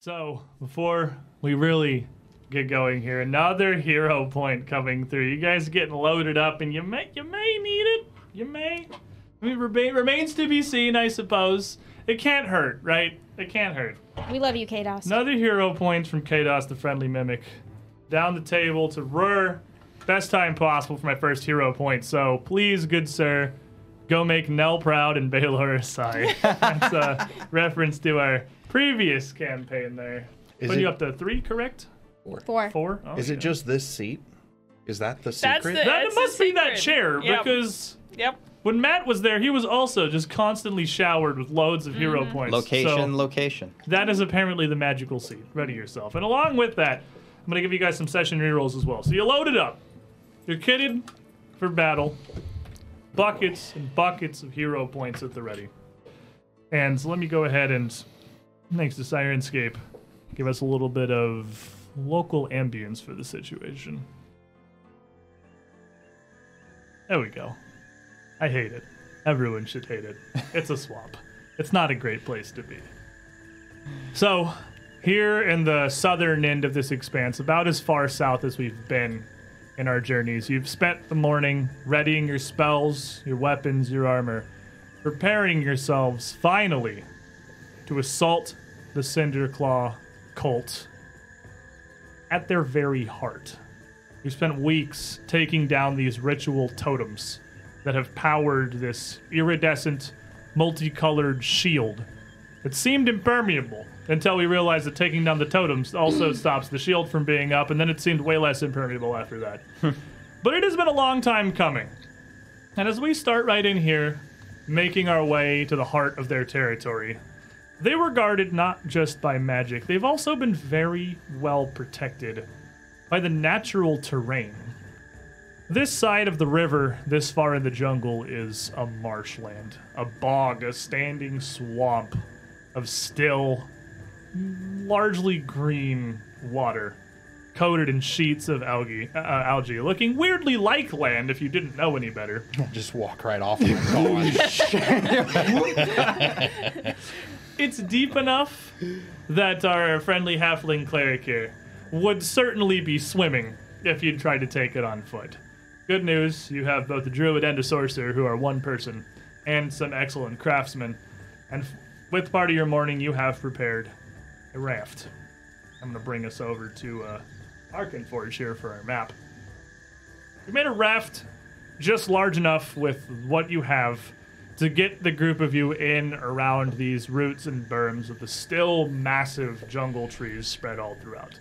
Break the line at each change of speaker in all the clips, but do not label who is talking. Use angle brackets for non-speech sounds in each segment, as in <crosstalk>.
So before we really get going here, another hero point coming through. You guys getting loaded up, and you may you may need it. You may. I mean, remain, remains to be seen, I suppose. It can't hurt, right? It can't hurt.
We love you, KDOS.
Another hero point from KDOS, the friendly mimic. Down the table to Rur. Best time possible for my first hero point. So please, good sir, go make Nell proud and Baylor
<laughs>
aside. That's a reference to our previous campaign there.
Is
Put
it-
you up to three, correct?
Four.
Four? Oh,
Is
yeah.
it just this seat? Is that the
That's
secret?
the-
That
It's
must be that
secret.
chair
Yep.
because
Yep.
when Matt was there, he was also just constantly showered with loads of hero
Mm-hmm.
points.
Location,
So-
location.
That is apparently the magical seed. Ready yourself. And along with that, I'm gonna give you guys some session rerolls as well. So you load it up. You're kitted for battle. Buckets and buckets of hero points at the ready. And so let me go ahead and, thanks to Sirenscape, give us a little bit of local ambience for the situation. There we go. I hate it. Everyone should hate it. It's a swamp. It's not a great place to be. So, here in the southern end of this expanse, about as far south as we've been in our journeys, you've spent the morning readying your spells, your weapons, your armor, preparing yourselves finally to assault the Cinderclaw cult at their very heart. You've spent weeks taking down these ritual totems that have powered this iridescent, multicolored shield it seemed impermeable until we realized that taking down the totems also stops the shield from being up, and then it seemed way less impermeable after that. but it has been a long time coming. And as we start right in here, making our way to the heart of their territory, they were guarded not just by magic, they've also been very well protected by the natural terrain. This side of the river, this far in the jungle, is a marshland, a bog, a standing swamp of still, largely green water, coated in sheets of algae, uh, algae, looking weirdly like land if you didn't know any better.
Just walk right off. <laughs> and gone.
it's deep enough that our friendly halfling cleric here would certainly be swimming if you'd tried to take it on foot. Good news, you have both a druid and a sorcerer who are one person, and some excellent craftsmen. And f- with part of your morning, you have prepared a raft. I'm going to bring us over to uh, Arkenforge here for our map. We made a raft just large enough with what you have to get the group of you in around these roots and berms of the still massive jungle trees spread all throughout.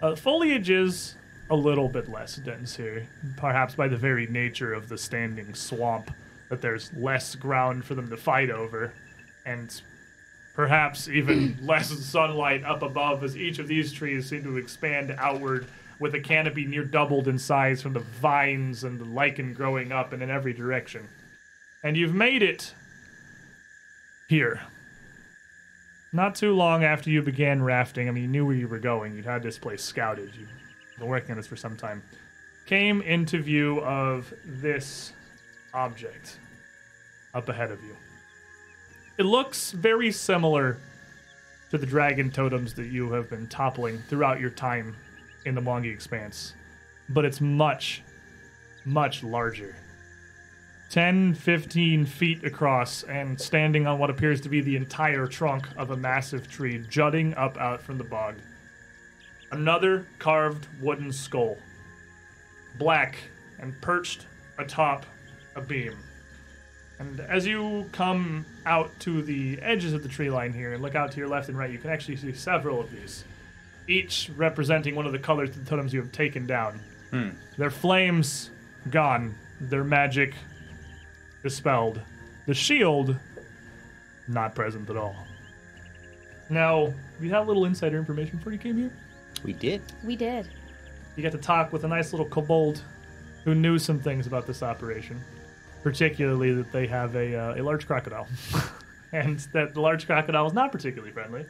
Uh, foliage is a little bit less dense here, perhaps by the very nature of the standing swamp, that there's less ground for them to fight over, and perhaps even <clears throat> less sunlight up above as each of these trees seem to expand outward with a canopy near doubled in size from the vines and the lichen growing up and in every direction. And you've made it here. Not too long after you began rafting, I mean, you knew where you were going. You'd had this place scouted. You've been working on this for some time. Came into view of this object up ahead of you. It looks very similar to the dragon totems that you have been toppling throughout your time in the Mongi Expanse, but it's much, much larger. 10, 15 feet across, and standing on what appears to be the entire trunk of a massive tree jutting up out from the bog. Another carved wooden skull, black and perched atop a beam. And as you come out to the edges of the tree line here and look out to your left and right, you can actually see several of these, each representing one of the colors of the totems you have taken down. Their flames gone, their magic dispelled, the shield not present at all. Now, you had a little insider information before you came here.
We did.
We did.
You get to talk with a nice little kobold who knew some things about this operation, particularly that they have a, uh, a large crocodile, <laughs> and that the large crocodile is not particularly friendly.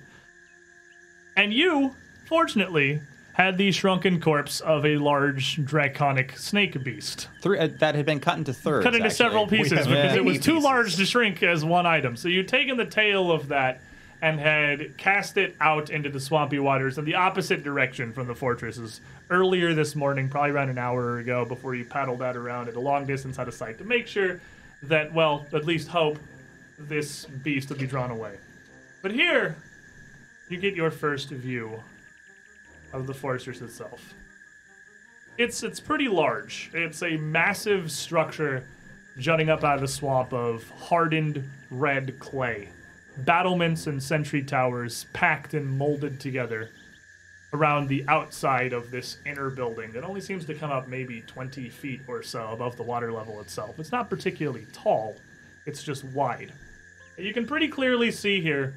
And you, fortunately, had the shrunken corpse of a large draconic snake beast
Three, uh, that had been cut into thirds.
cut into
actually. <laughs>
several
We
pieces
have
because it
many
was too
pieces.
large to shrink as one item. So you'd taken the tail of that and had cast it out into the swampy waters in the opposite direction from the fortresses earlier this morning, probably around an hour ago, before you paddled that around at a long distance out of sight to make sure that, well, at least hope this beast would be drawn away. But here, you get your first view of the fortress itself. It's it's pretty large. It's a massive structure jutting up out of the swamp of hardened red clay. Battlements and sentry towers packed and molded together around the outside of this inner building that only seems to come up maybe 20 feet or so above the water level itself. It's not particularly tall, it's just wide. You can pretty clearly see here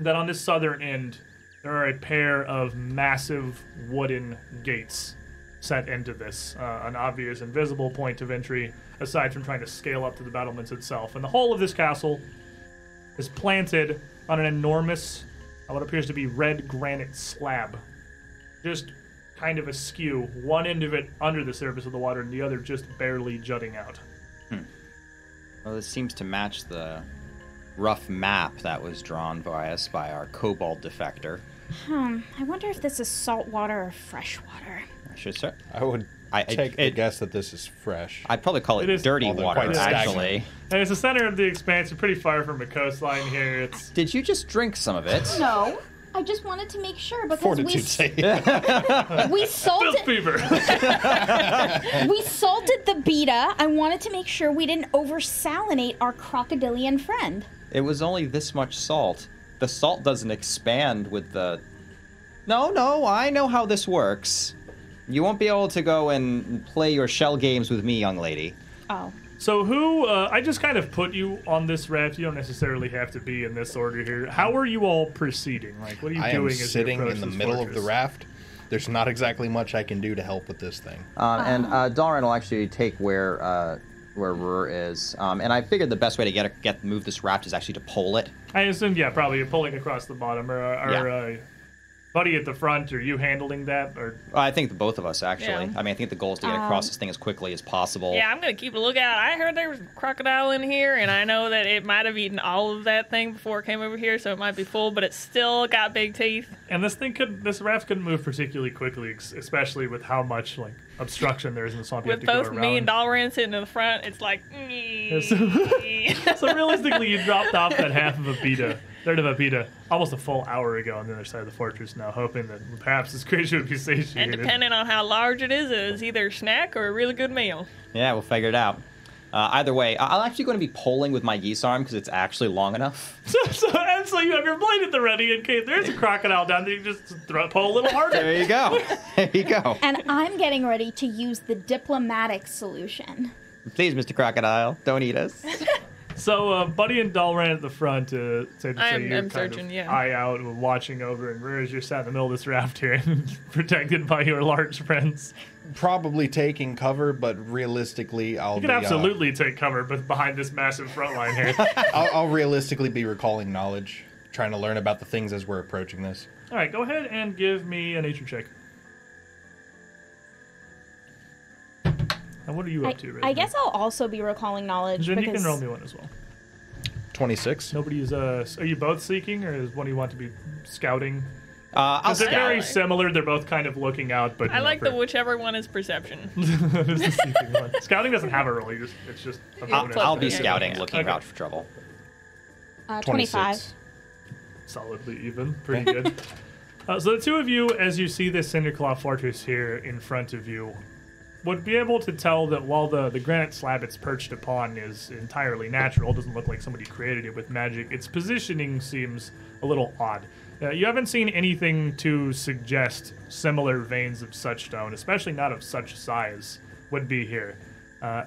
that on this southern end there are a pair of massive wooden gates set into this uh, an obvious invisible point of entry aside from trying to scale up to the battlements itself and the whole of this castle is planted on an enormous uh, what appears to be red granite slab just kind of askew one end of it under the surface of the water and the other just barely jutting out
Well, this seems to match the rough map that was drawn by us by our kobold defector.
Hmm. I wonder if this is salt water or fresh water.
I should say,
I would
I- it-
take a
it-
guess that this is fresh.
I'd probably call it,
It is-
dirty
Although
water,
quite
actually.
stagnant.
and it's the center of the expanse you're pretty far from the coastline here it's
Did you just drink some of it?
No, I just wanted to make sure because
Fortitude
<laughs>
we
save. Yeah.
<laughs>
<laughs> we
filth
salted
fever
we salted the beta. I wanted to make sure we didn't oversalinate our crocodilian friend.
It was only this much salt. The salt doesn't expand with the. No, no, I know how this works. You won't be able to go and play your shell games with me, young lady.
Oh,
So who? Uh, I just kind of put you on this raft. You don't necessarily have to be in this order here. How are you all proceeding? Like, what are you
I
doing?
am
as you
sitting
approach
in the
this
middle of
fortress?
the raft. There's not exactly much I can do to help with this thing.
Um, and
Ah.
uh, Dalren will actually take where uh, where Rur is. Um, and I figured the best way to get get move this raft is actually to pole it.
I assume, yeah, probably you're pulling across the bottom, or, or
Yeah.
uh, buddy at the front. Are you handling that? Or
I think the both of us actually.
Yeah.
I mean, I think the goal is to get
Um.
across this thing as quickly as possible.
Yeah, I'm gonna keep a lookout. I heard there was a crocodile in here, and I know that it might have eaten all of that thing before it came over here, so it might be full, but it's still got big teeth.
and this thing could, this raft couldn't move particularly quickly, ex- especially with how much like obstruction there is in the swamp. You
With
have to
both
go around.
me and
<laughs>
Dalren sitting in the front, it's like. "Mm." <laughs>
so realistically, you dropped off that half of a beta, third of a beta, almost a full hour ago on the other side of the fortress. Now, hoping that perhaps this creature would be satiated.
and depending on how large it is, it's either a snack or a really good meal.
Yeah, we'll figure it out. Uh, either way, I- I'm actually going to be polling with my yeast arm because it's actually long enough.
So, so, and so you have your blade at the ready in case there's a crocodile down there. You just throw, pull a little harder.
There
<laughs>
you go. there you go.
and I'm getting ready to use the diplomatic solution.
Please, Mr. Crocodile, don't eat us. Uh,
So uh, Buddy and Doll ran at the front. Uh, so so
I'm-
you're
I'm
kind
searching,
of
yeah.
Eye out, and watching over, and Rears, you're sat in the middle of this raft here, <laughs> protected by your large friends.
Probably taking cover, but realistically, I'll
You can
be, uh,
absolutely take cover, but behind this massive front line here.
I'll, I'll realistically be recalling knowledge, trying to learn about the things as we're approaching this.
All right, go ahead and give me a nature check. And what are you
I,
up to, right
I
now?
guess I'll also be recalling knowledge
Then you
because
can roll me one as well.
26.
Nobody's. Uh, s- are you both seeking, or is one you want to be scouting?
Uh, I'll
Because they're
scout.
very
Scouting.
similar. They're both kind of looking out, but
I
you
like
know,
the whichever one is
<laughs>
perception.
for- it's <laughs> the seeking one. Scouting doesn't have a roll. You just it's just. A bonus.
I'll, I'll be
Yeah.
scouting, looking
Okay.
out for trouble.
uh, 25.
solidly even. Pretty good. Uh, so the two of you, as you see this Cinderclaw fortress here in front of you, would be able to tell that while the, the granite slab it's perched upon is entirely natural, doesn't look like somebody created it with magic, its positioning seems a little odd. Uh, you haven't seen anything to suggest similar veins of such stone, especially not of such size, would be here. Uh,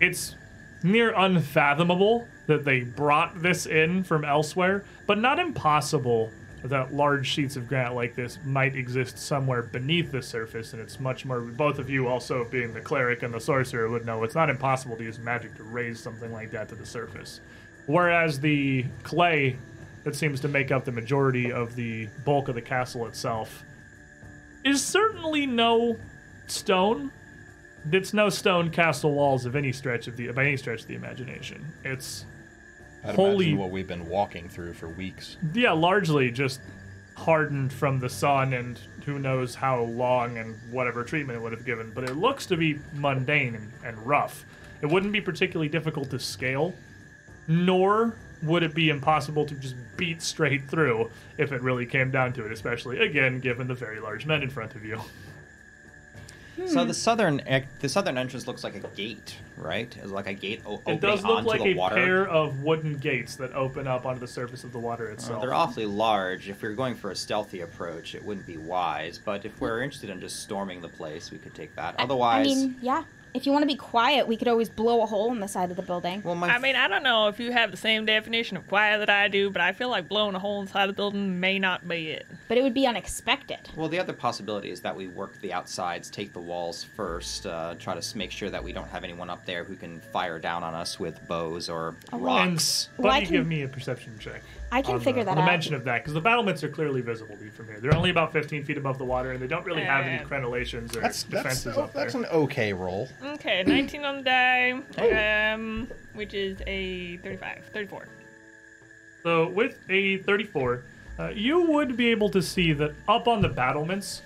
it's near unfathomable that they brought this in from elsewhere, but not impossible that large sheets of granite like this might exist somewhere beneath the surface and it's much more both of you also being the cleric and the sorcerer would know it's not impossible to use magic to raise something like that to the surface whereas the clay that seems to make up the majority of the bulk of the castle itself is certainly no stone it's no stone castle walls of any stretch of the of any stretch of the imagination. It's
I'd
Holy-
imagine what we've been walking through for weeks.
Yeah, largely just hardened from the sun and who knows how long and whatever treatment it would have given, but it looks to be mundane and, and rough. It wouldn't be particularly difficult to scale, nor would it be impossible to just beat straight through if it really came down to it, especially, again, given the very large men in front of you. Hmm.
So the southern ec- the southern entrance looks like a gate, right? It's like a gate o- opening
It does look
onto
like
the
a
water.
pair of wooden gates that open up onto the surface of the water
Uh,
itself.
they're awfully large. If we were going for a stealthy approach, it wouldn't be wise. But if we're interested in just storming the place, we could take that. Otherwise,
I mean, yeah. If you want to be quiet, we could always blow a hole in the side of the building.
well, my
I mean, I don't know if you have the same definition of quiet that I do, but I feel like blowing a hole inside the building may not be it.
But it would be unexpected.
Well, the other possibility is that we work the outsides, take the walls first, uh, try to s- make sure that we don't have anyone up there who can fire down on us with bows or
Oh,
And
rocks.
why
I
you
can-
give me a perception check?
I can
on
figure
the,
that
on
out.
The mention of that, because the battlements are clearly visible to you from here. They're only about 15 feet above the water, and they don't really have any
Yeah.
crenellations or
That's that's,
defenses
oh,
up there.
that's an okay roll.
Okay, 19 on the
Oh.
die, um, which is a 35, 34.
So with a 34, uh, you would be able to see that up on the battlements,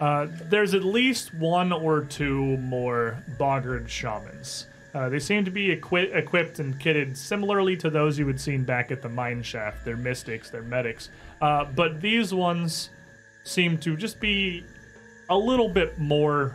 uh, there's at least one or two more boggard shamans. Uh, they seem to be equi- equipped and kitted similarly to those you had seen back at the mine shaft. They're mystics, they're medics, uh, but these ones seem to just be a little bit more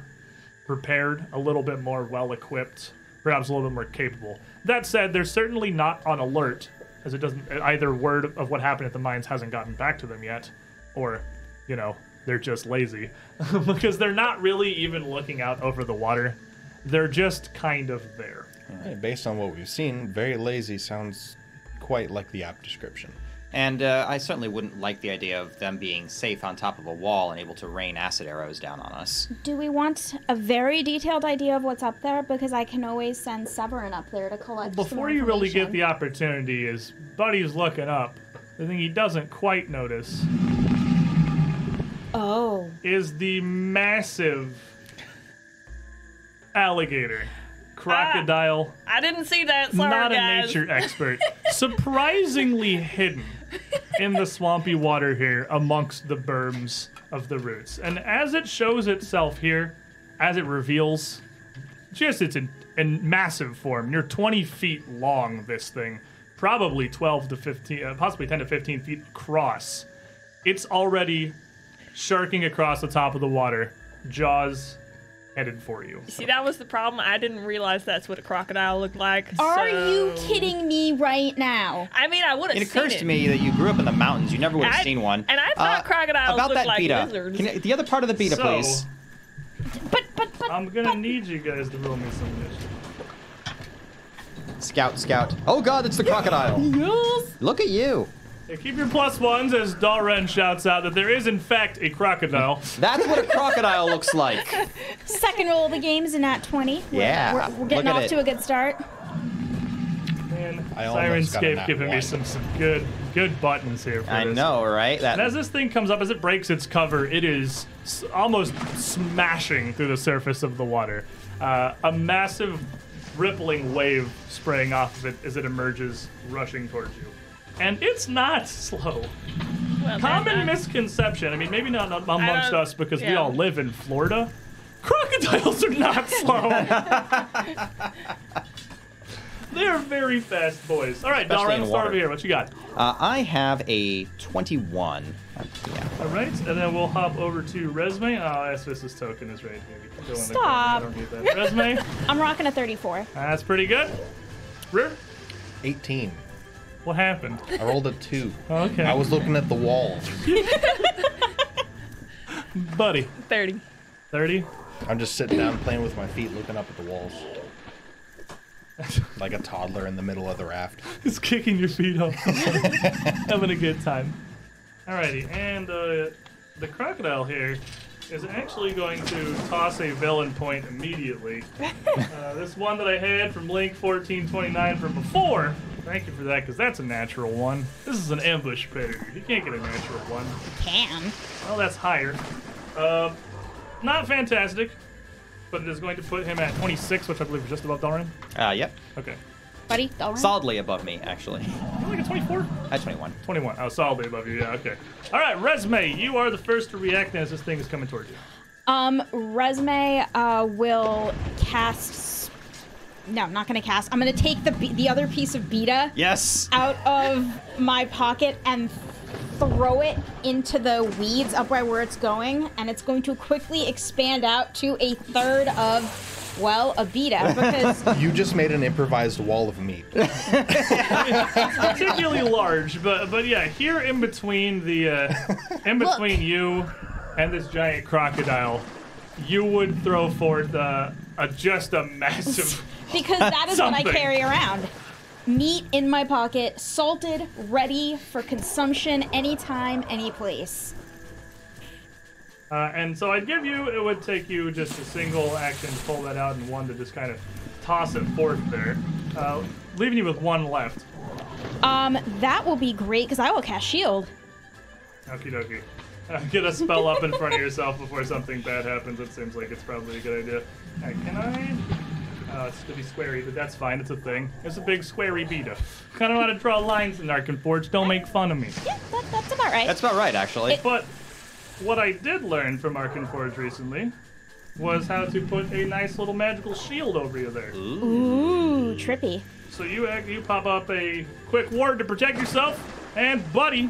prepared, a little bit more well equipped, perhaps a little bit more capable. That said, they're certainly not on alert, as it doesn't either word of what happened at the mines hasn't gotten back to them yet, or, you know, they're just lazy <laughs> because they're not really even looking out over the water. They're just kind of there.
Hey, based on what we've seen, very lazy sounds quite like the app description.
And uh, I certainly wouldn't like the idea of them being safe on top of a wall and able to rain acid arrows down on us.
Do we want a very detailed idea of what's up there? Because I can always send Severin up there to collect. some
Before you really get
information.
the opportunity is Buddy's looking up. The thing he doesn't quite notice
Oh,
is the massive alligator,
Ah!
crocodile,
I didn't see that, sorry
not
guys.
a nature expert, surprisingly hidden in the swampy water here amongst the berms of the roots. And as it shows itself here, as it reveals just its in, in massive form, near 20 feet long, this thing, probably 12 to 15, uh, possibly 10 to 15 feet across. It's already sharking across the top of the water, jaws headed for you.
See, that was the problem. I didn't realize that's what a crocodile looked like.
are you
so-
kidding me right now?
I mean, I would have
It
seen
occurs to me that you grew up in the mountains. You never would have
I-
seen one. Uh,
and I thought crocodiles
about
looked
that
like
beta.
lizards.
Can you- the other part of the beta,
So-
please.
But but but
I'm gonna need you guys to roll me some initiative.
Scout, scout. Oh God, it's the crocodile.
Yes.
Look at you.
Yeah, keep your plus ones as Dalren shouts out that there is, in fact, a
<laughs>
crocodile.
That's what a crocodile looks like.
second roll of the game is a nat twenty. We're-
Yeah,
we're, we're getting
look at
off
it.
to a good start.
Man,
I almost got a
Sirenscape
nat
giving me
one.
some, some good good buttons here for
I
this.
know, right? That
And as this thing comes up, as it breaks its cover, it is s- almost smashing through the surface of the water. Uh, a massive rippling wave spraying off of it as it emerges, rushing towards you. And it's not slow.
Well,
Common
that's not-
misconception. I mean, maybe not amongst
don't-
us because we
yeah.
all live in Florida. Crocodiles are not slow. They're very fast boys. All right,
Especially
Dalren,
in
start
water.
over here. What you got?
Uh, I have a 21. Uh, Yeah.
All right, and then we'll hop over to resume. Oh, Esvis's token is right here. You can go in the corner. I
Stop.
don't need that. Resume.
I'm rocking a thirty-four.
That's pretty good. Rip.
18.
What happened?
I rolled a two.
Okay.
I was looking at the wall.
Buddy.
30.
30.
I'm just sitting down playing with my feet, looking up at the walls. Like a toddler in the middle of the raft.
He's kicking your feet up. <laughs> Having a good time. Alrighty, and uh, the crocodile here is actually going to toss a villain point immediately. Uh, this one that I had from Link 1429 from before. Thank you for that, because that's a natural one. This is an ambush predator. You can't get a natural one.
Can.
Well, that's higher. Uh, not fantastic, but it is going to put him at 26, which I believe is just above Dalrin.
Uh, yep.
Okay.
buddy. All right.
Solidly above me, actually. <laughs>
You like a 24?
At 21.
21. Oh, solidly above you. Yeah, okay. All right, Resume, you are the first to react as this thing is coming towards you.
Um, resume uh, will cast. s- No, I'm not gonna cast. I'm gonna take the be- the other piece of beta
Yes.
out of my pocket and throw it into the weeds up by where it's going, and it's going to quickly expand out to a third of, well, a beta
<laughs>
because
You just made an improvised wall of meat.
Particularly large, but but yeah, here in between the uh, in between you and this giant crocodile, you would throw forth uh, a just a massive.
because that is what I
Something.
carry around. Meat in my pocket, salted, ready for consumption anytime, any place.
Uh, and so I'd give you, it would take you just a single action to pull that out and one to just kind of toss it forth there, uh, leaving you with one left.
Um, that will be great because I will cast shield.
Okie dokie. Uh, get a spell up in front of yourself before something bad happens. It seems like it's probably a good idea. Alright, can I? Uh, it's gonna be squarey, but that's fine. It's a thing. It's a big squarey beta. Kind of want to draw lines in Ark and Forge. Don't make fun of me.
Yeah, that, that's about right.
That's about right, actually.
But what I did learn from Ark and Forge recently was how to put a nice little magical shield over you there.
Ooh, trippy.
So you act- you pop up a quick ward to protect yourself, and buddy,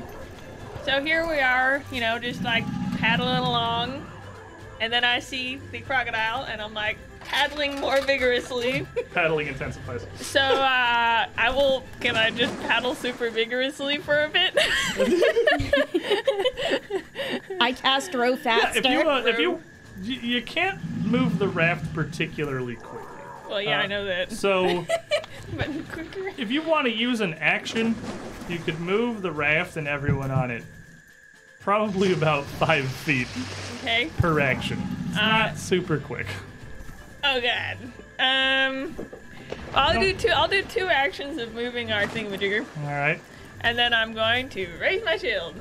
So here we are, you know, just like paddling along. And then I see the crocodile and I'm like paddling more vigorously.
paddling intensifies.
So uh, I will. Can I just paddle super vigorously for a bit? <laughs>
I cast row faster.
if you uh, if you you you can't move the raft particularly quickly.
well, yeah, I
Uh,
know that.
So
But quicker.
if you want to use an action, you could move the raft and everyone on it probably about five feet
Okay.
per action. It's not super quick.
Oh god. Um. I'll do two. I'll do two actions of moving our thingamajigger,
All right.
and then I'm going to raise my shield.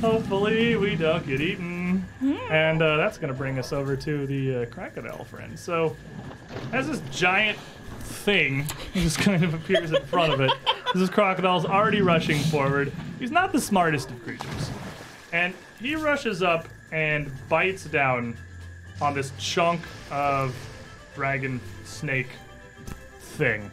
Hopefully we don't get eaten. And uh, that's going to bring us over to the uh, crocodile friend. So, as this giant thing <laughs> just kind of appears in front of it, this crocodile's already rushing forward. He's not the smartest of creatures. And he rushes up and bites down on this chunk of dragon snake thing.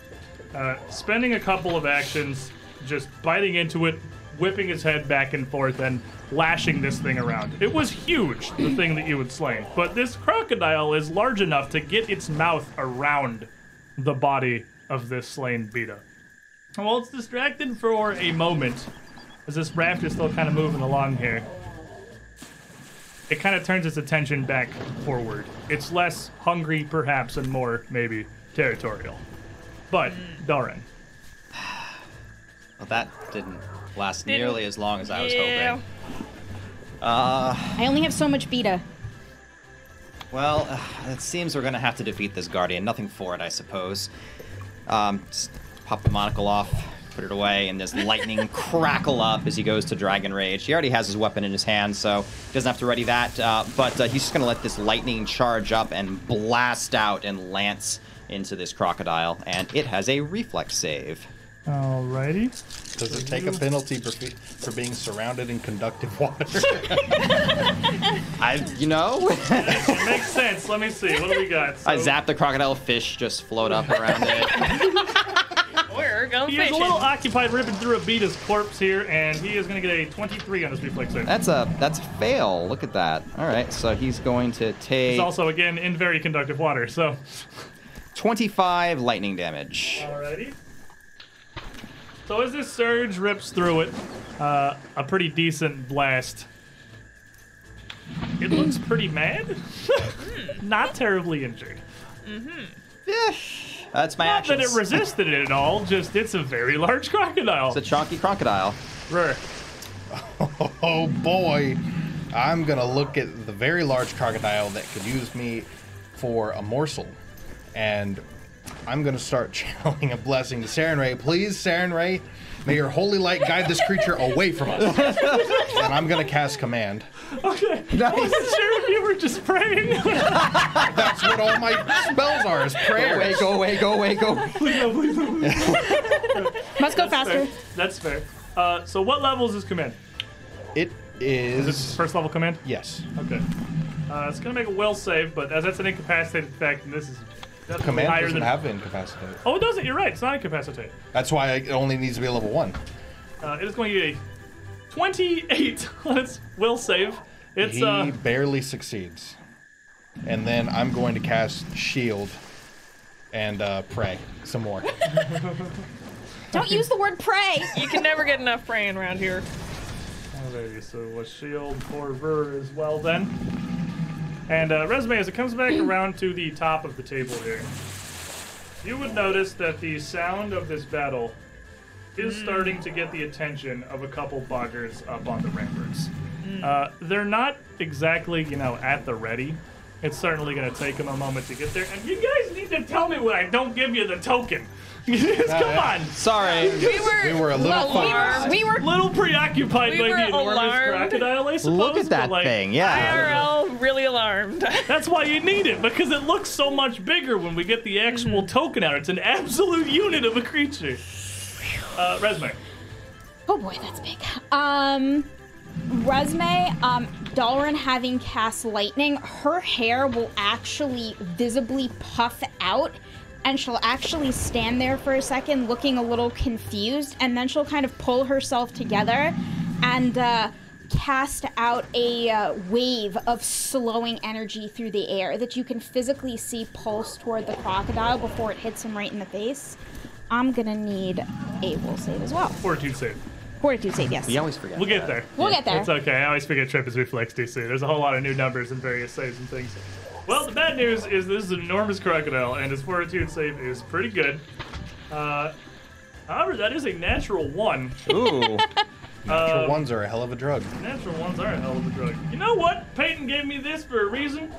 Uh, spending a couple of actions, just biting into it, whipping his head back and forth, and lashing this thing around. It was huge, the thing that you had slain, but this crocodile is large enough to get its mouth around the body of this slain beta. Well, it's distracted for a moment, as this raft is still kind of moving along here it kind of turns its attention back forward. It's less hungry, perhaps, and more, maybe, territorial. But, Doran,
Well, that didn't last
Didn't-
nearly as long as I was
yeah.
hoping. Uh,
I only have so much beta.
well, <sighs> uh, it seems we're gonna have to defeat this guardian. Nothing for it, I suppose. Um, just pop the monocle off, put it away, and there's lightning crackle up as he goes to Dragon Rage. He already has his weapon in his hand, so he doesn't have to ready that. Uh, but uh, he's just gonna let this lightning charge up and blast out and lance into this crocodile, and it has a reflex save.
Alrighty.
Does it take a penalty for, be- for being surrounded in conductive water?
I, you know.
Makes sense. Let me see. What do we got?
I
So,
zap the crocodile. Fish just float up around <laughs> it.
We're going
He is
fishing.
a little occupied ripping through Abita's corpse here, and he is going to get a 23 on his reflex save.
That's a that's a fail. Look at that. All right, so he's going to take
He's also, again, in very conductive water, so.
25 lightning damage.
Alrighty. So as this surge rips through it, uh, a pretty decent blast. It looks pretty mad. <laughs> Not terribly injured.
Yeah, that's my
Not
action.
that it resisted it at all, just it's a very large crocodile.
It's a chunky <laughs> crocodile.
Rur.
<laughs> oh boy, I'm gonna look at the very large crocodile that could use me for a morsel, <laughs> and I'm gonna start channeling a blessing to Saren Ray. Please, Saren Ray, May your holy light guide this creature away from us. and I'm gonna cast command.
Okay. I wasn't sure if you were just praying.
That's what all my spells are is
Go away,
prayers.
go away, go away, go away.
please no, please no. Please.
Must go
That's fair.
faster.
That's fair. Uh, so what level is this command?
It is
First level command?
yes.
Okay. Uh, it's gonna make a will save, but as that's an incapacitated effect, and this is definitely
Command
higher
doesn't
than.
have incapacitate.
Oh, it doesn't. You're right. It's not incapacitated.
That's why it only needs to be a level one.
Uh, it is going to get a 28 <laughs> on its will save. It's
He
uh,
barely succeeds. And then I'm going to cast shield and uh, pray some more.
Don't use the word pray.
You can never get enough praying around here.
Alrighty, so a shield for Ver as well then. And uh, resume, as it comes back around to the top of the table here, you would notice that the sound of this battle is starting to get the attention of a couple boggers up on the ramparts. Uh, they're not exactly, you know, at the ready. It's certainly going to take them a moment to get there. And you guys need to tell me when I don't give you the token. <laughs> Come on. <laughs>
Sorry.
We were,
We were a little
alarmed.
We were
Little preoccupied
We
by
were
the enormous
alarmed.
crocodile, I suppose.
Look at
but,
that
like,
thing, yeah.
IRL really alarmed. <laughs>
That's why you need it, because it looks so much bigger when we get the actual token out. It's an absolute unit of a creature. Uh, resume.
Oh boy, that's big. Um, Resme, um, Dalrin having cast lightning, her hair will actually visibly puff out, and she'll actually stand there for a second, looking a little confused, and then she'll kind of pull herself together, and uh, cast out a uh, wave of slowing energy through the air that you can physically see pulse toward the crocodile before it hits him right in the face. I'm gonna need a will save as well.
Fortitude save.
Fortitude save, yes.
You always forget.
<laughs> We'll get
that.
there.
We'll get there.
It's okay. I always forget Trip is reflex DC. There's a whole lot of new numbers and various saves and things. Well, the bad news is this is an enormous crocodile, and his fortitude save is pretty good. Uh, however, that is a natural one.
Ooh.
Uh,
Natural ones are a hell of a drug.
Natural ones are a hell of a drug. You know what? Peyton gave me this for a reason.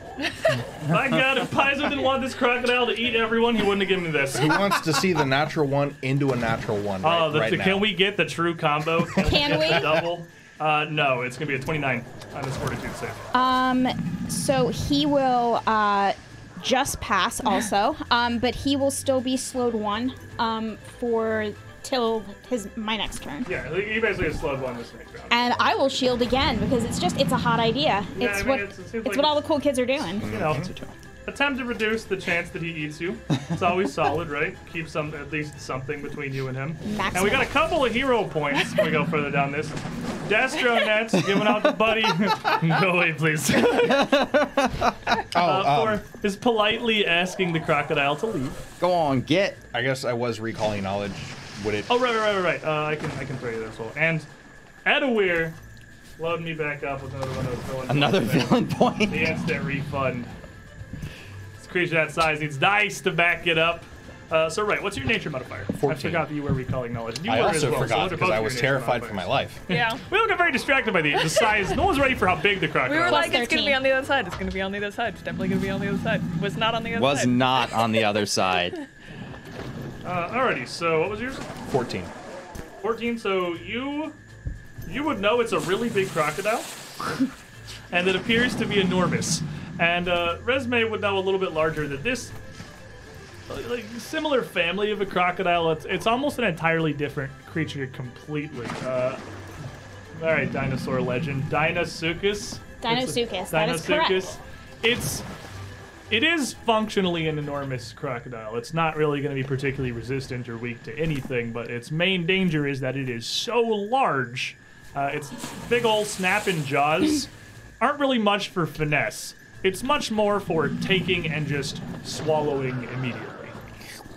By God, if Pizer didn't want this crocodile to eat everyone, he wouldn't have given me this.
Who wants to see the natural one into a natural one? Right,
Oh, the,
right
the-
now?
can we get the true combo? Can,
Can
get the
we?
double? Uh, no, it's gonna be a 29 on his fortitude save.
Um, so he will uh, just pass also, um, but he will still be slowed one um, for till his my next turn.
yeah, he he basically has slowed one this next round.
And I will shield again because it's just it's a hot idea.
Yeah,
it's
I mean,
what
it's- it
it's,
seems like
what all the
it's-
cool kids are doing.
you know, attempt to reduce the chance that he eats you. It's always solid, right? Keep some at least something between you and him.
Maximum.
And we got a couple of hero points when we go further down this. Dastronets giving out the buddy. <laughs> Go away,
<laughs>
please.
Oh,
Uh,
um,
for is politely asking the crocodile to leave.
Go on, get.
I guess I was recalling knowledge. Would it?
Oh right, right, right, right. right. Uh, I can I can throw you that as well. And Edawir, load me back up with another one of those villain.
Another <laughs>
points there.
villain point.
The instant refund. This creature that size needs dice to back it up. Uh, so right, what's your nature modifier? I
14.
forgot that you were recalling knowledge. You
I
were
also
as well, so
forgot
those are
because
both
I
your
was
nature
terrified for my
modifiers.
life.
yeah.
We all got very distracted by the, the size. No one's ready for how big the Uh,
We
crocodile
were
is.
like, it's gonna
13.
be on the other side. It's gonna be on the other side. It's definitely gonna be on the other side. Was not on the other
Was
side.
not on the other side.
Uh, alrighty, so what was yours?
Fourteen.
14 so you you would know it's a really big crocodile and it appears to be enormous and uh, resume would know a little bit larger that this like similar family of a crocodile it's, it's almost an entirely different creature completely uh, all right dinosaur legend dinosuchus
Dinosuchus, that is correct.
Dinosuchus. it's it is functionally an enormous crocodile. It's not really going to be particularly resistant or weak to anything, but its main danger is that it is so large. Uh, its big old snapping jaws aren't really much for finesse. It's much more for taking and just swallowing immediately.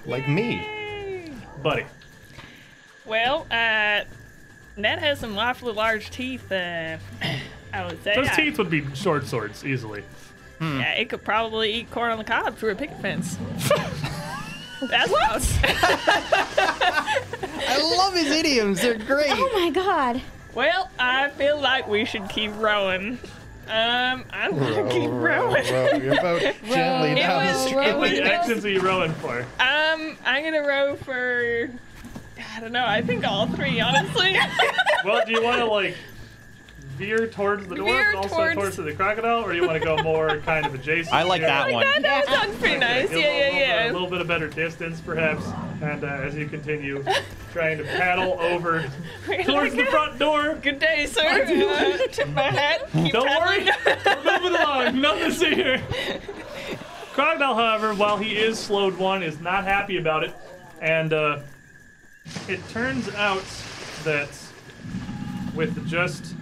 Like me.
Buddy,
Well, uh, Ned has some awfully large teeth. Uh, I would say
those
I-
teeth would be short swords easily.
Yeah, it could probably eat corn on the cob through a picket fence. That's what?
I love his idioms. They're great.
Oh my god!
well, I feel like we should keep rowing. Um, I'm gonna keep rowing.
row your boat gently down the
was-
<laughs>
stream.
it was-
What accents are you rowing for?
Um, I'm gonna row for. I don't know. I think all three, honestly. Oh
Well, do you want to like veer towards the dwarf
Veer
and also
towards-
towards the crocodile, or you want to go more kind of adjacent?
I like
here?
that one.
that, that sounds pretty nice.
Give
Yeah,
a little bit-
yeah,
A
yeah.
little bit of better distance, perhaps. And uh, as you
<laughs>
continue trying to paddle
Oh
over towards the front door,
Good day, sir. Uh, tip my hat. Keep
Don't
paddling.
we're moving
<laughs>
along. Nothing to see here. Crocodile, however, while he is slowed one, is not happy about it, and uh, it turns out that with just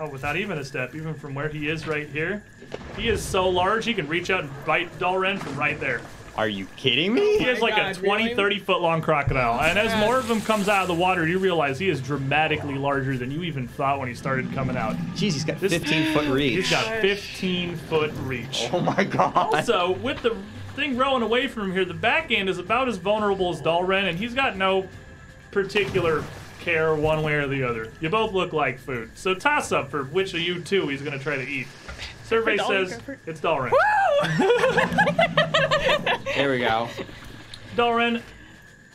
oh, without even a step, even from where he is right here, he is so large he can reach out and bite Dalren from right there.
Are you kidding
He
me?
is like a
God,
20,
really?
30 foot long crocodile. and as
God.
more of him comes out of the water, you realize he is dramatically larger than you even thought when he started coming out.
Jeez, he's got
This-
15 foot reach.
He's got 15 foot reach.
oh
<laughs>
my god.
Also, with the thing rolling away from him here, the back end is about as vulnerable as Dalren, and he's got no particular care one way or the other. You both look like food. So toss up for which of you two he's going to try to eat. Survey
For Dalren,
says
go for-
it's Dalren.
Here we go.
Dalren,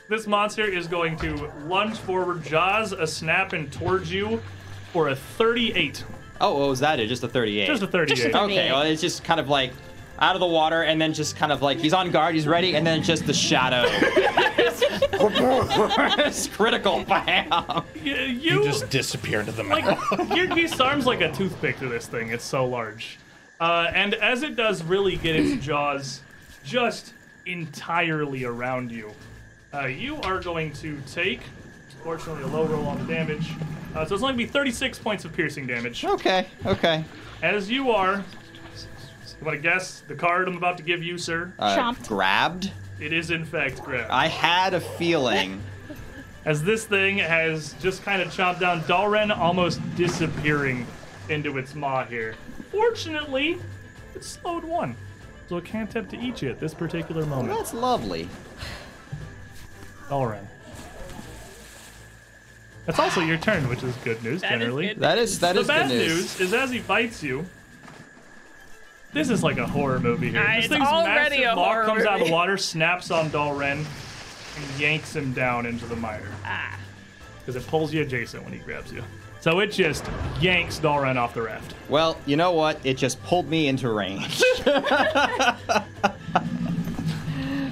this monster is going to lunge forward, jaws a snapping towards you for a 38.
Oh, what was that? Just a 38.
Just a 38.
Okay, well, it's just kind of like out of the water, and then just kind of like he's on guard, he's ready, and then just the shadow. it's critical. Bam.
Y-
You
you
just disappear into the
like
mouth.
Yurgi arms like a toothpick to this thing. It's so large, uh, and as it does really get its jaws just entirely around you, uh, you are going to take, fortunately, a low roll on the damage. Uh, so it's only going to be 36 points of piercing damage.
Okay, okay.
As you are, you want to guess the card I'm about to give you, sir?
Uh,
Chomped.
Grabbed.
It is in fact grab.
I had a feeling.
as this thing has just kind of chopped down Dalren, almost disappearing into its maw here. Fortunately, it's slowed one, so it can't attempt to eat you at this particular moment.
That's lovely.
Dalren. That's also your turn, which is good news
That is
generally.
good.
That is that
The
is
bad
good news.
news is as he bites you. This is like a horror movie here.
Uh,
this
it's already
massive
a
maw
horror
comes out of the
movie.
water, snaps on Dalren, and yanks him down into the mire.
Ah.
Because it pulls you adjacent when he grabs you. So it just yanks Dalren off the raft.
Well, you know what? It just pulled me into range. <laughs>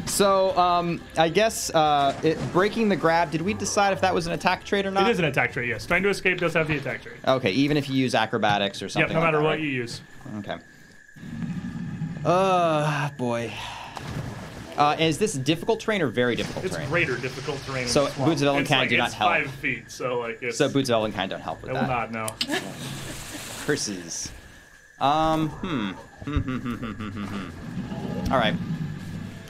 so, um, I guess uh, it, breaking the grab. Did we decide if that was an attack trait or not?
It is an attack trait, yes. Trying to escape does have the attack trait.
Okay, even if you use acrobatics or
Yep,
something.
no
like
matter
that,
what
right?
you use.
Okay. Uh, boy. Uh, is this difficult terrain or very difficult
It's
terrain?
greater difficult terrain. in
So
the swamp.
Boots of
It's
Elvenkind
like,
do not
it's
help.
five feet, so like it's...
So uh, boots of Elvenkind don't help with
it will
that.
not, no.
Curses. Um, hmm. <laughs> All right.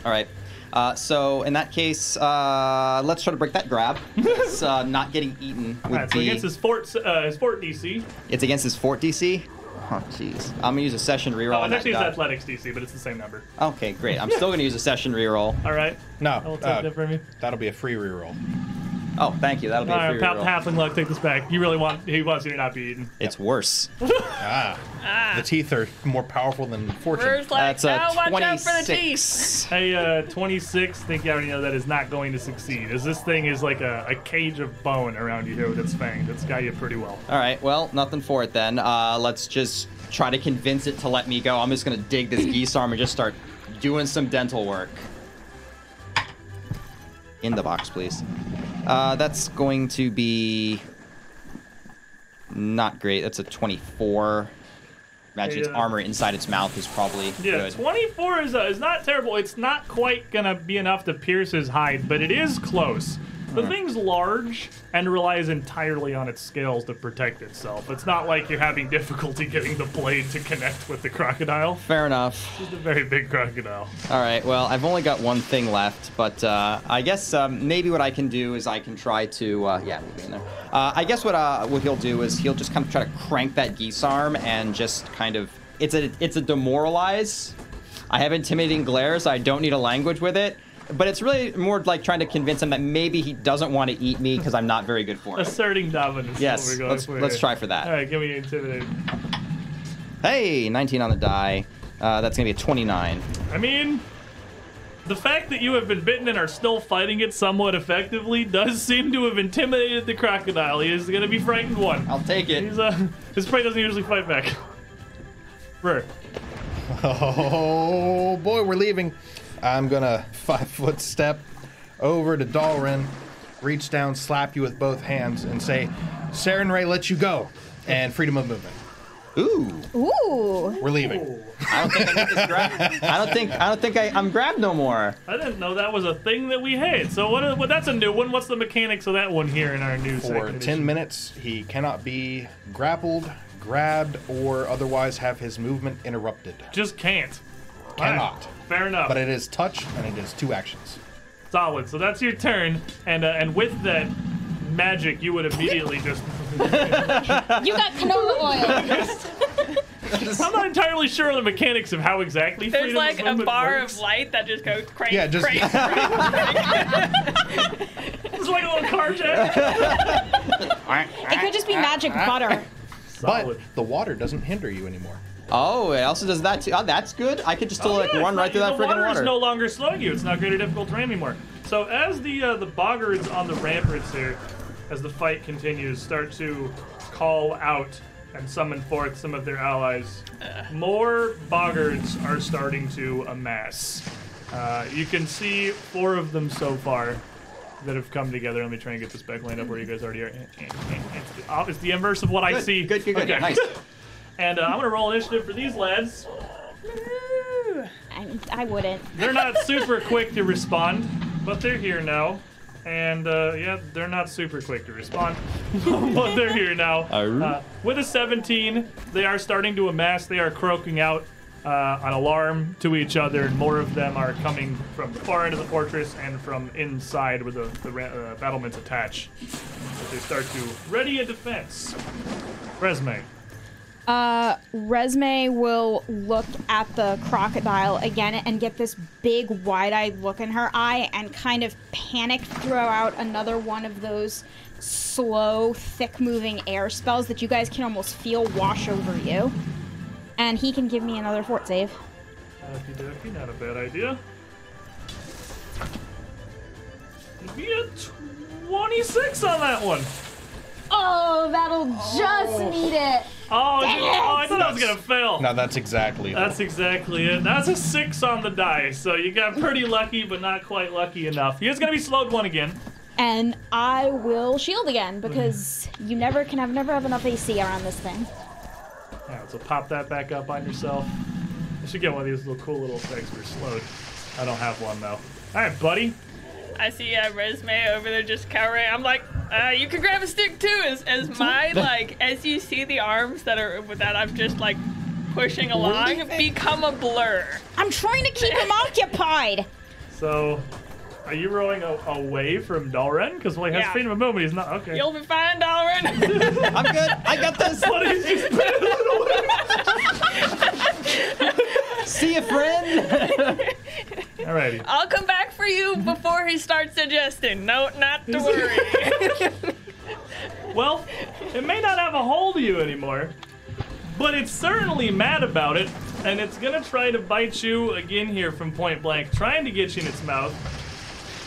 All right. Uh, so in that case, uh, let's try to break that
<laughs>
grab. It's uh, not getting eaten. Would
Alright, so
be- Oh,
against his fort, uh, his fort DC,
it's against his fort DC. Oh jeez. I'm gonna use a session reroll.
Oh, it's
on that
actually his
die.
athletics DC, but it's the same number.
Okay, great. I'm still gonna use a session reroll.
All right.
no,
I will take
uh,
that from you.
that'll be a free reroll.
Oh, thank you. That'll be
All
a
right,
free
Pal
reroll.
Halfling Luck, take this back. You really want, he wants you to not be eaten.
It's worse.
Ah, the teeth are more powerful than fortune.
Where's like,
That's uh,
now
a
watch out for the teeth.
26.
A uh, 26, think you already know that is not going to succeed, as this thing is like a, a cage of bone around you here with its fangs. It's got you pretty well.
All right. Well, nothing for it then. Uh, let's just try to convince it to let me go. I'm just gonna dig this geese arm and just start doing some dental work. In the box, please. Uh, that's going to be not great. That's a 24. Imagine its
Yeah.
armor inside its mouth is probably
Yeah,
good.
24 is, uh, is not terrible. It's not quite going to be enough to pierce his hide, but it is close. The
Hmm.
thing's large and relies entirely on its scales to protect itself. It's not like you're having difficulty getting the blade to connect with the crocodile.
Fair enough.
It's a very big crocodile.
All right. Well, I've only got one thing left, but uh, I guess um, maybe what I can do is I can try to uh, yeah, leave me in there. Uh, I guess what uh, what he'll do is he'll just kind of try to crank that geese arm and just kind of it's a it's a demoralize. I have intimidating glare, so I don't need a language with it. But it's really more like trying to convince him that maybe he doesn't want to eat me because I'm not very
<laughs>
good for him.
Asserting dominance. is
Yes,
what we're going
let's-
for
let's
here.
try for that.
All right, give me your intimidate.
Hey, 19 on the die. Uh, that's gonna be a 29.
I mean, The fact that you have been bitten and are still fighting it somewhat effectively does seem to have intimidated the crocodile. He is going to be frightened one.
I'll take
He's
it.
uh, his prey doesn't usually fight back. Rur.
Oh boy, we're leaving. I'm gonna five <laughs> foot step over to Dalrin, reach down, slap you with both hands, and say, Saren Ray lets you go. And freedom of movement.
Ooh.
Ooh.
We're leaving.
I don't think I need this grab. I don't think I don't think I, I'm grabbed no more.
I didn't know that was a thing that we had. So what? Are, well, that's a new one. What's the mechanics of that one here in our new
For
second
10
edition?
minutes, he cannot be grappled, grabbed, or otherwise have his movement interrupted.
Just can't.
Cannot.
Alright, Fair enough.
But it is touch and it is two actions.
Solid. So that's your turn, and uh, and with that magic, you would immediately just.
You got canola oil.
I'm not entirely sure on the mechanics of how exactly.
There's
freedom of
like a
movement
bar
works.
of light that just goes crazy.
Yeah, just-
crank, crank,
It's like a little car jack.
It could just be magic
<laughs>
butter.
But
Solid.
the water doesn't hinder you anymore.
Oh, it also does that too. Oh, that's good. I could just still like
Yeah,
run
it's
right
like
through that
the
freaking
water
water.
is no longer slowing you. It's not greater difficult terrain anymore. So as the uh, the boggards on the ramparts here, as the fight continues, start to call out and summon forth some of their allies. More boggards are starting to amass. Uh, you can see four of them so far that have come together. Let me try and get this back lined up where you guys already are. It's the, it's the inverse of what I
Good,
see.
good, good, good.
Okay.
Nice.
<laughs> And uh, I'm gonna roll initiative for these lads.
I, I wouldn't.
They're not super quick to respond, but they're here now. And uh, yeah, they're not super quick to respond, <laughs> but they're here now.
Arr.
Uh, with a 17, they are starting to amass. They are croaking out uh, an alarm to each other, and more of them are coming from the far end of the fortress and from inside with the, the ra- uh, battlements attached. But they start to ready a defense. Resume.
Resme will look at the crocodile again and get this big wide eyed look in her eye and kind of panic throw out another one of those slow, thick moving air spells that you guys can almost feel wash over you. And he can give me another fort save.
Okie dokie, not a bad idea. It'd be a 26 on that one.
Oh, that'll just need it.
Oh, dude, oh I thought I was going to fail.
Now that's exactly the
That's exactly it. That's a 6 on the die, so you got pretty lucky, but not quite lucky enough. He is going to be slowed one again.
And I will shield again because you never can have never have enough AC around this thing.
Alright, so pop that back up on yourself. I should get one of these little cool little things for slowed. I don't have one, though. Alright, buddy.
I see uh, resume over there just cowering. I'm like, uh, you can grab a stick too. As, as
<laughs>
my like, as you see the arms that are that I'm just like pushing along become a blur.
I'm trying to keep <laughs> him occupied.
So, are you rolling a- away from Dalren? Because, well, he has
Yeah.
freedom of movement. He's not. Okay.
You'll be fine, Dalrin.
I'm good. I
<laughs>
got this.
But he's just pedaling away.
See you, friend.
Alrighty.
<laughs> I'll come back for you before he starts digesting. No, not to worry.
<laughs> Well, it may not have a hold of you anymore, but it's certainly mad about it, and it's gonna try to bite you again here from point blank, trying to get you in its mouth.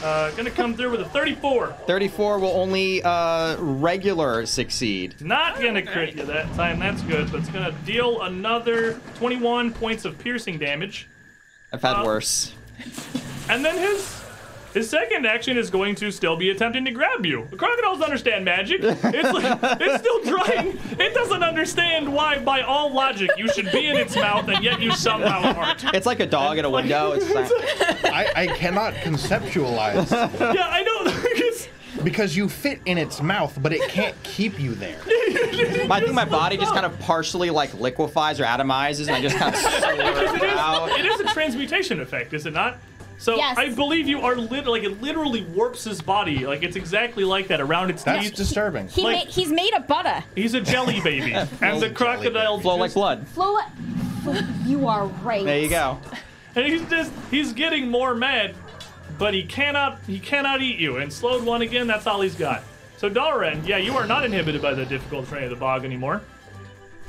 Uh, gonna come through with a 34.
34 will only uh, regular succeed.
Not gonna crit you that time, that's good, but it's gonna deal another 21 points of piercing damage.
I've had
Oh.
worse.
And then his his second action is going to still be attempting to grab you. The crocodiles understand magic. It's like, it's still trying. It doesn't understand why, by all logic, you should be in its mouth, and yet you somehow aren't.
It's like a
<laughs>
dog at a window. It's just like,
I, I cannot conceptualize
Yeah, I know. <laughs> it's-
because you fit in its mouth, but it can't keep you <laughs> there.
I think my body just kind of partially like liquefies or atomizes, and I just
<laughs>
kind of slurp out.
it is a transmutation effect, is it not? So
Yes.
I believe you are lit- like it literally warps his body. Like it's exactly like that around its
That's
knees.
disturbing.
He
Like-
ma- he's made of butter.
He's a jelly
<laughs>
baby, and the
jelly
crocodile
baby.
Flow like blood.
Flola, you are right.
There you go.
and he's just he's getting more mad but he cannot he cannot eat you and slowed one again that's all he's got so Dalren, yeah you are not inhibited by the difficult terrain of the bog anymore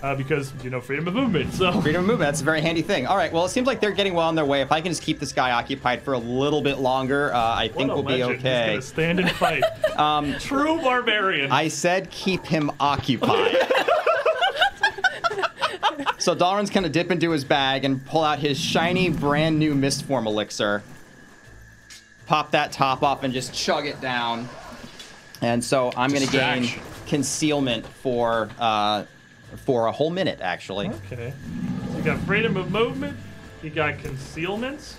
uh, because you know freedom of movement. So <laughs>
Freedom of movement, that's a very handy thing. All right, well, it seems like they're getting well on their way. If I can just keep this guy occupied for a little bit longer, uh, I
What
think
a
we'll be
legend. He's
okay.
gonna stand and
<laughs>
fight. um, True barbarian.
I said keep him occupied. so Dalrin's gonna dip into his bag and pull out his shiny, brand new Mistform elixir. Pop that top off and just chug it down. And so I'm gonna gain
Distraction.
concealment for uh, for a whole minute, actually.
okay. So you got freedom of movement. You got concealments.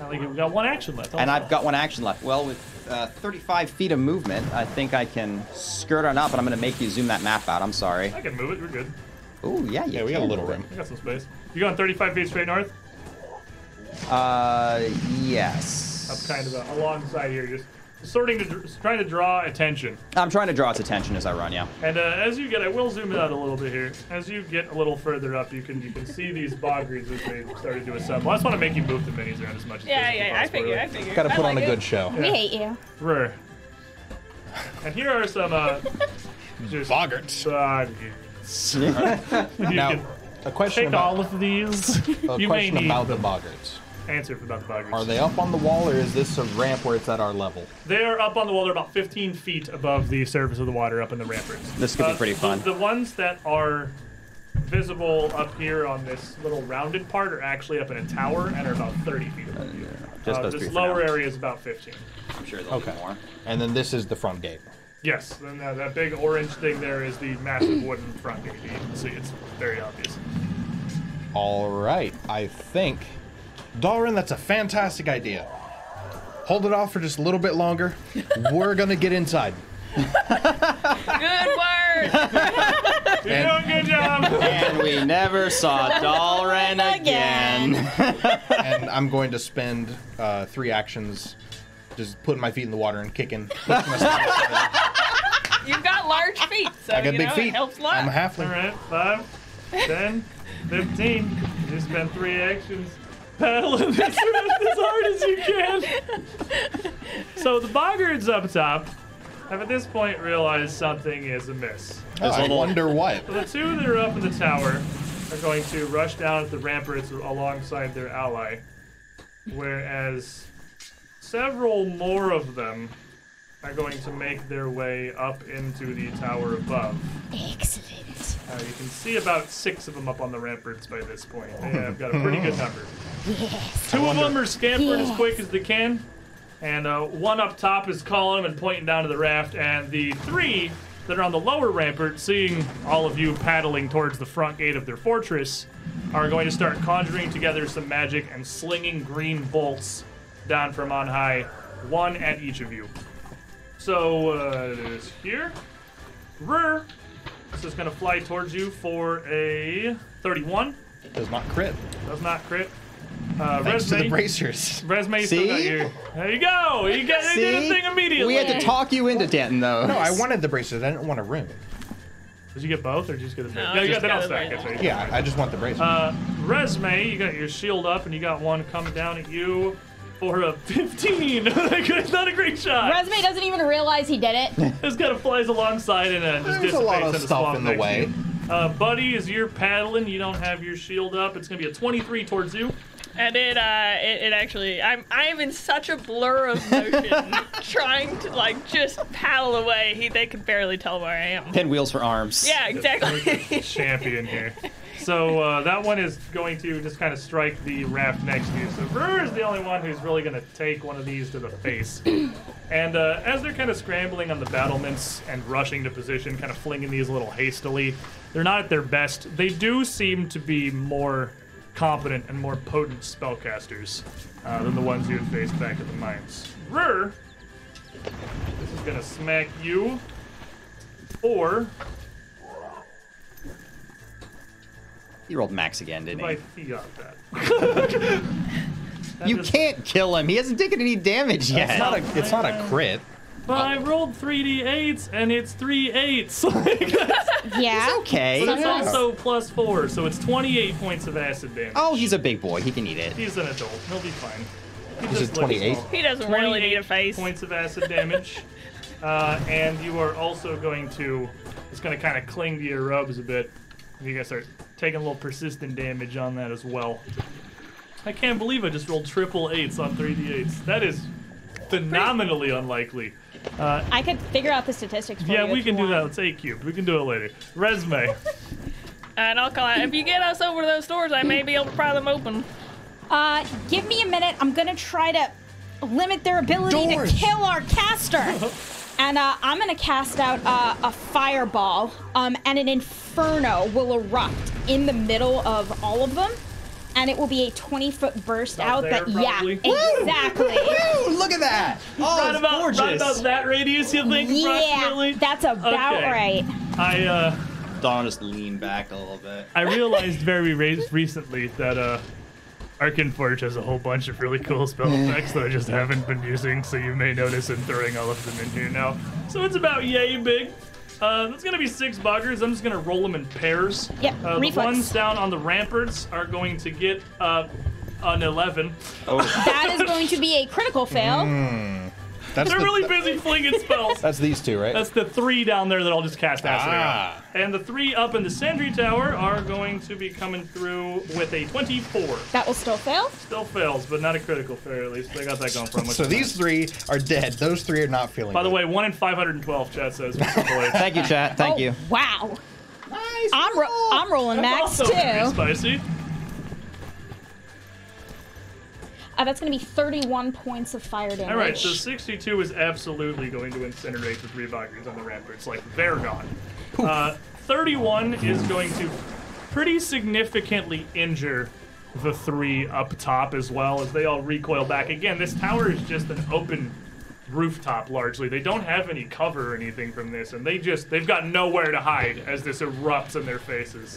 I think you've got one action left. Oh,
And
also.
I've got one action left. Well, with uh, 35 feet of movement, I think I can skirt on up. And I'm gonna make you zoom that map out. I'm sorry.
I can move it. We're good.
Oh yeah, you
Yeah, we got a
can
little
move it.
room.
I got some space. You going 35 feet straight north?
Uh, yes.
Up kind of uh, alongside here, just sorting to dr- trying to draw attention.
I'm trying to draw its attention as I run, yeah.
And uh, as you get, I will zoom it out a little bit here. As you get a little further up, you can you can see these bog reeds as they started to assemble. I just want to make you move the minis around as much as
Yeah,
physically
yeah, I
possible,
figure,
really.
I figure.
Gotta
I
put on
like
a
it.
good show.
We hate you.
Rrr. And here are some
<laughs>
uh, just
Boggarts.
bog reeds. <laughs> you
Now,
can
a question
take
about,
all of these.
<laughs> a
you may
question
need
about the
them.
boggarts.
answer about the bog reeds.
Are they up on the wall, or is this a ramp where it's at our level?
They are up on the wall. They're about 15 feet above the surface of the water, up in the ramparts.
This could be
<laughs>
pretty
the-
fun.
The, ones that are visible up here on this little rounded part are actually up in a tower and are about 30 feet above you.
Just
Uh,
those three
this
for now.
lower area is about 15.
I'm sure there'll
Okay.
be more.
And then this is the front gate.
Yes, and that, that big orange thing there is the massive wooden front gate. You can see it's very obvious.
All right, I think. Dalrin, that's a fantastic idea. Hold it off for just a little bit longer. We're gonna
<laughs>
get inside.
Good word.
You're doing a good job.
And we never saw Dalren again.
and I'm going to spend uh, three actions just putting my feet in the water and kicking. pushing my stomach.
You've got large feet,
<laughs>
so
I got
you
big
know,
feet.
it helps a lot.
I'm a
All
halfling.
right, five, 10, 15. You just spent three actions paddling this room as hard as you can. So the boggards up top have at this point realized something is amiss.
Oh, I <laughs> wonder what.
So the two that are up in the tower are going to rush down at the ramparts alongside their ally, whereas several more of them are going to make their way up into the tower above.
Excellent.
Uh, you can see about six of them up on the ramparts by this point. They have got a pretty good number. Two of them are scampering as quick as they can, and uh, one up top is calling and pointing down to the raft, and the three that are on the lower rampart, seeing all of you paddling towards the front gate of their fortress, are going to start conjuring together some magic and slinging green bolts down from on high, one at each of you. So uh, it is here. Rur, this is going to fly towards you for a 31.
Does not crit.
Does not crit. Uh,
Thanks to the
Resme- <laughs>
bracers.
Resume still got
See?
your. There you go. You got you did a thing immediately.
We had to talk you into Danton, though.
No, I wanted the bracers. I didn't want a ring.
Did you get both or just get a bit?
No,
you got
just
that
got
all
a
stack.
bit.
That's right.
Yeah, I just want the bracers.
Uh, resume, you got your shield up and you got one coming down at you for a <laughs> 15. That's not a great shot.
Resume doesn't even realize he did
<laughs>
it.
This kind of flies alongside and uh, just
There's a
dissipates
lot
into
of stuff
swamp
in the
next to
way.
you. Uh, buddy, as you're paddling, you don't have your shield up. It's going to be a 23 towards you.
And it, uh, it, it actually, I'm, I am in such a blur of motion,
<laughs>
trying to like just paddle away. He, they could barely tell where I am.
<laughs> Pinwheels for arms.
Yeah,
<laughs>
exactly.
champion here. So uh, that one is going to just kind of strike the raft next to you. So Brewer is the only one who's really going to take one of these to the face. And uh, as they're kind of scrambling on the battlements and rushing to position, kind of flinging these a little hastily, they're not at their best. They do seem to be more competent and more potent spellcasters uh, than the ones you had faced back at the mines. Rur, this is going to smack you for
He rolled max again, didn't
I
he?
fiat that.
<laughs> You
is-
can't kill him. He hasn't taken any damage
it's,
yet.
not a, it's not a crit.
But I rolled three d8s and it's three eights. <laughs> Like, that's
Yeah.
okay.
that's also plus four, so it's 28 points of acid damage.
Oh, he's a big boy. He can eat it.
He's an adult. He'll be fine. He
Is
just
it
looks
28?
small.
he doesn't really need a
28
face.
Points of acid damage. uh, and you are also going to. It's going to kind of cling to your robes a bit. You guys are taking a little persistent damage on that as well. I can't believe I just rolled triple eights on 3d8s. That is phenomenally unlikely.
I could figure out the statistics for you.
Yeah,
if
we
you
can do
want.
that. Let's A cubed. We can do it later.
<laughs>
Resume.
And I'll call out. If you get us over to those doors, I may be able to pry them open.
Uh, give me a minute. I'm gonna try to limit their ability
Doors.
to kill our caster.
<laughs>
and uh, I'm gonna cast out uh, a fireball, um, and an inferno will erupt in the middle of all of them. And it will be a 20 foot burst
Out
out.
there,
that, yeah,
probably.
exactly.
Woo! Look at that! Oh,
right
it's
about,
gorgeous.
right about that radius, you think?
yeah,
approximately?
that's about
Okay.
right.
I uh,
Dawn just lean back a little bit.
I realized very re- recently that uh, Arcane Forge has a whole bunch of really cool spell effects that I just haven't been using, so you may notice I'm throwing all of them in here now. So it's about yay big. Uh, it's gonna be six buggers. I'm just gonna roll them in pairs.
Yep,
Uh, the
reflex.
ones down on the ramparts are going to get uh, an 11.
That is going to be a
<laughs>
critical fail.
Mm.
That's
They're
the-
really busy flinging spells.
<laughs>
That's these two, right?
That's the three down there that I'll just cast acid
Ah.
around. And the three up in the Sandry Tower are going to be coming through with a 24.
That will still fail.
Still fails, but not a critical failure at least. They got that going for them. which
so
is
these
nice.
three are dead. Those three are not feeling.
By the
good.
way, 1 in 512, chat says. with triple H.
Thank you, chat. Thank
Oh,
you.
Wow.
Nice.
I'm, ro- I'm rolling
That's
max
also pretty
too.
spicy.
Uh, that's going to be 31 points of fire damage.
All right, so 62 is absolutely going to incinerate the three Valkyries on the ramparts. Like, they're gone. Uh, 31 is going to pretty significantly injure the three up top as well as they all recoil back. Again, this tower is just an open rooftop largely. They don't have any cover or anything from this, and they just, they've got nowhere to hide as this erupts in their
<laughs>
faces.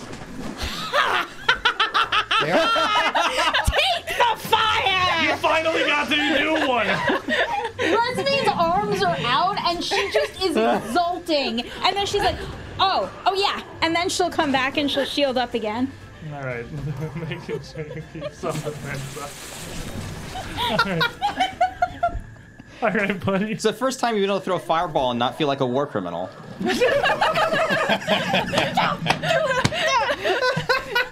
They are-
Take the
You
fire!
finally got to do one!
Resme's arms are out and she just
<laughs>
is exulting. And then she's like, oh, oh yeah. And then she'll come back and she'll shield up again.
All right, <laughs> making sure you keep some of that up. All right. All right, buddy.
It's the first time you've been able to throw a fireball and not feel like a war criminal.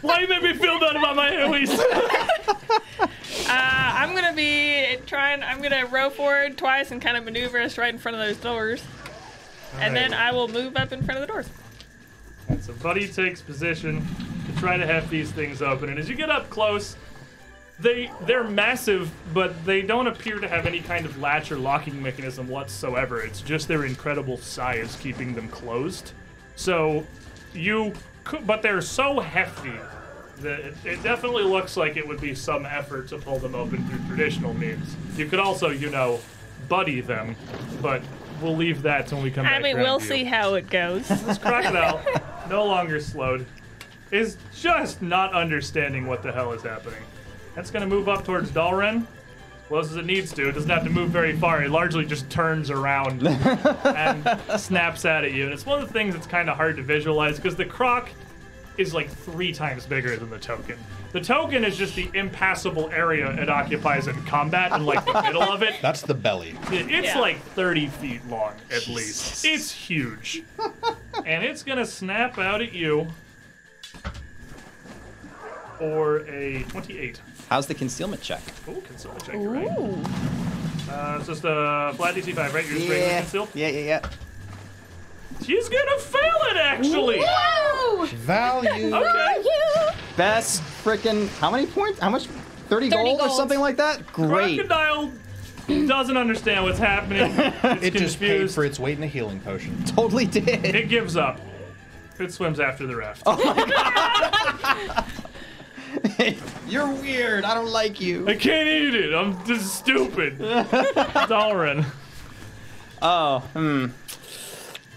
Why you make me feel bad about my Aoes?
Uh, I'm gonna be trying. I'm gonna row forward twice and kind of maneuver us right in front of those doors, and then I will move up in front of the doors.
So Buddy takes position to try to have these things open, and as you get up close, they they're massive, but they don't appear to have any kind of latch or locking mechanism whatsoever. It's just their incredible size keeping them closed. So you, could, but they're so hefty that it, it definitely looks like it would be some effort to pull them open through traditional means. You could also, you know, buddy them, but we'll leave that when we come
I
back.
mean,
around
we'll
to you
see how it
<laughs>
goes.
crocodile, no longer slowed, is just not understanding what the hell is happening. That's going to move up towards Dalren. Close as it needs to. It doesn't have to move very far. It largely just turns around and snaps out at you. And it's one of the things that's kind of hard to visualize because the croc is like three times bigger than the token. The token is just the impassable area it occupies in combat and like the middle of it.
that's the belly.
It- It's
Yeah.
like 30 feet long, at least. It's huge. <laughs> and it's going to snap out at you for a 28.
How's the concealment check?
Ooh, conceal check, right? Uh, it's just a flat DC5, right? You're just regular conceal.
yeah, yeah, yeah.
She's going to fail it, actually. <laughs>
Woo!
Value.
Okay.
Best freaking. How many points? How much?
30
30, gold, or
gold.
something like that? Great.
<laughs> Crocodile doesn't understand what's
<laughs>
happening. It's
It just paid
confused.
for its weight in a healing potion.
Totally did.
It gives up. It swims after the raft.
Oh. You're weird. I don't like you.
I can't eat it. I'm just
<laughs>
stupid. Dalren.
Oh, hmm.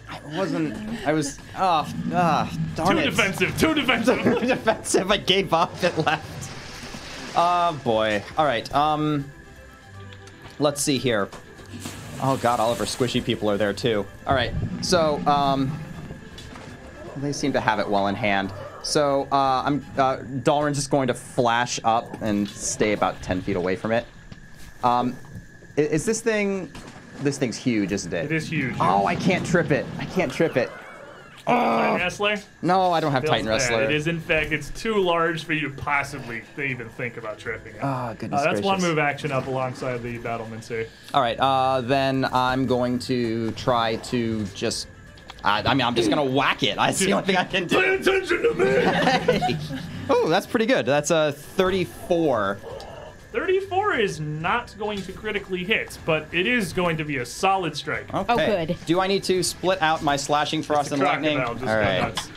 I wasn't. I was. Oh, ah, darn
Too
it.
defensive. Too
<laughs>
defensive.
Too defensive. I gave up and left. Oh boy. All right. Um. Let's see here. Oh god, all of our squishy people are there too. All right. So um. They seem to have it well in hand. So uh, I'm. Uh, Dalrin's just going to flash up and stay about ten feet away from it. Um, i- is, this thing? This thing's huge, isn't it?
<laughs> It is huge.
Oh, I can't trip it. I can't trip it.
wrestler.
No, I don't have
Bill's
Titan
there.
Wrestler.
It is, in fact, it's too large for you to possibly even think about tripping it.
Ah, goodness
Uh, that's one
gracious.
move action up alongside the battlements here.
All right, uh, then I'm going to try to just. I, I mean, I'm just gonna whack it. That's the only thing I can <laughs> do.
attention to <laughs> me!
Oh, that's pretty good. That's a 34.
34 is not going to critically hit, but it is going to be a solid strike.
Okay.
Oh, good.
Do I need to split out my slashing frost
The
and lightning?
crocodile just
All
got
right.
nuts.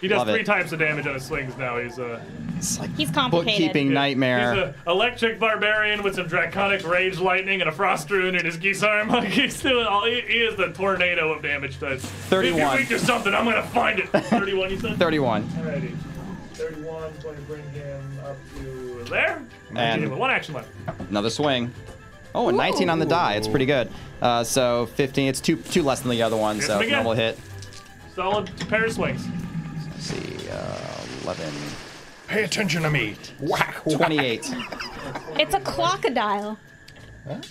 He does
Love
three
it.
times the damage on his swings now. He's uh, a
It's like
He's complicated.
bookkeeping nightmare.
he's a electric barbarian with some draconic rage lightning and a frost rune in his geese arm. Like <laughs> he's doing all. He, he is the tornado of damage does. If
31.
you're weak to something, I'm gonna find
<laughs>
it. 31. You said.
31.
Alrighty. 31 is going to bring him up to there.
And-
Okay, one action left.
Another swing. Oh, a 19 on the die. It's pretty good. Uh, so 15. It's two two less than the other one.
Hit
So
him again.
normal hit.
Solid two pair of swings.
Let's see, uh,
<laughs>
11,
Pay attention to me. Whack. whack.
28.
It's a crocodile.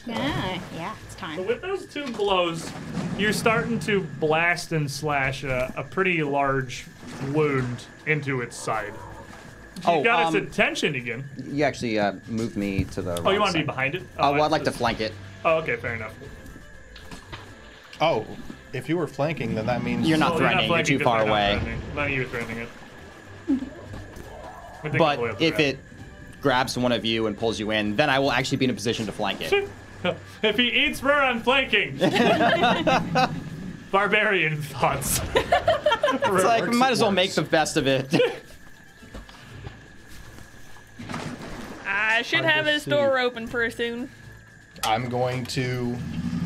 Yeah, yeah, it's time.
With those two blows, you're starting to blast and slash a, a pretty large wound into its side. You
Oh,
got
um,
its attention again.
you actually uh, moved me to the.
Oh, you want to be behind it? I
Oh, well, I'd like to
just-
flank it.
Oh, okay, fair enough.
Oh, if you were flanking, then that means
You're not
Well,
threatening. You're,
flanking
too
'cause
far
they're not
away.
threatening. None of you are threatening it. I think all the way
But
up to
if
that. <laughs>
it grabs one of you and pulls you in, then I will actually be in a position to flank it.
if he eats her, I'm
<laughs>
flanking. <laughs> Barbarian thoughts.
<laughs> It's like
works,
might
it
as well
works.
make the best
<laughs>
of it. <laughs>
I should
I
have
just
his
see-
door open pretty soon.
I'm going to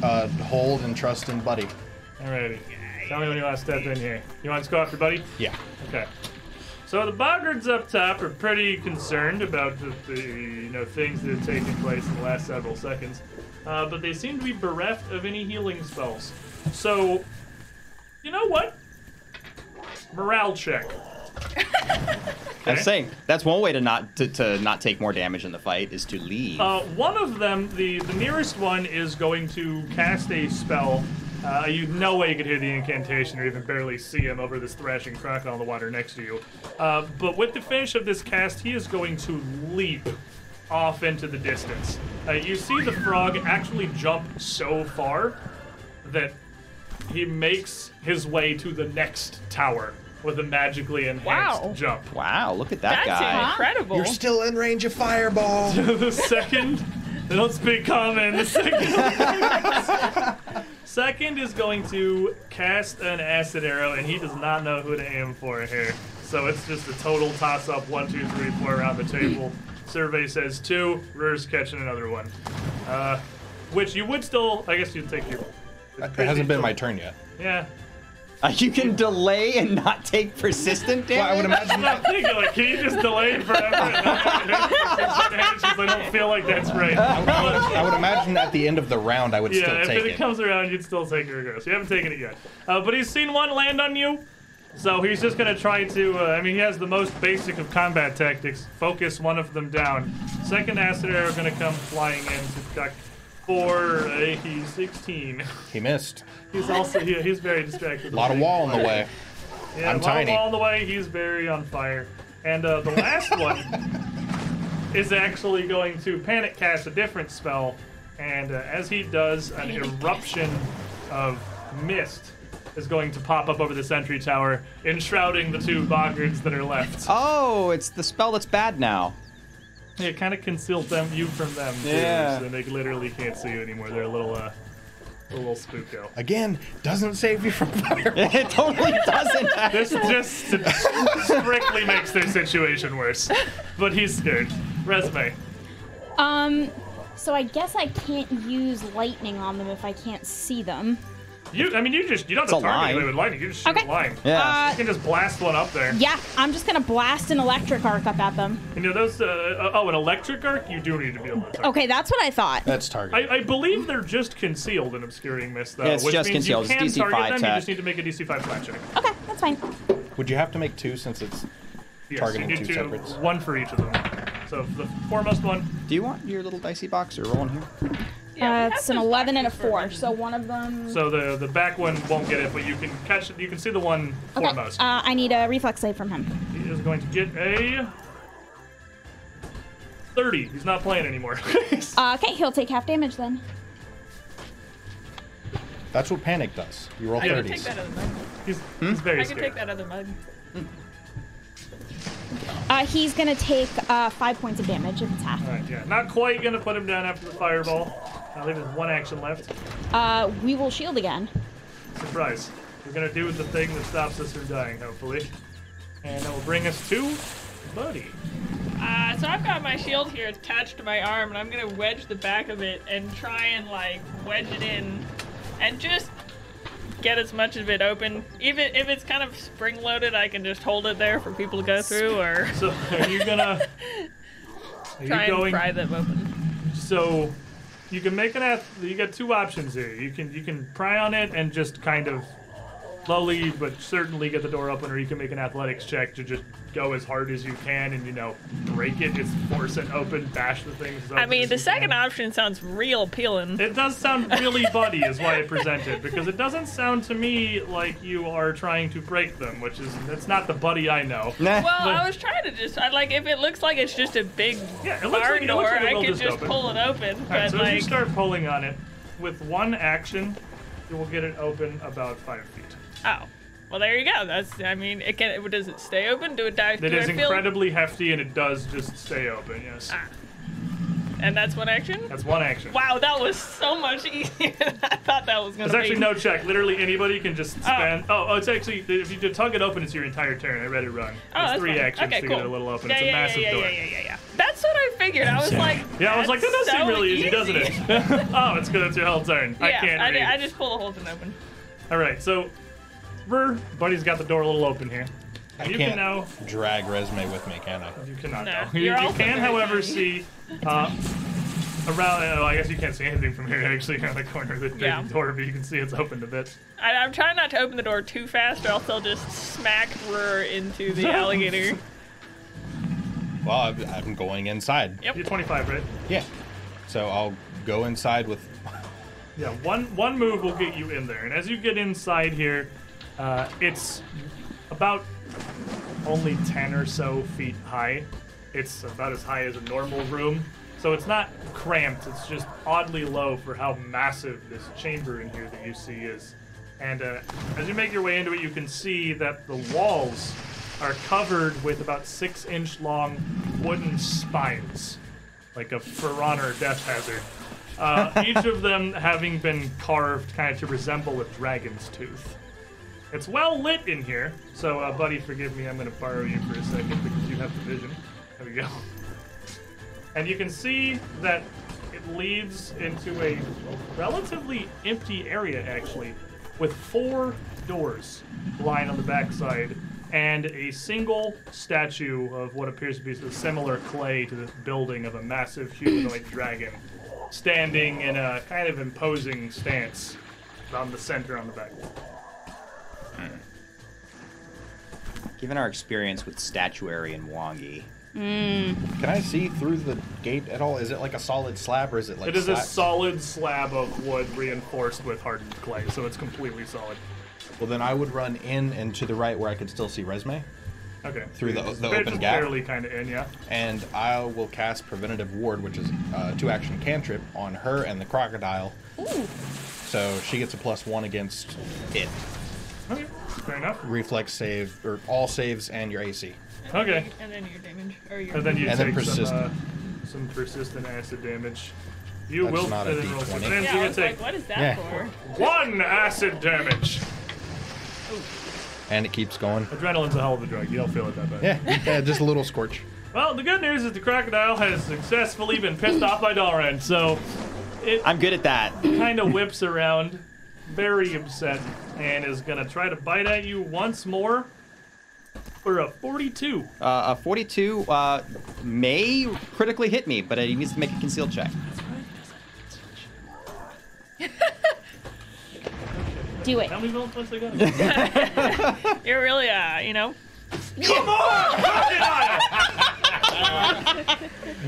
uh, hold and trust in Buddy.
Alrighty. Tell me when you want to step in here. You want to go after Buddy?
Yeah.
Okay. So the boggards up top are pretty concerned about the, the you know things that have taken place in the last several seconds, uh, but they seem to be bereft of any healing spells. So, you know what? Morale check.
I'm saying that's one way to not to, to not take more damage in the fight is to leave.
Uh, one of them, the, the nearest one, is going to cast a spell. Uh, you no way you could hear the incantation or even barely see him over this thrashing crocodile in the water next to you. Uh, but with the finish of this cast, he is going to leap off into the distance. Uh, you see the frog actually jump so far that he makes his way to the next tower with a magically enhanced
Wow.
jump.
wow, look at that
That's
guy.
incredible.
still in range of <laughs> fireball.
the second don't speak common the second second is going to cast an acid arrow and he does not know who to aim for here so it's just a total toss up one two three four around the table survey says two Rur's catching another one uh, which you would still i guess you'd take your
It hasn't been my turn yet.
yeah
Uh, you can delay and not take persistent damage.
Well, I would imagine
I'm thinking like, can you just delay it
<laughs>
forever? <laughs> And I don't feel like that's right.
I would imagine at the end of the round I would
Yeah, if
still
it
take it.
comes around, you'd still take your regress. You haven't taken it yet. Uh, but he's seen one land on you, so he's just going to try to. Uh, I mean, he has the most basic of combat tactics focus one of them down. Second acid arrow going to come flying in to duck four. Uh, he's 16.
He missed.
<laughs> He's also he, he's very distracted.
A lot of wall in the way.
Yeah, a
I'm
lot of
tiny.
wall on the way. He's very on fire. And uh, the last one is actually going to panic cast a different spell, and uh, as he does, an eruption of mist is going to pop up over the sentry tower, enshrouding the two boggards that are
<laughs>
left.
Oh, it's the spell that's bad now. <laughs>
It kind of conceals them, you from them, too,
Yeah.
so they literally can't see you anymore. They're a little, uh, a little spooko.
Again, doesn't save you from fireball.
It
<laughs>
totally doesn't.
This just strictly makes their situation worse. But he's scared. Resume.
Um, so I guess I can't use lightning on them if I can't see them.
You, I mean, you just you don't have
a
to target
line.
anybody with lightning. You just shoot
Okay.
a line.
Yeah.
You can just blast one up there.
Yeah, I'm just gonna blast an electric arc up at them.
You know those. Uh, oh, an electric arc. You do need to be able to. Target.
Okay, that's what I thought.
<laughs> That's target.
I, I believe they're just concealed in obscuring mist, though.
Yeah, it's
which
just
means
concealed.
You
It's
can
DC5
target them. You
attack.
just need to make a DC five flat check.
Okay, that's fine.
Would you have to make two since it's
Yes,
Targeting
you need to
two separates.
one for each of them. So the foremost one.
Do you want your little dicey box or rolling here?
Yeah, we
Uh,
have
it's an
those
11 and a
boxes for
4,
reasons.
so one of them.
So the the back one won't get it, but you can catch it. You can see the one
okay. Uh,
foremost.
I need a reflex save from him.
he is going to get a thirty. He's not playing anymore. <laughs>
Uh, okay, he'll take half damage then.
That's what panic does. You roll
I can take
thirties.
that other mug.
he's, he's very
I can
scared.
take that other mug.
Uh, he's gonna take uh, 5 points of damage if it's half.
All right, yeah, not quite gonna put him down after the fireball. Now leaving one action left.
Uh, we will shield again.
Surprise. We're gonna do the thing that stops us from dying, hopefully, and that will bring us to Buddy.
Uh, so I've got my shield here attached to my arm, and I'm gonna wedge the back of it and try and like wedge it in, and just get as much of it open. Even if it's kind of spring loaded, I can just hold it there for people to go through, or
So are you
<laughs>
gonna? Are you
try and
going?
pry them open.
So you can make an ath- you got two options here. You can you can pry on it and just kind of slowly but certainly get the door open, or you can make an athletics check to just go as hard as you can and you know break it, just force it open, bash the things.
I mean, the second option sounds real appealing.
It does sound really buddy, is why I present it, because it doesn't sound to me like you are trying to break them, which is that's not the buddy I know.
Nah.
Well, I was trying to just I, like if it looks like it's just a big
Yeah, it looks
barn
like- it
door,
looks like it
I
will
could
just
just
open.
pull it open.
All right,
But
so if
like,
you start pulling on it, with one action, you will get it open about five feet.
oh, well, there you go. That's I mean, it can. it- Does it stay open? Do it die?
It
do I
is
feel-
incredibly hefty and it does just stay open, yes.
Ah. And that's one action.
That's one action.
Wow, that was so much <laughs> easier than I thought that was gonna
There's
be.
actually no check. Literally anybody can just spend. Oh, oh it's actually, if you tug it open, it's your entire turn. I read it wrong.
Oh,
it's
that's
three
fine.
actions
okay,
to
cool.
get it a little open.
Yeah,
it's a
yeah, yeah,
massive
yeah,
door.
Yeah, yeah, yeah, yeah. That's what I figured. I was like,
Yeah, I was like, that does
that's
seem
so
really easy, doesn't it?
easy.
<laughs> oh, it's good. That's your whole turn. I
yeah,
can't
I,
read.
did- I just pulled a whole thing open.
All right, so, Burr, Buddy's got the door a little open here.
I
you
can't
can now
drag resume with me, can I?
You cannot
No,
know.
you're
You, you
also
can,
very
however,
tiny.
see uh, around. Oh, I guess you can't see anything from here. <laughs> Actually, on the corner of the dirty
Yeah.
door, but you can see it's opened a bit.
I, I'm trying not to open the door too fast, or else I'll just smack Roar
<laughs>
into the alligator.
Well, I'm- I'm going inside.
Yep.
You're 25, right?
Yeah. So I'll go inside with.
Yeah. One one move will get you in there, and as you get inside here, uh, it's about only 10 or so feet high. It's about as high as a normal room, so it's not cramped. It's just oddly low for how massive this chamber in here that you see is. And uh, as you make your way into it, you can see that the walls are covered with about six inch long wooden spines, like a for honor death hazard. Uh, each of them having been carved kind of to resemble a dragon's tooth. It's well lit in here, so uh, buddy, forgive me. I'm going to borrow you for a second because you have the vision. There we go. And you can see that it leads into a relatively empty area, actually, with four doors lying on the backside and a single statue of what appears to be the similar clay to this building of a massive humanoid dragon standing in a kind of imposing stance on the center on the back.
Given our experience with statuary and Wongi,
Can I see through the gate at all? Is it like a solid slab or is it like?
It is a
slat-
solid slab of wood reinforced with hardened clay, so it's completely solid.
Well, then I would run in and to the right where I could still see resume,
Okay.
Through the- the
They're
open
just
gap?
barely kind of in, yeah.
and I will cast preventative ward, which is uh, two action cantrip on her and the crocodile. So she gets a plus one against it.
Okay. Fair enough.
Reflex save or all saves and your AC.
Okay.
And then your damage. Or your
And then you
And then
take
persistent.
some, uh, some persistent acid damage. You
That's
will
not a
and then roll
D20.
some- and
yeah, I
you
was
take
like, what is that
Yeah.
for?
one acid damage.
And it keeps going.
Adrenaline's a hell of a drug. You don't feel it that bad.
Yeah, yeah, just a little scorch.
Well, the good news is the crocodile has successfully been pissed off by Dalren, so it
I'm good at that.
kind of whips around, very upset, and is gonna try to bite at you once more for a 42.
Uh, a 42 uh, may critically hit me, but he needs to make a concealed check.
Do it.
How many bullet points I
<laughs>
got? Crocodile!
You're really, uh, you know.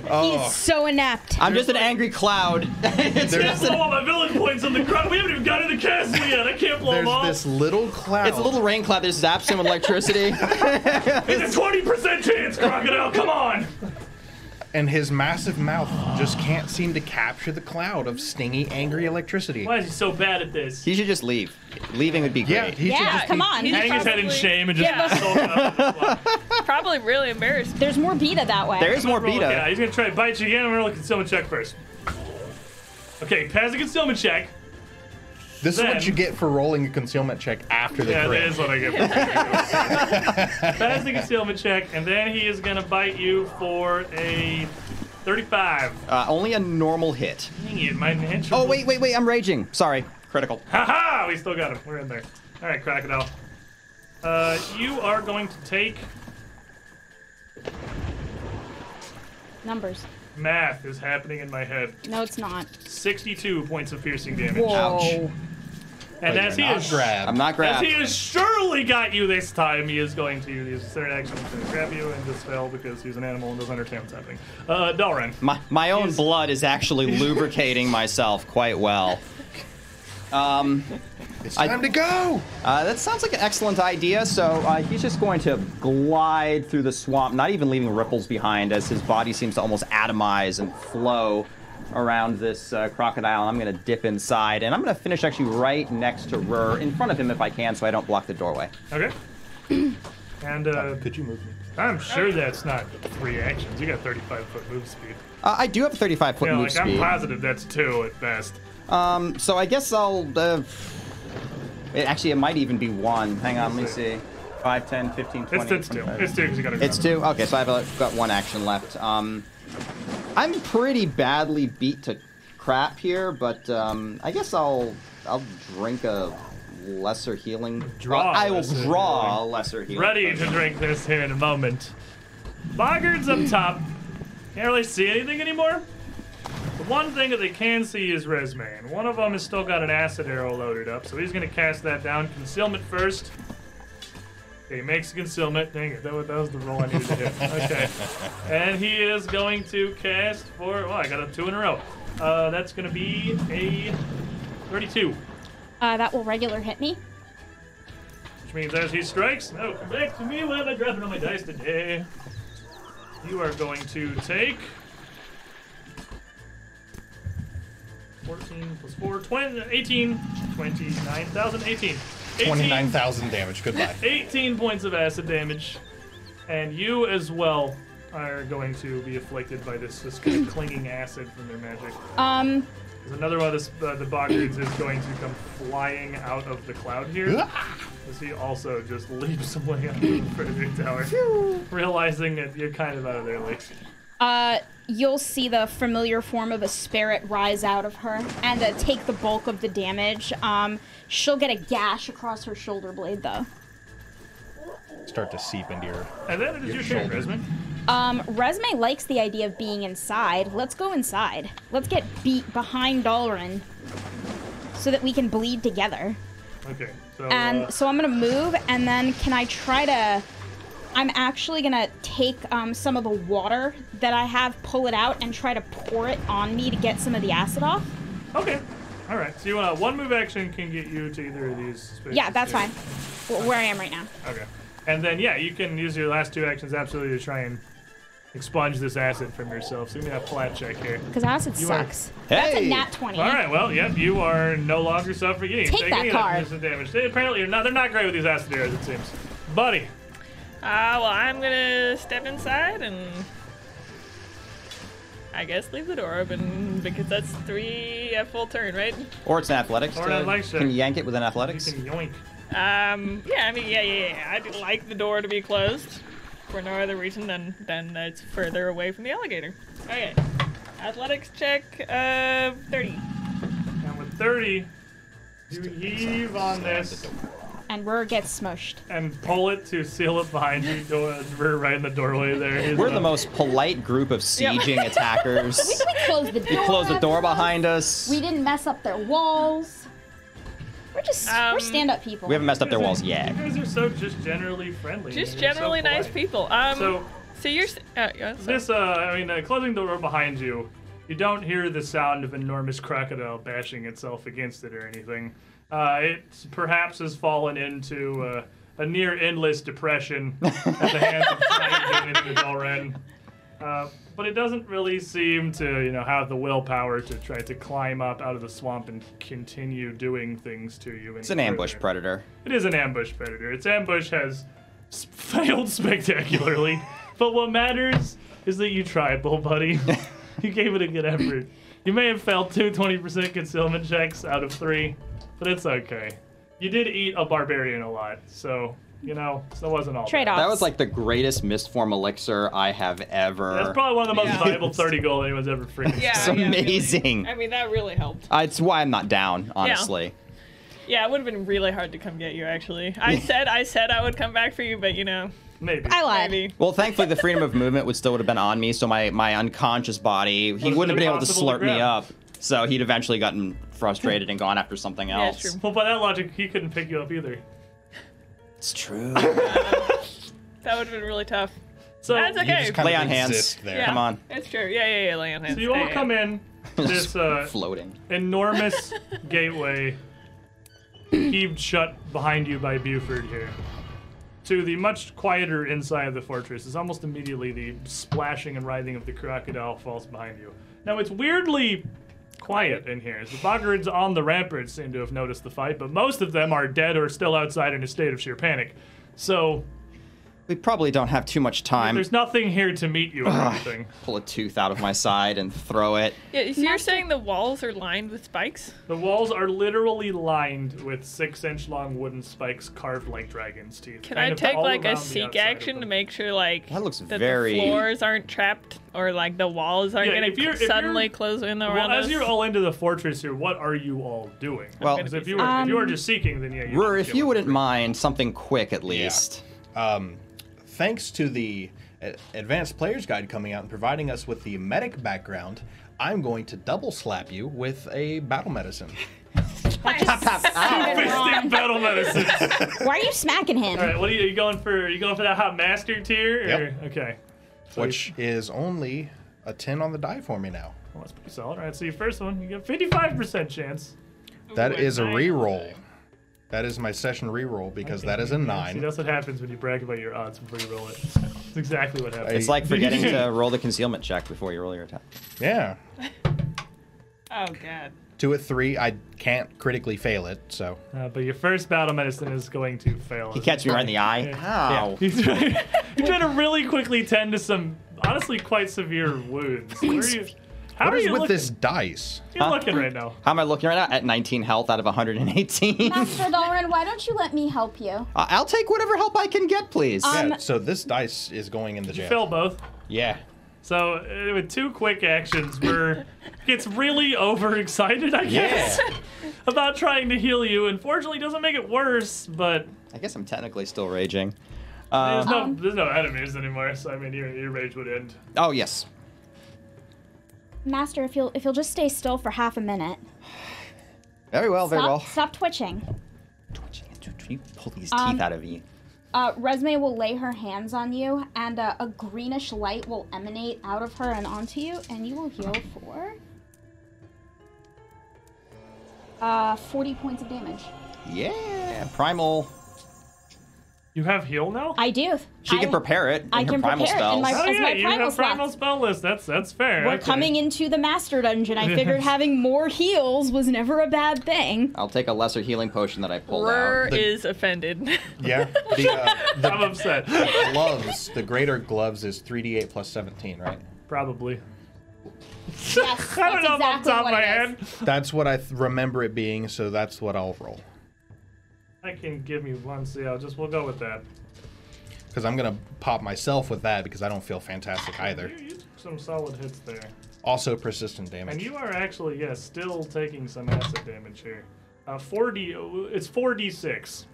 He's so inept.
I'm just an angry cloud. <laughs> it's,
There's-
just
Blow
an-
all my villain points on the crowd. We haven't even gotten to the castle yet. I can't blow
There's
them all.
this little cloud.
it's a little rain cloud that zaps him
<laughs>
with electricity.
It's a 20% chance, crocodile. Come on.
and his massive mouth just can't seem to capture the cloud of stingy, angry electricity.
Why is he so bad at this?
he should just leave. Leaving would be great.
Yeah, he should
Yeah,
just
come
be-
on.
He's
Hang his head in
probably-
shame and just
Yeah.
sulk up.
Probably really embarrassed.
There's more beta that way.
There is more
Roll-
beta.
Yeah, he's gonna try to bite you again. I'm gonna roll a concealment check first. Okay, pass a concealment check.
This is
Then-
what you get for rolling a concealment check after the
Yeah,
crit.
that is what I get. pass the concealment check, and then he is gonna bite you for a 35.
Uh, only a normal hit.
Dang it, my natural.
Oh wait, wait, wait! I'm raging. Sorry. Critical.
Haha! We still got him. We're in there. All right, crocodile. Uh, you are going to take
Numbers.
math is happening in my head.
No, it's not.
62 points of piercing damage.
Whoa.
And as he
You're not
is
grabbed.
I'm not
As
grabbed.
he has surely got you this time, he is going to use his third action to grab you and dispel because he's an animal and doesn't understand what's happening. Uh, Dalren.
My, my own
He's-
blood
<laughs>
is actually lubricating myself quite well.
It's
I-
time to go.
Uh, that sounds like an excellent idea. So uh, he's just going to glide through the swamp, not even leaving ripples behind, as his body seems to almost atomize and flow around this uh, crocodile. I'm going to dip inside, and I'm going to finish actually right next to Rur, in front of him if I can, so I don't block the doorway.
Okay. And uh,
Could you move me?
I'm sure that's not three actions. You got 35 foot move speed.
Uh, I do have a 35 foot
Yeah,
move
like I'm
speed,
positive that's two at best.
so I guess I'll. Uh, it, actually, it might even be one. Hang on, let me see. 5, 10, 15, 20.
It's, it's two.
25.
It's two because you got to.
It's two. Okay, so I've uh, got one action left. Um, I'm pretty badly beat to crap here, but um, I guess I'll I'll drink a lesser healing.
Draw
I will
lesser
draw
healing.
a lesser healing.
Ready to
potion.
drink this here in a moment. Boggard's up top. Can't really see anything anymore. The one thing that they can see is Resume, and one of them has still got an acid arrow loaded up, so he's gonna cast that down. Concealment first. Okay, he makes the concealment. Dang it, that was, that was the roll I needed to hit. Okay. And he is going to cast for. Well, I got a two in a row. Uh, that's gonna be a 32.
Uh, that will regular hit me.
Which means as he strikes, no, come back to me. Why am I dropping all my dice today? You are going to take 14 plus 4, 20, 18, 29,000, 18. 18,
29,000 damage. Goodbye.
18 points of acid damage. And you as well are going to be afflicted by this, this kind of clinging acid from their magic.
Um,
There's another one of this, uh, the Boggards is going to come flying out of the cloud here. As he also just leaps away out of the further tower, realizing that you're kind of out of their league.
uh, you'll see the familiar form of a spirit rise out of her and uh, take the bulk of the damage. Um, she'll get a gash across her shoulder blade though.
Start to seep into your.
And then it is your turn, Resman.
Um, Resume likes the idea of being inside. Let's go inside. Let's get beat behind Dalrin so that we can bleed together.
Okay, so uh,
And so I'm gonna move, and then can I try to? I'm actually gonna take um, some of the water that I have, pull it out, and try to pour it on me to get some of the acid off.
uh, okay, all right. So you want one move action can get you to either of these. Spaces
Yeah, that's
here.
fine. Wh- Where I am right now.
Okay, and then yeah, you can use your last two actions absolutely to try and expunge this acid from yourself. So give me that flat check here.
Because acid
You are-
sucks.
That's a
Hey!
nat 20.
All right, well, yep, you are no longer suffering. You
Take that
any
card.
of this damage. They apparently are not. They're not great with these acid arrows, it seems. Buddy,
Ah, well, I'm gonna step inside and I guess leave the door open because that's three a full turn, right?
Or it's an athletics.
Or an
to-
athletics check.
Can you yank it with an
you
athletics?
can yoink.
Um, yeah, I mean, yeah, yeah, yeah. I'd like the door to be closed for no other reason than than that it's further away from the alligator. Okay, athletics check uh, thirty.
And with 30, you heave on this
And Rur gets smushed.
and pull it to seal it behind you. Door, we're right in the doorway there. He's
We're
a-
the most polite group of sieging
<laughs>
attackers.
We close
<laughs>
the door.
Close the door behind us.
We didn't mess up their walls. We're just we're
Um,
stand-up people. <laughs>
We haven't messed up their walls
You
yet.
guys are so just generally friendly.
Just
You're so
generally nice
polite.
people. Um,
So,
So you're. s- Uh, yeah, so-
This, uh, I mean, uh, closing the door behind you, you don't hear the sound of enormous crocodile bashing itself against it or anything. Uh, it perhaps has fallen into uh, a near endless depression at the hands of
<laughs>
Titan and the Dalren. Uh, but it doesn't really seem to, you know, have the willpower to try to climb up out of the swamp and continue doing things to you.
It's an ambush predator.
It is an ambush predator. Its ambush has s- <laughs> failed spectacularly. but what matters is that you tried, bull buddy. <laughs> you gave it a good effort. You may have failed two 20% concealment checks out of three, but it's okay. You did eat a barbarian a lot, so, you know, so it wasn't all bad.
Trade off.
That was like the greatest mistform elixir I have ever.
That's probably one of the most
Yeah.
valuable 30 gold anyone's ever freaking
Yeah,
It's
yeah, really.
amazing.
I mean, that really helped.
Uh, it's why I'm not down, honestly.
Yeah, it would have been really hard to come get you. Actually, I said I said I would come back for you, but you know,
Maybe.
I lied.
maybe.
Well, thankfully, the freedom of movement would still would have been on me, so my, my unconscious body, he
it's
wouldn't have been able to
impossible to
slurp me
grab.
up. So he'd eventually gotten frustrated and gone after something
Yeah,
else.
true.
Well, by that logic, he couldn't pick you up either.
It's true.
That would have been really tough.
So,
That's okay.
just kinda
Lay on hands.
exist there.
Yeah,
Come on.
It's true. Yeah, yeah, yeah. Lay on hands.
so you all
Yeah,
come
yeah.
in <laughs>
<laughs>
this uh,
Floating.
enormous gateway heaved shut behind you by Buford here to the much quieter inside of the fortress is almost immediately the splashing and writhing of the crocodile falls behind you. Now it's weirdly quiet in here. The boggards on the ramparts seem to have noticed the fight, but most of them are dead or still outside in a state of sheer panic. So
We probably don't have too much time.
there's nothing here to meet you or anything.
Pull a tooth out of my side and throw it.
Yeah, so you're saying the walls are lined with spikes?
The walls are literally lined with six inch long wooden spikes carved like dragon's teeth.
Can
kind
I
of
take
all
like
around
a
the
seek
outside of
action to
them.
make sure like
That looks
that
very-
the floors aren't trapped or like the walls aren't
Yeah,
gonna
if you're- if
suddenly
you're-
close in
Well,
around
as
us? Oh,
you're all into the fortress here, what are you all doing?
Well-
Because if you were if you
Um,
were just seeking, then yeah. You
Rur,
would
if
kill
you
it. <laughs>
wouldn't mind something quick at least.
um, thanks to the uh, Advanced Player's Guide coming out and providing us with the medic background, I'm going to double slap you with a battle medicine.
<laughs>
Fisting battle medicine.
<laughs>
Why are you smacking
all
him?
right, what are you, are you going for? Are you going for that hot master tier? Or?
Yep.
Okay. So
which is only a 10 on the die for me now.
you- well, that's pretty solid. All right, so your first one, you get 55% chance.
That is a
nine.
reroll. That is my session reroll because that is a
See,
9.
that's what happens when you brag about your odds before you roll it. That's exactly what happens.
It's like forgetting to roll the concealment check before you roll your attack.
Yeah.
Oh god.
2 at 3, I can't critically fail it, so.
Uh, but your first battle medicine is going to fail.
He catch me right in the eye. Ow.
He's trying, he's trying to really quickly tend to some honestly quite severe wounds. Where are you, how
What
are
is
you
with
looking?
this dice?
You're looking right now.
How am I looking right now? At 19 health out of 118. I-
Master Dalren, why don't you let me help you?
Uh, I'll take whatever help I can get, please.
Uh,
yeah, so this dice is going in the jail.
Fail both.
yeah.
So uh, with two quick actions,
<laughs>
we're gets really overexcited, I guess, about trying to heal you. Unfortunately, it doesn't make it worse, but
I guess I'm technically still raging.
there's
Uh,
no
Um,
there's no enemies anymore. So I mean, your, your rage would end.
oh, yes.
Master, if you'll if you'll just stay still for half a minute.
Very well, very
Stop,
well.
stop twitching.
You pull these teeth
Um,
out of you.
Uh, Resume will lay her hands on you, and uh, a greenish light will emanate out of her and onto you, and you will heal for uh, 40 points of damage.
Yeah, primal.
You have heal now.
I do.
She
I-
can prepare it in
I
her
can
primal
prepare it in
spells.
my-
Oh
as
yeah, you
primal
have primal
slots.
spell list. That's that's fair.
We're
okay.
coming into the master dungeon. I figured having more heals was never a bad thing.
I'll take a lesser healing potion that I pulled
Rur
out.
The-
is offended. <laughs>
Yeah. The, uh,
I'm upset.
<laughs>
the gloves, the greater gloves is 3d8 plus 17, right?
Probably. <laughs>
Yes,
I don't know if off the
that's exactly
top of
what
my
it is.
head.
That's what I th- remember it being, so that's what I'll roll.
I can give me one, so yeah, I'll just we'll go with that.
Because I'm going to pop myself with that because I don't feel fantastic either.
You you took some solid hits there,
Also, persistent
and
damage.
you are actually yes, still taking some acid damage here. Uh, 4d, it's 4d6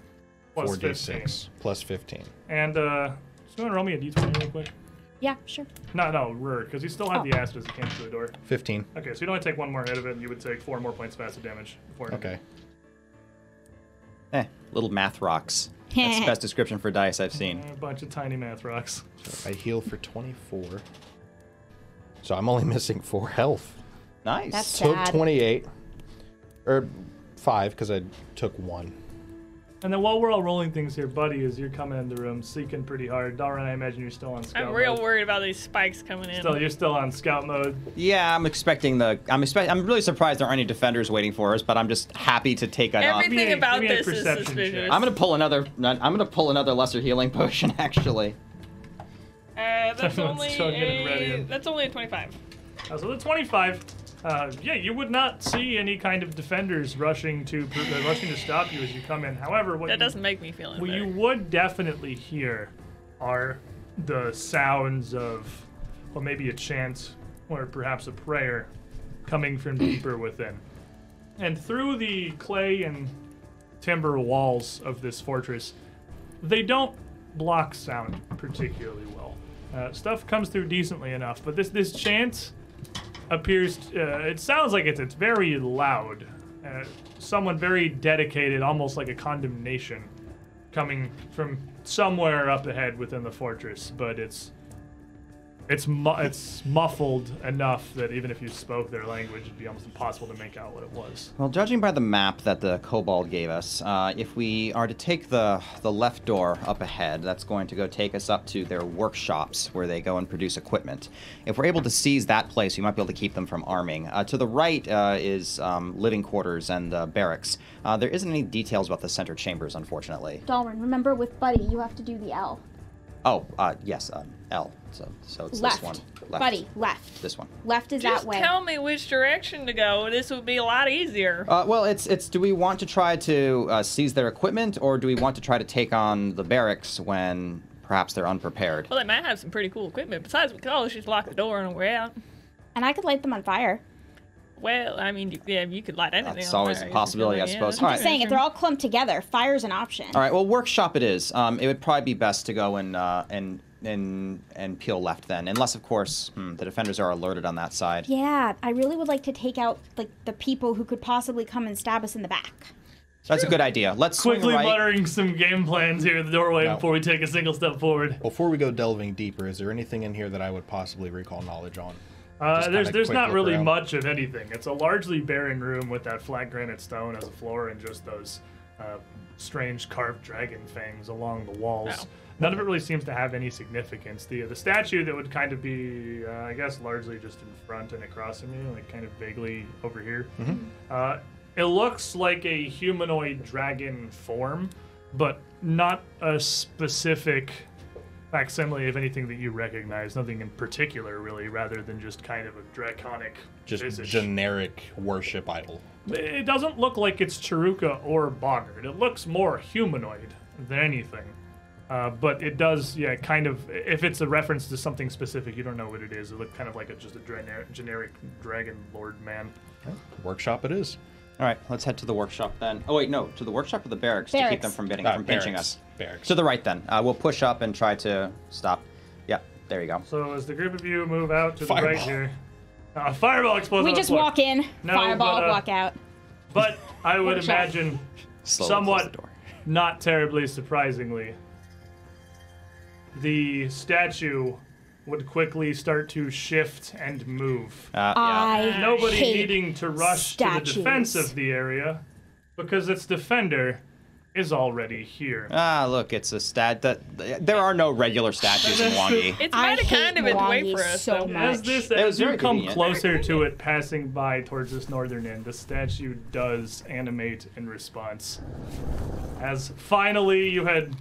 plus
4d6
15.
plus 15.
And uh, just want to roll me a d20 real quick.
Yeah, sure.
No, no, rare, because you still have
Oh.
the acid as it came through the door.
15.
Okay, so you'd only take one more hit of it, and you would take four more points of acid damage. Before it ended.
Okay.
Eh, little math rocks.
<laughs>
That's the best description for dice I've seen.
A bunch of tiny math rocks.
I heal for 24. So I'm only <laughs> missing 4 health.
Nice.
That's-
Took
Sad.
28. Or 5, because er, I took 1.
And then while we're all rolling things here, Buddy, as you're coming in the room, seeking pretty hard. Dara, I imagine you're still on scout
I'm real
mode.
worried about these spikes coming in.
Still, you're still on scout mode.
yeah, I'm expecting the. I'm expect. I'm really surprised there aren't any defenders waiting for us, but I'm just happy to take an. op-
Give
Everything
me a-
about
give me a
this is
perception
suspicious.
check.
I'm gonna pull another. I'm gonna pull another lesser healing <laughs> potion. Actually,
Uh,
<laughs>
that's
Everyone's
only
chugging and
a,
readying.
that's only a 25.
Uh, so the 25. Uh, yeah, you would not see any kind of defenders rushing to pr- uh, rushing to stop you as you come in. However, what
That
you,
doesn't make me feel any
what you
better.
would definitely hear are the sounds of, well, maybe a chant or perhaps a prayer coming from deeper within. And through the clay and timber walls of this fortress, they don't block sound particularly well. Uh, stuff comes through decently enough, but this this chant appears. Uh, it sounds like it's it's very loud. Uh, someone very dedicated, almost like a condemnation, coming from somewhere up ahead within the fortress. But it's it's mu- it's muffled enough that even if you spoke their language, it'd be almost impossible to make out what it was.
well, judging by the map that the kobold gave us, uh, if we are to take the the left door up ahead, that's going to go take us up to their workshops where they go and produce equipment. If we're able to seize that place, we might be able to keep them from arming. Uh, to the right uh, is um, living quarters and uh, barracks. Uh, there isn't any details about the center chambers, unfortunately.
Dalrin, remember with Buddy, you have to do the L.
Oh, uh, yes, um, L. So, so it's
Left.
this one.
Buddy, left.
This one.
Left is
Just
that way.
tell me which direction to go. This would be a lot easier.
Uh, well, it's it's. Do we want to try to uh, seize their equipment, or do we want to try to take on the barracks when perhaps they're unprepared?
well, they might have some pretty cool equipment. Besides, we could always just lock the door and we're out.
and I could light them on fire.
Well, I mean, you, yeah, you could light anything.
That's
on
always
fire
a
if you
possibility,
feel
I
like- yeah,
suppose.
that's
All right.
I'm saying if
true.
they're all clumped together, fire's an option.
All right. Well, workshop it is. Um, it would probably be best to go and uh, and and and peel left then, unless of course hmm, the defenders are alerted on that side.
Yeah, I really would like to take out like the people who could possibly come and stab us in the back.
That's a good idea. Let's swing
quickly
right.
muttering some game plans here in the doorway
No.
before we take a single step forward.
Before we go delving deeper, is there anything in here that I would possibly recall knowledge on?
Uh,
Just
there's
kinda
there's
quick
not
look
really
around.
much of anything. It's a largely barren room with that flat granite stone as a floor and just those uh, strange carved dragon fangs along the walls.
Oh.
None of it really seems to have any significance. The the statue that would kind of be, uh, I guess, largely just in front and across from you, like kind of vaguely over here.
Mm-hmm.
Uh, it looks like a humanoid dragon form, but not a specific facsimile of anything that you recognize, nothing in particular, really, rather than just kind of a draconic
Just
visage.
generic worship idol.
it doesn't look like it's Cheruka or Boggart. It looks more humanoid than anything. Uh, but it does, yeah, kind of. If it's a reference to something specific, you don't know what it is. It looked kind of like a, just a gener- generic dragon lord man.
Workshop it is.
All right. Let's head to the workshop then. Oh wait, no, to the workshop or the barracks, to keep
Barracks.
them from bidding,
Ah,
from pinching
barracks.
us.
Barracks.
To the right then. Uh, we'll push up and try to stop. Yep. There you go.
So as the group of you move out to the right
Fireball.
here, uh, fireball explodes.
we
on the
just
floor.
walk in,
No,
fireball,
but, uh,
walk out.
But I would
Workshop.
imagine
Slowly close
somewhat
the door.
not terribly surprisingly the statue would quickly start to shift and move
Uh, yeah.
I
nobody
hate
needing to rush to the defense
statues.
of the area because its defender is already here
Ah, look, it's a stat that there are no regular statues in Wangi.
It's
I
might have
hate
kind of been the way
Wangi
for us.
so
though.
much.
as this
That
as
was
you
very
come
convenient.
closer to it passing by towards this northern end the statue does animate in response as finally you had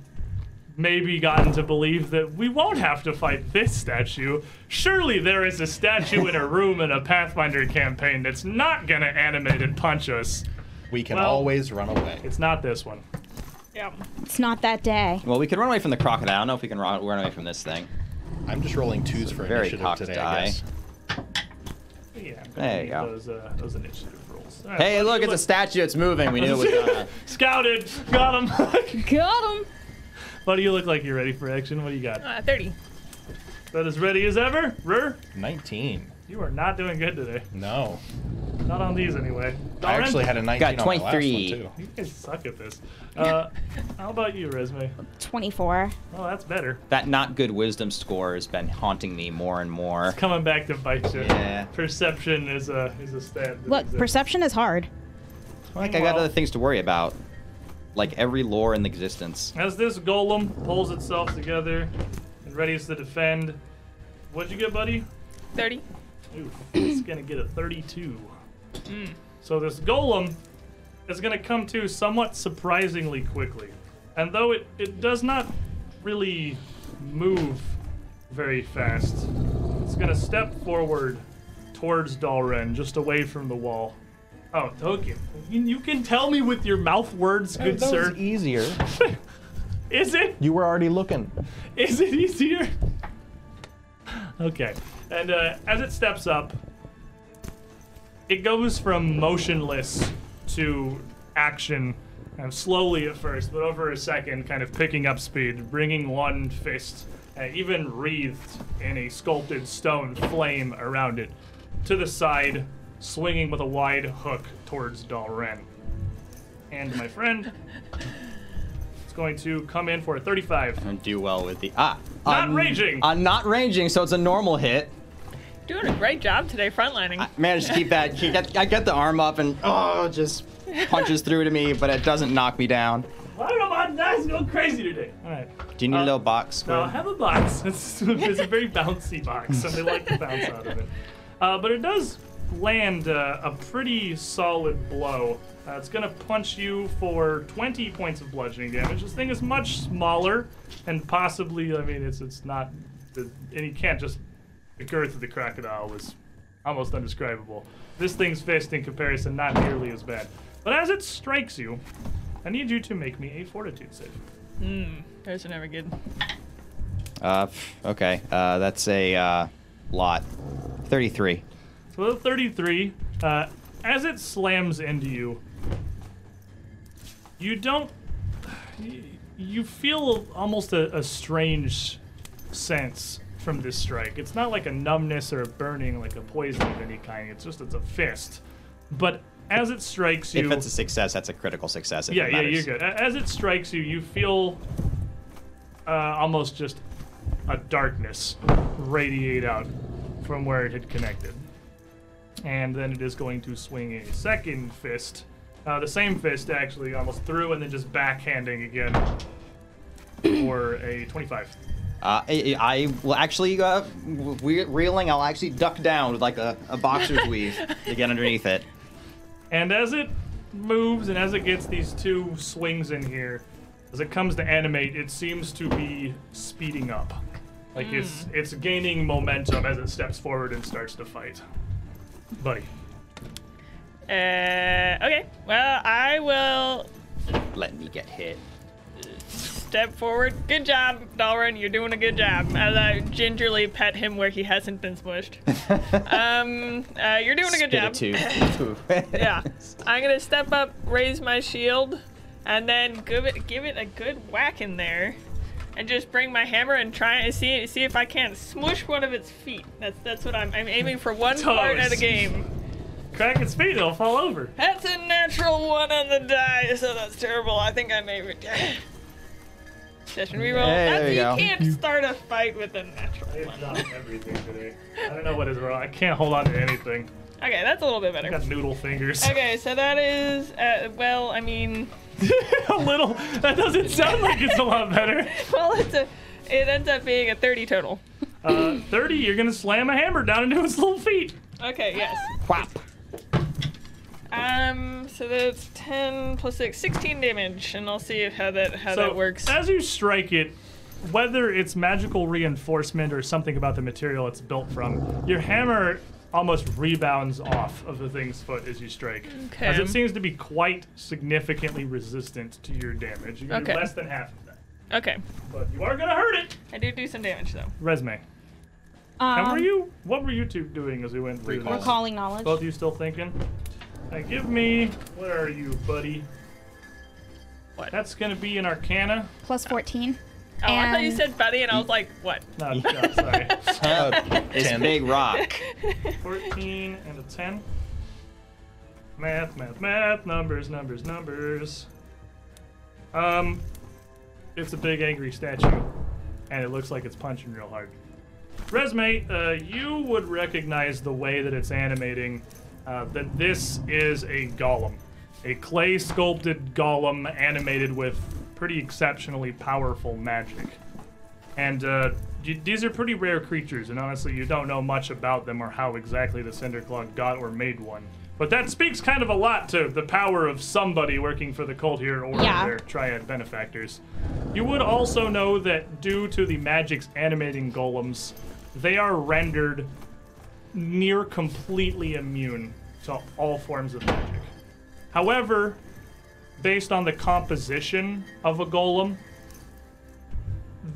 maybe gotten to believe that we won't have to fight this statue surely there is a statue in a room in a pathfinder campaign that's not gonna animate and punch us
We can
Well-
always run away.
it's not this one
Yeah.
It's not that day.
Well, we can run away from the crocodile. I don't know if we can run, run away from this thing.
I'm just rolling twos for
very
initiative
cocked
today, I
eye.
guess.
yeah I'm
There
gonna
you
need
go.
those, uh, those initiative rolls All right,
Hey,
let's
look,
do
it's a
it.
statue. It's moving. We knew it was.
<laughs>
Uh,
scouted got him <laughs>
Got him.
buddy you look like you're ready for action what do you got
Uh, 30.
That as ready as ever. Rur,
19.
you are not doing good today.
No.
Not on these anyway.
I actually had a 19
Got
on my last one,
23.
too.
You guys suck at this. Uh, how about you, Resme?
24.
Oh, that's better.
That not good wisdom score has been haunting me more and more.
Coming back to bite you.
Yeah.
Perception is a is a stat. that
Look,
exists.
perception is hard.
Like I got
Well-
other things to worry about, like every lore in existence.
As this golem pulls itself together and readies to defend, what'd you get, buddy?
30.
Ooh, it's gonna get a 32. So this golem is gonna come to somewhat surprisingly quickly. And though it, it does not really move very fast, it's gonna step forward towards Dalren, just away from the wall. Oh, Token, you, you can tell me with your mouth words, good
that
sir.
was e- easier.
is it?
You were already
<laughs>
looking.
Is it easier? Okay. And uh, as it steps up, it goes from motionless to action, and slowly at first, but over a second, kind of picking up speed, bringing one fist, uh, even wreathed in a sculpted stone flame around it, to the side, swinging with a wide hook towards Dalren. And my friend is going to come in for a 35.
And do well with the ah.
Not
un-
raging.
I'm not ranging, so it's a normal hit.
Doing a great job today frontlining.
I managed to keep that. keep that- I get the arm up and oh, just punches through to me, but it doesn't knock me down.
I don't know, my dice going crazy today. All right.
Do you need
Uh,
a little box?
Now I
Squid?
have a box. <laughs> It's, it's a very bouncy box, and they like to bounce out of it. Uh, but it does land uh, a pretty solid blow. Uh, it's going to punch you for 20 points of bludgeoning damage. This thing is much smaller, and possibly, I mean, it's it's not. The, and you can't just. The girth of the crocodile was almost undescribable. This thing's fist, in comparison, not nearly as bad. But as it strikes you, I need you to make me a fortitude save.
Those are never good.
Uh, pff, okay. Uh, that's a uh, lot. Thirty-three.
So the 33, uh, as it slams into you, you don't. y- You feel almost a, a strange sense from this strike. It's not like a numbness or a burning, like a poison of any kind. It's just it's a fist. But as it strikes you,
If it's a success, that's a critical success. If
yeah,
it
yeah, you're
matters.
good. A- As it strikes you, you feel uh, almost just a darkness radiate out from where it had connected. And then it is going to swing a second fist, uh, the same fist actually, almost through, and then just backhanding again for a 25.
Uh, I, I will actually, uh, w- we- reeling, I'll actually duck down with like a,
<laughs>
a boxer's weave to get underneath it.
And as it moves and as it gets these two swings in here, as it comes to animate, it seems to be speeding up. Like it's it's gaining momentum as it steps forward and starts to fight. Buddy.
Uh, okay. Well, I will
Let me get hit.
step forward. Good job, Dalrin. You're doing a good job. As I gingerly pet him where he hasn't been
<laughs>
smushed. um, uh, you're doing a good
Spit
job.
<laughs>
it <laughs> too.
Yeah. I'm gonna step up, raise my shield, and then give it give it a good whack in there, and just bring my hammer and try and see see if I can smush one of its feet. That's that's what I'm I'm aiming for
<laughs>
one part of the
Toes.
game.
Crack its feet, it'll fall over.
That's a natural one on the die, so that's terrible. I think I may re- Session reroll.
Hey,
That's-
there you go.
can't start a fight with a natural
I have
one.
done everything today. I don't know what is wrong. I can't hold on to anything.
Okay, that's a little bit
I
better.
got noodle fingers.
Okay, so that is uh, well, I mean,
<laughs>
<laughs>
a little. That doesn't sound like it's a lot better.
well, it's a it ends up being a 30 total.
Uh, 30, you're gonna slam a hammer down into its little feet.
Okay, yes.
Whap.
Um, so that's 10 plus 6, 16 damage, and I'll see how that how that works.
As you strike it, whether it's magical reinforcement or something about the material it's built from, your hammer almost rebounds off of the thing's foot as you strike.
Okay.
As it seems to be quite significantly resistant to your damage. You do
Okay.
less than half of that.
Okay,
But you are gonna hurt it.
I do do some damage though. Oh,
Resume. and were
Um,
you what were you two doing as we went through this?
recalling knowledge.
Both of you still thinking? Now give me where are you, buddy?
What?
That's gonna be an arcana.
Plus 14.
Oh, I thought you
And-
said buddy, and I was like, what?
No, no
<laughs>
sorry.
Uh,
It's
10.
big rock.
14 and a 10. Math, math, math, numbers, numbers, numbers. Um, it's a big angry statue, and it looks like it's punching real hard. Resume, uh, you would recognize the way that it's animating. Uh, that this is a golem, a clay sculpted golem animated with pretty exceptionally powerful magic. And uh, y- these are pretty rare creatures, and honestly, you don't know much about them or how exactly the Cinderclog got or made one. But that speaks kind of a lot to the power of somebody working for the Cult here or
Yeah.
their triad benefactors. You would also know that due to the magic's animating golems, they are rendered near completely immune to all forms of magic. However, based on the composition of a golem,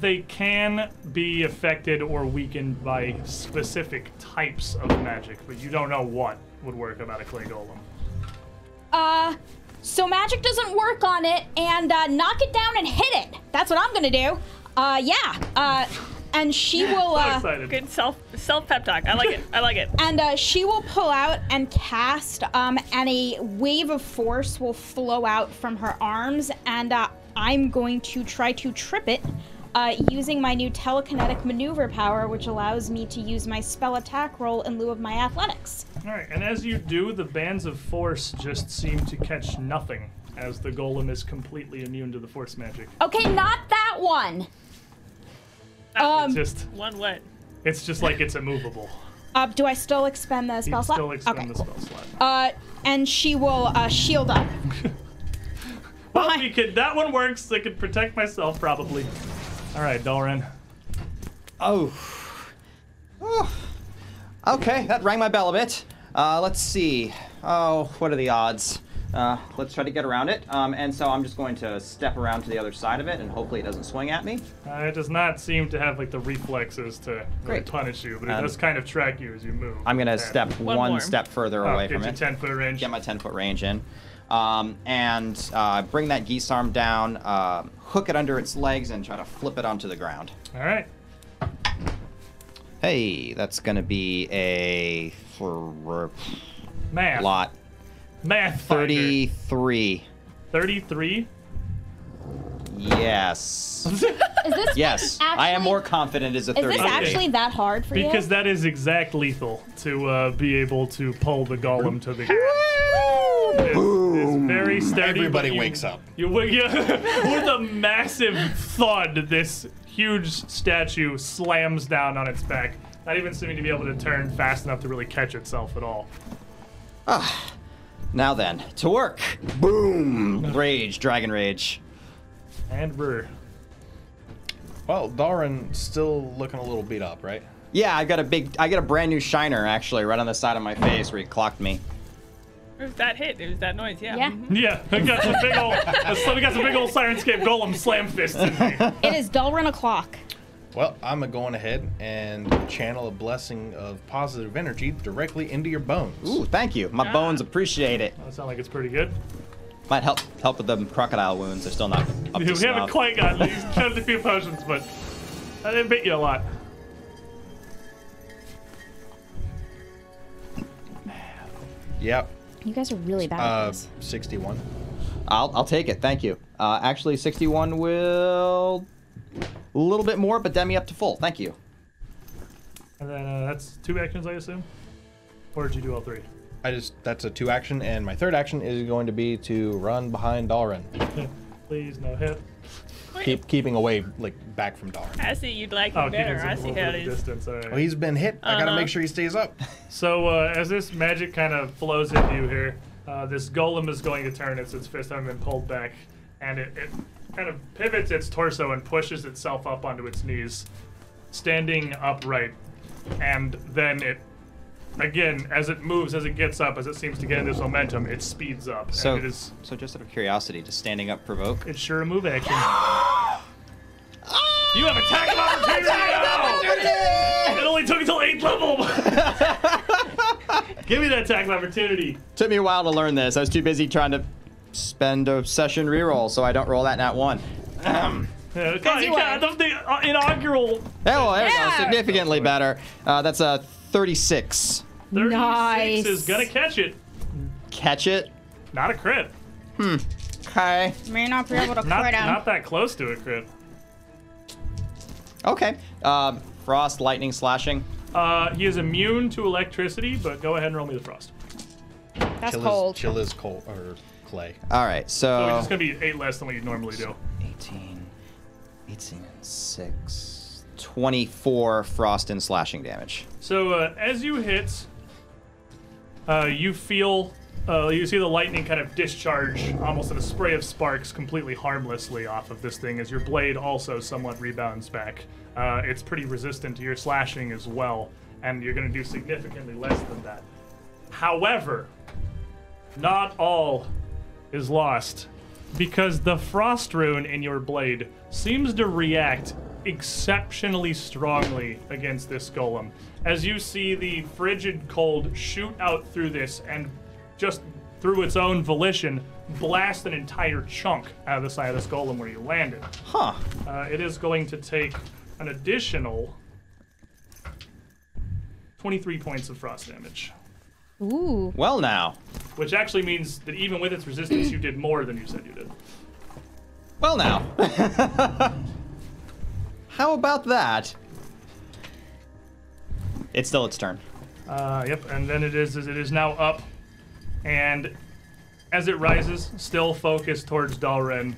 they can be affected or weakened by specific types of magic, but you don't know what would work about a clay golem.
Uh, so magic doesn't work on it, and uh, knock it down and hit it. That's what I'm gonna do. Uh, yeah. Uh,
<laughs>
and she will.
So
Uh,
excited.
Good self self pep talk. I like it. I like it. <laughs>
and uh, she will pull out and cast, um, and a wave of force will flow out from her arms, and uh, I'm going to try to trip it uh, using my new telekinetic maneuver power, which allows me to use my spell attack roll in lieu of my athletics.
All right, and as you do, the bands of force just seem to catch nothing, as the golem is completely immune to the force magic.
Okay, not that one.
It's
Um,
just,
One what?
it's just like it's immovable.
uh, do I still expend the
You
<laughs> spell slot?
still expend
okay,
the
cool.
spell slot.
Uh, and she will uh, shield up.
Well, we could. That one works. I could protect myself probably. All right, Dalren.
Oh. Oh. Okay, that rang my bell a bit. Uh, let's see. Oh, what are the odds? Uh, let's try to get around it. Um, and so I'm just going to step around to the other side of it, and hopefully it doesn't swing at me.
Uh, it does not seem to have like the reflexes to really
Great.
punish you, but it
Um,
does kind of track you as you move.
I'm gonna
And-
step
One
one,
more.
step further
Oh,
away
get
from
your
it.
10 foot range.
Get my 10 foot range in, um, and uh, bring that geese arm down, uh, hook it under its legs, and try to flip it onto the ground.
All right.
Hey, that's gonna be a
Math.
lot
Math. finder.
33.
33?
Yes.
Is this
Yes. I am
Actually-
more confident as a
is
30.
this actually that hard for you?
Because that is exact lethal to uh, be able to pull the golem to the ground. It's- It's very sturdy.
Everybody
but you-
wakes up.
You wake <laughs> up with a massive thud. This huge statue slams down on its back, not even seeming to be able to turn fast enough to really catch itself at all.
Now then, to work. Boom. Rage, dragon rage.
And we're
Well, Darren still looking a little beat up, right?
Yeah, I got a big I got a brand new shiner actually right on the side of my face where he clocked me.
It was that hit. It was that noise. Yeah.
Yeah.
Mhm.
yeah. <laughs> I got some big old. I got some big old Sirenscape golem slam fist in <laughs> me.
It is Dalrin o'clock.
Well, I'm going ahead and channel a blessing of positive energy directly into your bones.
Ooh, thank you. My
Ah.
bones appreciate it.
That sounds like it's pretty good.
Might help help with the crocodile wounds. They're still not up to
we haven't
snuff.
quite gotten these. Tried a few potions, but I didn't beat you a lot.
Yep.
You guys are really bad at
Uh,
this.
61.
I'll I'll take it. Thank you. Uh, actually 61 will a little bit more but then me up to full. Thank you.
And then uh, that's two actions, I assume. Or did you do all three?
I just that's a two action, and my third action is going to be to run behind Dalren,
<laughs> Please, no hit.
keep keeping away like back from Dalren.
I see you'd like
Oh,
it
keep it
better. I see
over
how
the
it is.
distance. All right.
Well, he's been hit. I gotta
Uh-huh.
make sure he stays up.
So uh, as this magic kind of flows into you here, uh, this golem is going to turn its its fist arm and pulled back, and it, it kind of pivots its torso and pushes itself up onto its knees, standing upright, and then it. Again, as it moves, as it gets up, as it seems to get this momentum, it speeds up.
So
and it is
so just out of curiosity, does standing up provoke?
it's sure a move action. you have attack of opportunity! now! It only took until eighth level. <laughs> Give me that attack of opportunity.
Took me a while to learn this. I was too busy trying to spend a session reroll, so I don't roll that nat one. Ahem.
Yeah, it's not-
you
yeah,
are.
the, the, uh, inaugural
oh, there we
Yeah.
go. Significantly better. Uh, that's a 36.
36
Nice.
is gonna catch it.
catch it.
Not a crit.
Okay.
May not be able to
Not
crit him.
not that close to a crit.
Okay. Um, frost, lightning, slashing.
Uh, he is immune to electricity, but go ahead and roll me the frost.
That's
chill
cold.
Is, chill is cold or clay.
All right.
So
So.
it's just gonna be eight less than what you normally do.
18, 18, and 6, 24 frost and slashing damage.
So uh, as you hit, uh, you feel uh, you see the lightning kind of discharge almost in a spray of sparks, completely harmlessly off of this thing. As your blade also somewhat rebounds back, uh, it's pretty resistant to your slashing as well, and you're going to do significantly less than that. However, not all is lost because the frost rune in your blade seems to react exceptionally strongly against this golem. As you see the frigid cold shoot out through this and just through its own volition blast an entire chunk out of the side of this golem where you landed.
Huh.
Uh, it is going to take an additional 23 points of frost damage.
Ooh.
Well, now.
Which actually means that even with its resistance, you did more than you said you did.
Well, now. <laughs> How about that? It's still its turn.
Uh, yep, and then it is it is now up, and as it rises, still focused towards Dalren,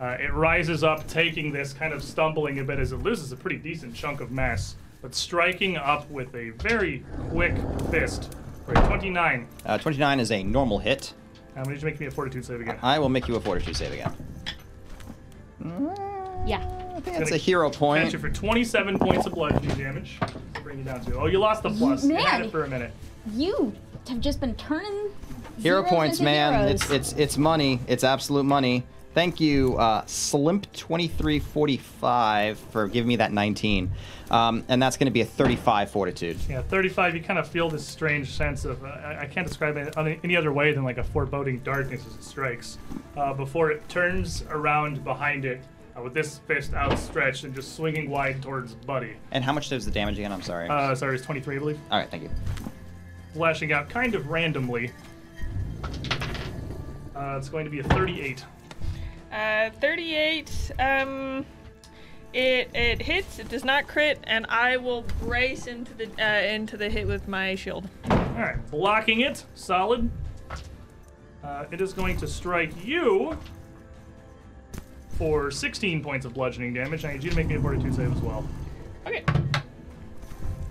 uh, it rises up, taking this kind of stumbling a bit as it loses a pretty decent chunk of mass, but striking up with a very quick fist for a 29.
Uh, 29 is a normal hit.
I'm going to make me a fortitude save again.
I will make you a fortitude save again.
Yeah.
I think that's a
Gonna
hero
Catch
point.
you for 27 points of bludgeoning damage. Bring you down to. Oh, you lost the plus. You had
man.
it for a minute.
You have just been turning.
Hero
zeros
points,
into
man.
heroes.
It's it's it's money. It's absolute money. Thank you, uh, Slimp2345, for giving me that 19. Um, and that's going to be a 35 fortitude.
Yeah, 35, you kind of feel this strange sense of, uh, I I can't describe it on any other way than like a foreboding darkness as it strikes. Uh, before it turns around behind it uh, with this fist outstretched and just swinging wide towards Buddy.
And how much does the damage again? I'm sorry.
Uh, sorry, it's 23, I believe.
All right, thank you.
Flashing out kind of randomly. Uh, it's going to be a 38.
Uh, 38. Um, it it hits. It does not crit, and I will brace into the uh, into the hit with my shield.
All right, blocking it, solid. Uh, it is going to strike you for 16 points of bludgeoning damage. I need you to make me a fortitude save as well.
Okay.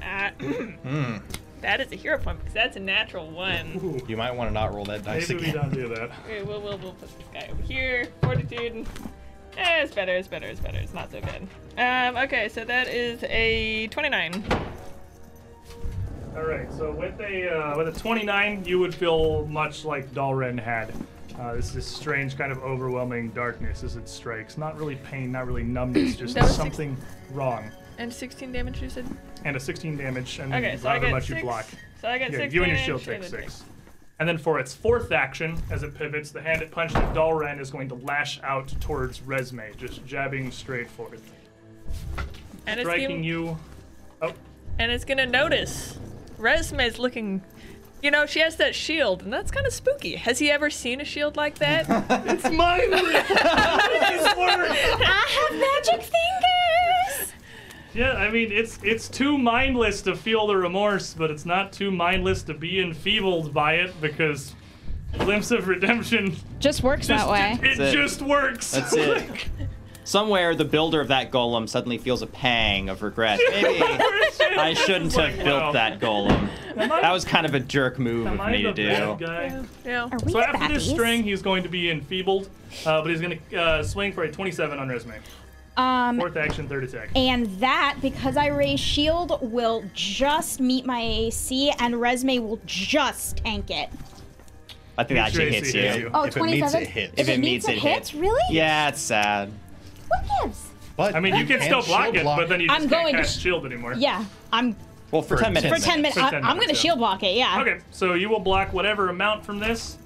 Uh, <clears throat> That is a hero point because that's a natural one.
Ooh.
You might want to not roll that dice
Maybe we
again.
don't do that.
Okay, we'll, we'll, we'll put this guy over here. Fortitude. Eh, it's better, it's better, it's better. It's not so bad. Um, okay, so that is a 29.
All right. So with a uh, with a 29, you would feel much like Dalren had. Uh, this this strange kind of overwhelming darkness as it strikes. Not really pain, not really
<clears throat>
numbness, just
That was six-
something wrong.
And 16 damage, you said?
And a 16 damage, and
Okay, so I
Mm, however
got
much
six.
you block.
So I got
Yeah,
six.
you and your
damage,
shield
I
take
got
six. And then for its fourth action, as it pivots, the hand it punched at Dalren is going to lash out towards Resme, just jabbing straight forward,
And it's,
striking
gonna, <laughs>
you. Oh,
and it's gonna notice. Resume's looking. You know, she has that shield, and that's kind of spooky. Has he ever seen a shield like
<laughs>
that?
it's mine! <laughs>
I have magic fingers.
Yeah, I mean it's it's too mindless to feel the remorse, but it's not too mindless to be enfeebled by it because glimpse of redemption
Just works
just
that way.
it,
That's it.
just works. <laughs>
That's it. Somewhere, the builder of that golem suddenly feels a pang
<laughs>
of regret. Maybe I shouldn't have built that golem. That was kind of a jerk move
Am
of
I
me to
the bad
do.
guy?
yeah.
Are we
So
the
after this
baddies?
string, he's going to be enfeebled, uh, but he's going to uh, swing for a 27 on resume.
Um,
Fourth action, third attack.
and that because I raise shield will just meet my AC, and resume will just tank it.
I think that actually hits
Tracy
you.
Oh,
If it meets,
27?
it hits.
If it meets, it hits.
hits, really?
Yeah, it's sad.
What gives?
But
I mean, you can still block it, but then you just
I'm
can't
going to
cast
sh-
shield anymore.
Yeah, I'm
Well, for,
For
10 minutes.
for ten minutes.
For
I,
10
I'm gonna
minutes, yeah.
shield block it. Yeah.
Okay, so you will block whatever amount from this.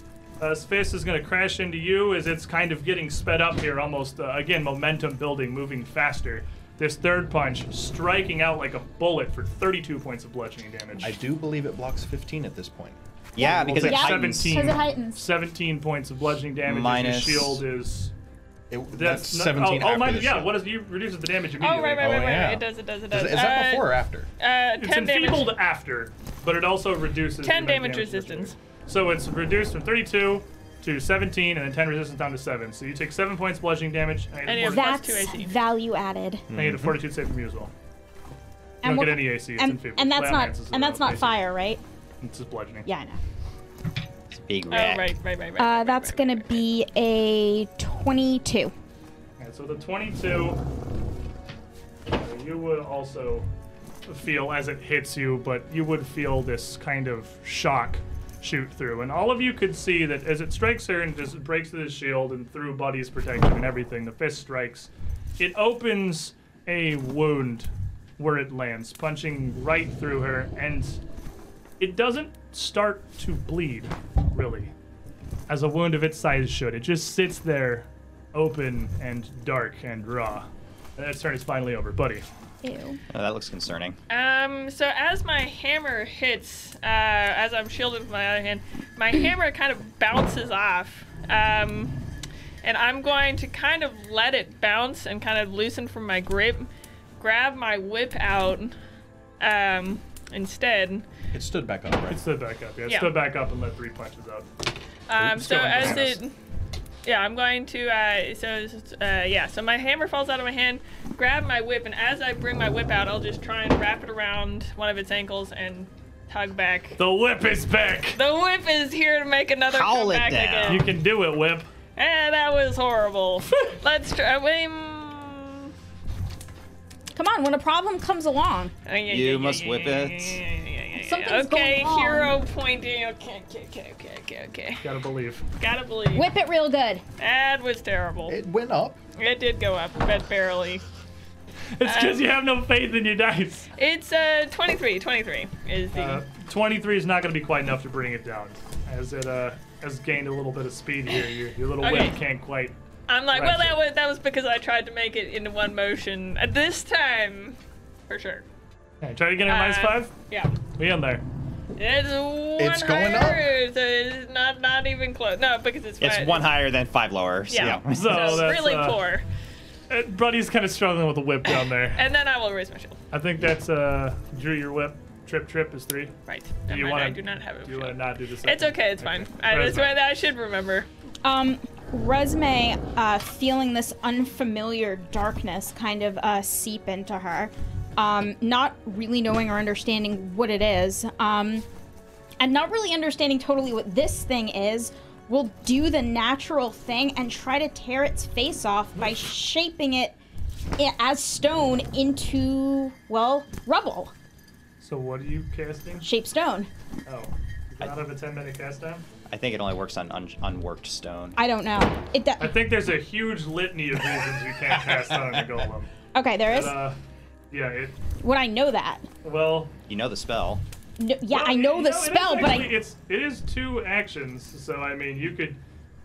Uh, Sphiss is going to crash into you as it's kind of getting sped up here, almost, uh, again, momentum building, moving faster. This third punch striking out like a bullet for 32 points of bludgeoning damage.
I do believe it blocks 15 at this point.
Yeah, because
We'll
it
take
Yeah.
heightens.
17.
Because it heightens.
17 points of bludgeoning damage. and
Minus-
Your shield is.
It, that's,
That's, not-
17
Oh,
after
oh minus,
this
yeah.
shield.
What is you reduces the damage immediately?
Oh, right, right, right,
Oh,
right.
yeah.
It does, it does, it
Is,
does.
is that
Uh,
before or after?
Uh,
It's
10
enfeebled
damage.
after, but it also reduces.
10
the
damage
resistance.
resistance.
So it's reduced from 32 to 17, and then 10 resistance down to 7. So you take 7 points bludgeoning damage, and I
And
need
you
a
have
forti-
plus two
That's
AC.
value added.
I need a fortitude save from you as well. You
And
don't
what-
get any AC. It's
And,
enfeebled.
and that's not
Wildlands is
and that's not
AC.
fire, right?
It's just bludgeoning.
Yeah, I know.
Big
Oh,
rat.
right, right, right, right. right,
Uh,
right,
that's
right,
gonna
right,
be a twenty-two.
And so the 22, uh, you would also feel as it hits you, but you would feel this kind of shock shoot through. And all of you could see that as it strikes her and just breaks through the shield and through Buddy's protection and everything, the fist strikes. It opens a wound where it lands, punching right through her, and it doesn't start to bleed, really, as a wound of its size should. It just sits there open and dark and raw. And its turn is finally over, buddy.
Ew.
Oh, that looks concerning.
Um, so as my hammer hits, uh, as I'm shielded with my other hand, my hammer kind of bounces off. Um, and I'm going to kind of let it bounce and kind of loosen from my grip, grab my whip out, um, instead.
It stood back up, right?
It stood back up. Yeah, it
Yeah.
stood back up and let three punches out.
Um,
Oops,
so
going
as
bananas.
it, yeah, I'm going to. Uh, so it's- uh, yeah, so my hammer falls out of my hand. Grab my whip, and as I bring my whip out, I'll just try and wrap it around one of its ankles and tug back.
The whip is back.
The whip is here to make another
Howl it
comeback
down.
You
again.
can do it, whip.
And that was horrible.
<laughs>
Let's try. Um,
Come on, when a problem comes along.
yeah, yeah,
You
yeah,
must
yeah,
whip
yeah,
it.
yeah, yeah, yeah, yeah, yeah.
Something's
okay,
going on.
hero pointing. Okay, okay, okay, okay, okay, okay.
Gotta believe.
Gotta believe.
Whip it real good.
That was terrible.
It went up.
It did go up, but barely. Uh,
It's because you have no faith in your dice.
It's uh 23. 23 is the.
Uh, 23 is not gonna be quite enough to bring it down, as it uh has gained a little bit of speed here. Your, your little
Okay.
whip can't quite.
I'm like, well,
right.
that was that was because I tried to make it into one motion. At this time, for sure.
Hey, try to get a minus
Uh,
five.
Yeah.
We in there.
It's one
It's going
higher, so it's not not even close. No, because it's
It's
five-
one higher than five lower. So
Yeah.
yeah. <laughs>
So
So
that's
it's really
uh,
poor.
uh, Buddy's kind of struggling with the whip down
<laughs>
there.
And then I will raise my shield.
I think that's uh drew your whip. Trip trip is three.
Right.
Do you
Never mind,
wanna-
I do not have a
Do you want to
shield.
not do this?
It's okay. It's fine. I,
That's
that's
fine.
what I should remember.
Um, Resume, uh, feeling this unfamiliar darkness kind of uh, seep into her, um, not really knowing or understanding what it is, um, and not really understanding totally what this thing is, will do the natural thing and try to tear its face off by shaping it i- as stone into, well, rubble.
So what are you casting?
Shape stone.
Oh, is it out of a 10 minute cast time?
I think it only works on un- unworked stone.
I don't know. It.
I
Do-
think there's a huge litany of reasons you
<laughs>
can't cast on a golem.
okay, there
But,
is.
uh, yeah, it.
Would I know that?
Well,
You know the spell.
No, yeah,
well,
I know
you
the
it is
spell, but I
actually- It's, it is two actions, so I mean, you could.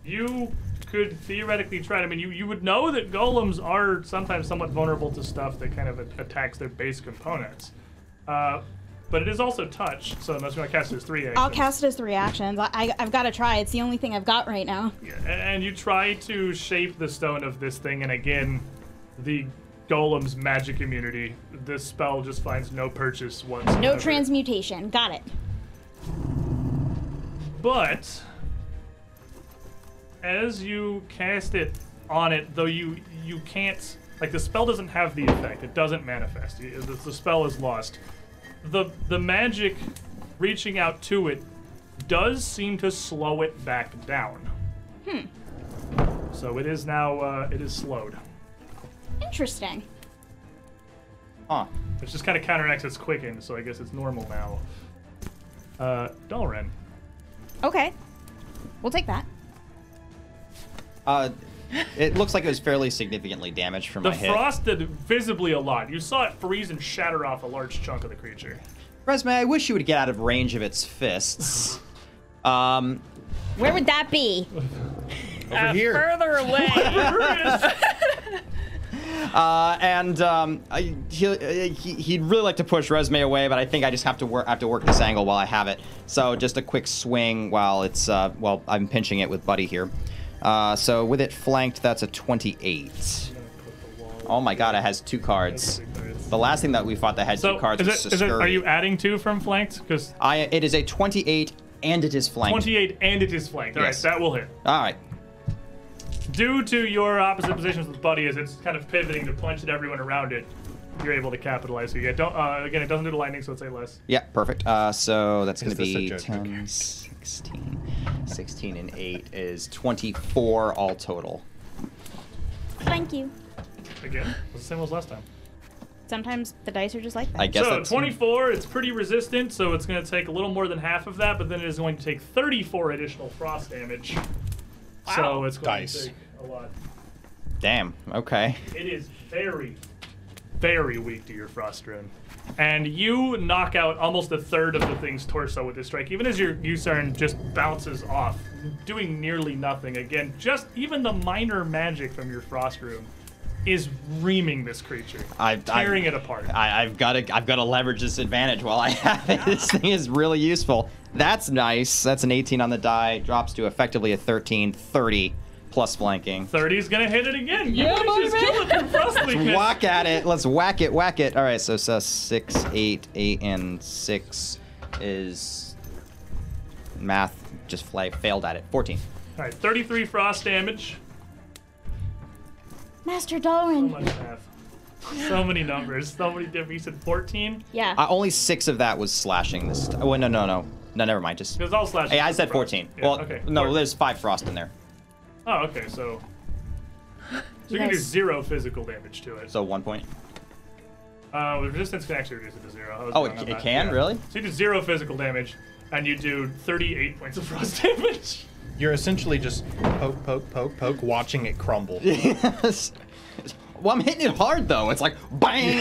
You could theoretically try it. I mean, you, you would know that golems are sometimes somewhat vulnerable to stuff that kind of a- attacks their base components. Uh, but it is also touch, so unless you want to cast those three actions.
I'll cast it as three actions. I, I, I've got to try. It's the only thing I've got right now.
Yeah, a- and you try to shape the stone of this thing, and again, the golem's magic immunity. This spell just finds no purchase whatsoever.
No transmutation. Got it.
But as you cast it on it, though you you can't like the spell doesn't have the effect. It doesn't manifest. You- The, the spell is lost. The the magic reaching out to it does seem to slow it back down. Hmm. So it is now uh, it is slowed.
Interesting.
Huh.
It's just kind of counteracts its quicken, so I guess it's normal now. Uh, Dalren.
Okay. We'll take that.
Uh, it looks like it was fairly significantly damaged from
The
my hit.
frost did visibly a lot. You saw it freeze and shatter off a large chunk of the creature.
Resume, I wish you would get out of range of its fists. Um,
Where would that be?
Uh,
Over here. <laughs>
<laughs> Further away.
Chris,
Uh, and um, I, he, uh, he, he'd really like to push Resume away, but I think I just have to work. I have to work this angle while I have it. So just a quick swing while it's uh, while I'm pinching it with Buddy here. Uh, so with it flanked, that's a 28. Oh my God, it has two cards. The last thing that we fought that had
So
two cards
is
was
it, is it, are
Suskuri.
you adding two from flanked? Because
I, it is a 28 and it is flanked.
28 and it is flanked. All right,
Yes.
that will hit.
All right.
Due to your opposite positions with Buddy, as it's kind of pivoting to punch at everyone around it, you're able to capitalize. So yeah, don't uh, again, it doesn't do the lightning, so it's a less.
Yeah, perfect. Uh, so that's going to
Is this a
be
joke?
10, 16. 16 and 8 is 24 all total.
Thank you.
Again, was the same as last time.
Sometimes the dice are just like that.
I guess
so
that's
24, it's pretty resistant, so it's going to take a little more than half of that, but then it is going to take 34 additional frost damage. So
Wow.
it's going
Dice.
to take a lot.
Damn. Okay.
It is very, very weak to your frost rune. And you knock out almost a third of the thing's torso with this strike, even as your Usarn just bounces off, doing nearly nothing. Again, just even the minor magic from your frost rune is reaming this creature,
I- I-
tearing it apart.
I, I've got to. I've got to leverage this advantage while I have it. <laughs> This thing is really useful. That's nice. That's an 18 on the die. Drops to effectively a 13, 30 plus flanking.
30's gonna hit it again. You
Yeah,
yeah, just
baby.
kill it from frost
<laughs>
weakness.
Whack at it. Let's whack it. Whack it. All right. So, so six, eight, eight, and six is math. Just fly, failed at it. 14.
All right, 33 frost damage.
Master
So
Dolrin.
much math. So many numbers. So many different. You said 14.
yeah.
Uh, only six of that was slashing this. T- oh, no, no, no. No, never mind. Just.
Because all slash.
Hey, I said 14.
Yeah,
Well,
okay.
no,
Four-
there's five frost in there.
Oh, okay. So. So you can do
Yes.
zero physical damage to it.
So one point.
Uh, the resistance can actually reduce it to zero. I was
Oh,
wrong
it,
on
it
that.
can?
Yeah.
Really?
So you do zero physical damage, and you do 38 points of frost <laughs> damage.
You're essentially just poke, poke, poke, poke, watching it
<laughs>
crumble.
Yes. Well, I'm hitting it hard though. It's like
<laughs>
bang.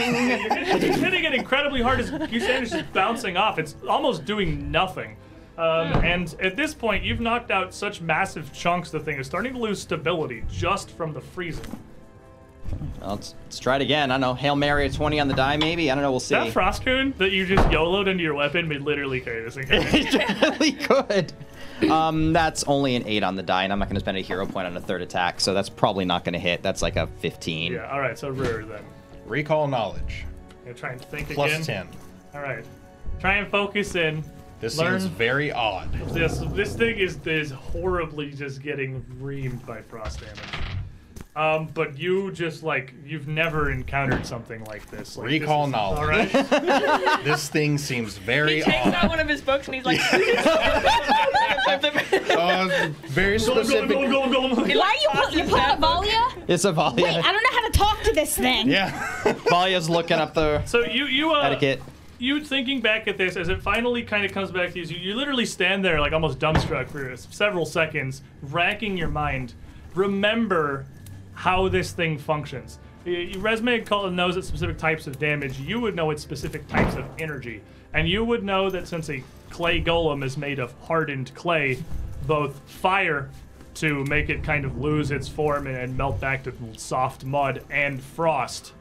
It's hitting it incredibly hard as Gusanis is just bouncing off. It's almost doing nothing. Um, and at this point, you've knocked out such massive chunks, the thing is starting to lose stability just from the freezing.
well, let's, let's try it again. I don't know. Hail Mary at 20 on the die, maybe. I don't know. We'll see.
That
<laughs>
frost rune that you just YOLO'd into your weapon made literally carry this
<laughs>
thing.
It's really good. Um, that's only an eight on the die, and I'm not going to spend a hero point on a third attack, so that's probably not going to hit. That's like a 15.
yeah, alright, so Rur then.
Recall knowledge.
I'm gonna try and think
Plus
again.
10.
Alright. Try and focus in.
This
Learn.
seems very odd.
This this thing is is horribly just getting reamed by frost damage. Um, but you just like you've never encountered something like this. Like, this
Recall
is-
knowledge.
All right.
This thing seems
He
very
takes
odd.
out one of his books and
<laughs>
he's like,
Uh, very
Golem,
specific.
golem, golem, golem, golem.
Why are you pull, you pull out Valia?
<laughs> It's a
Wait, I
Valia.
don't know how to talk to this thing.
Yeah.
Valia's looking up the
So you you uh,
etiquette.
you thinking back at this as it finally kind of comes back to you, is you, you literally stand there like almost dumbstruck for several seconds, racking your mind. Remember how this thing functions. Y- y- Resume call- knows its specific types of damage. You would know its specific types of energy, and you would know that since a clay golem is made of hardened clay, both fire to make it kind of lose its form and, and melt back to soft mud, and frost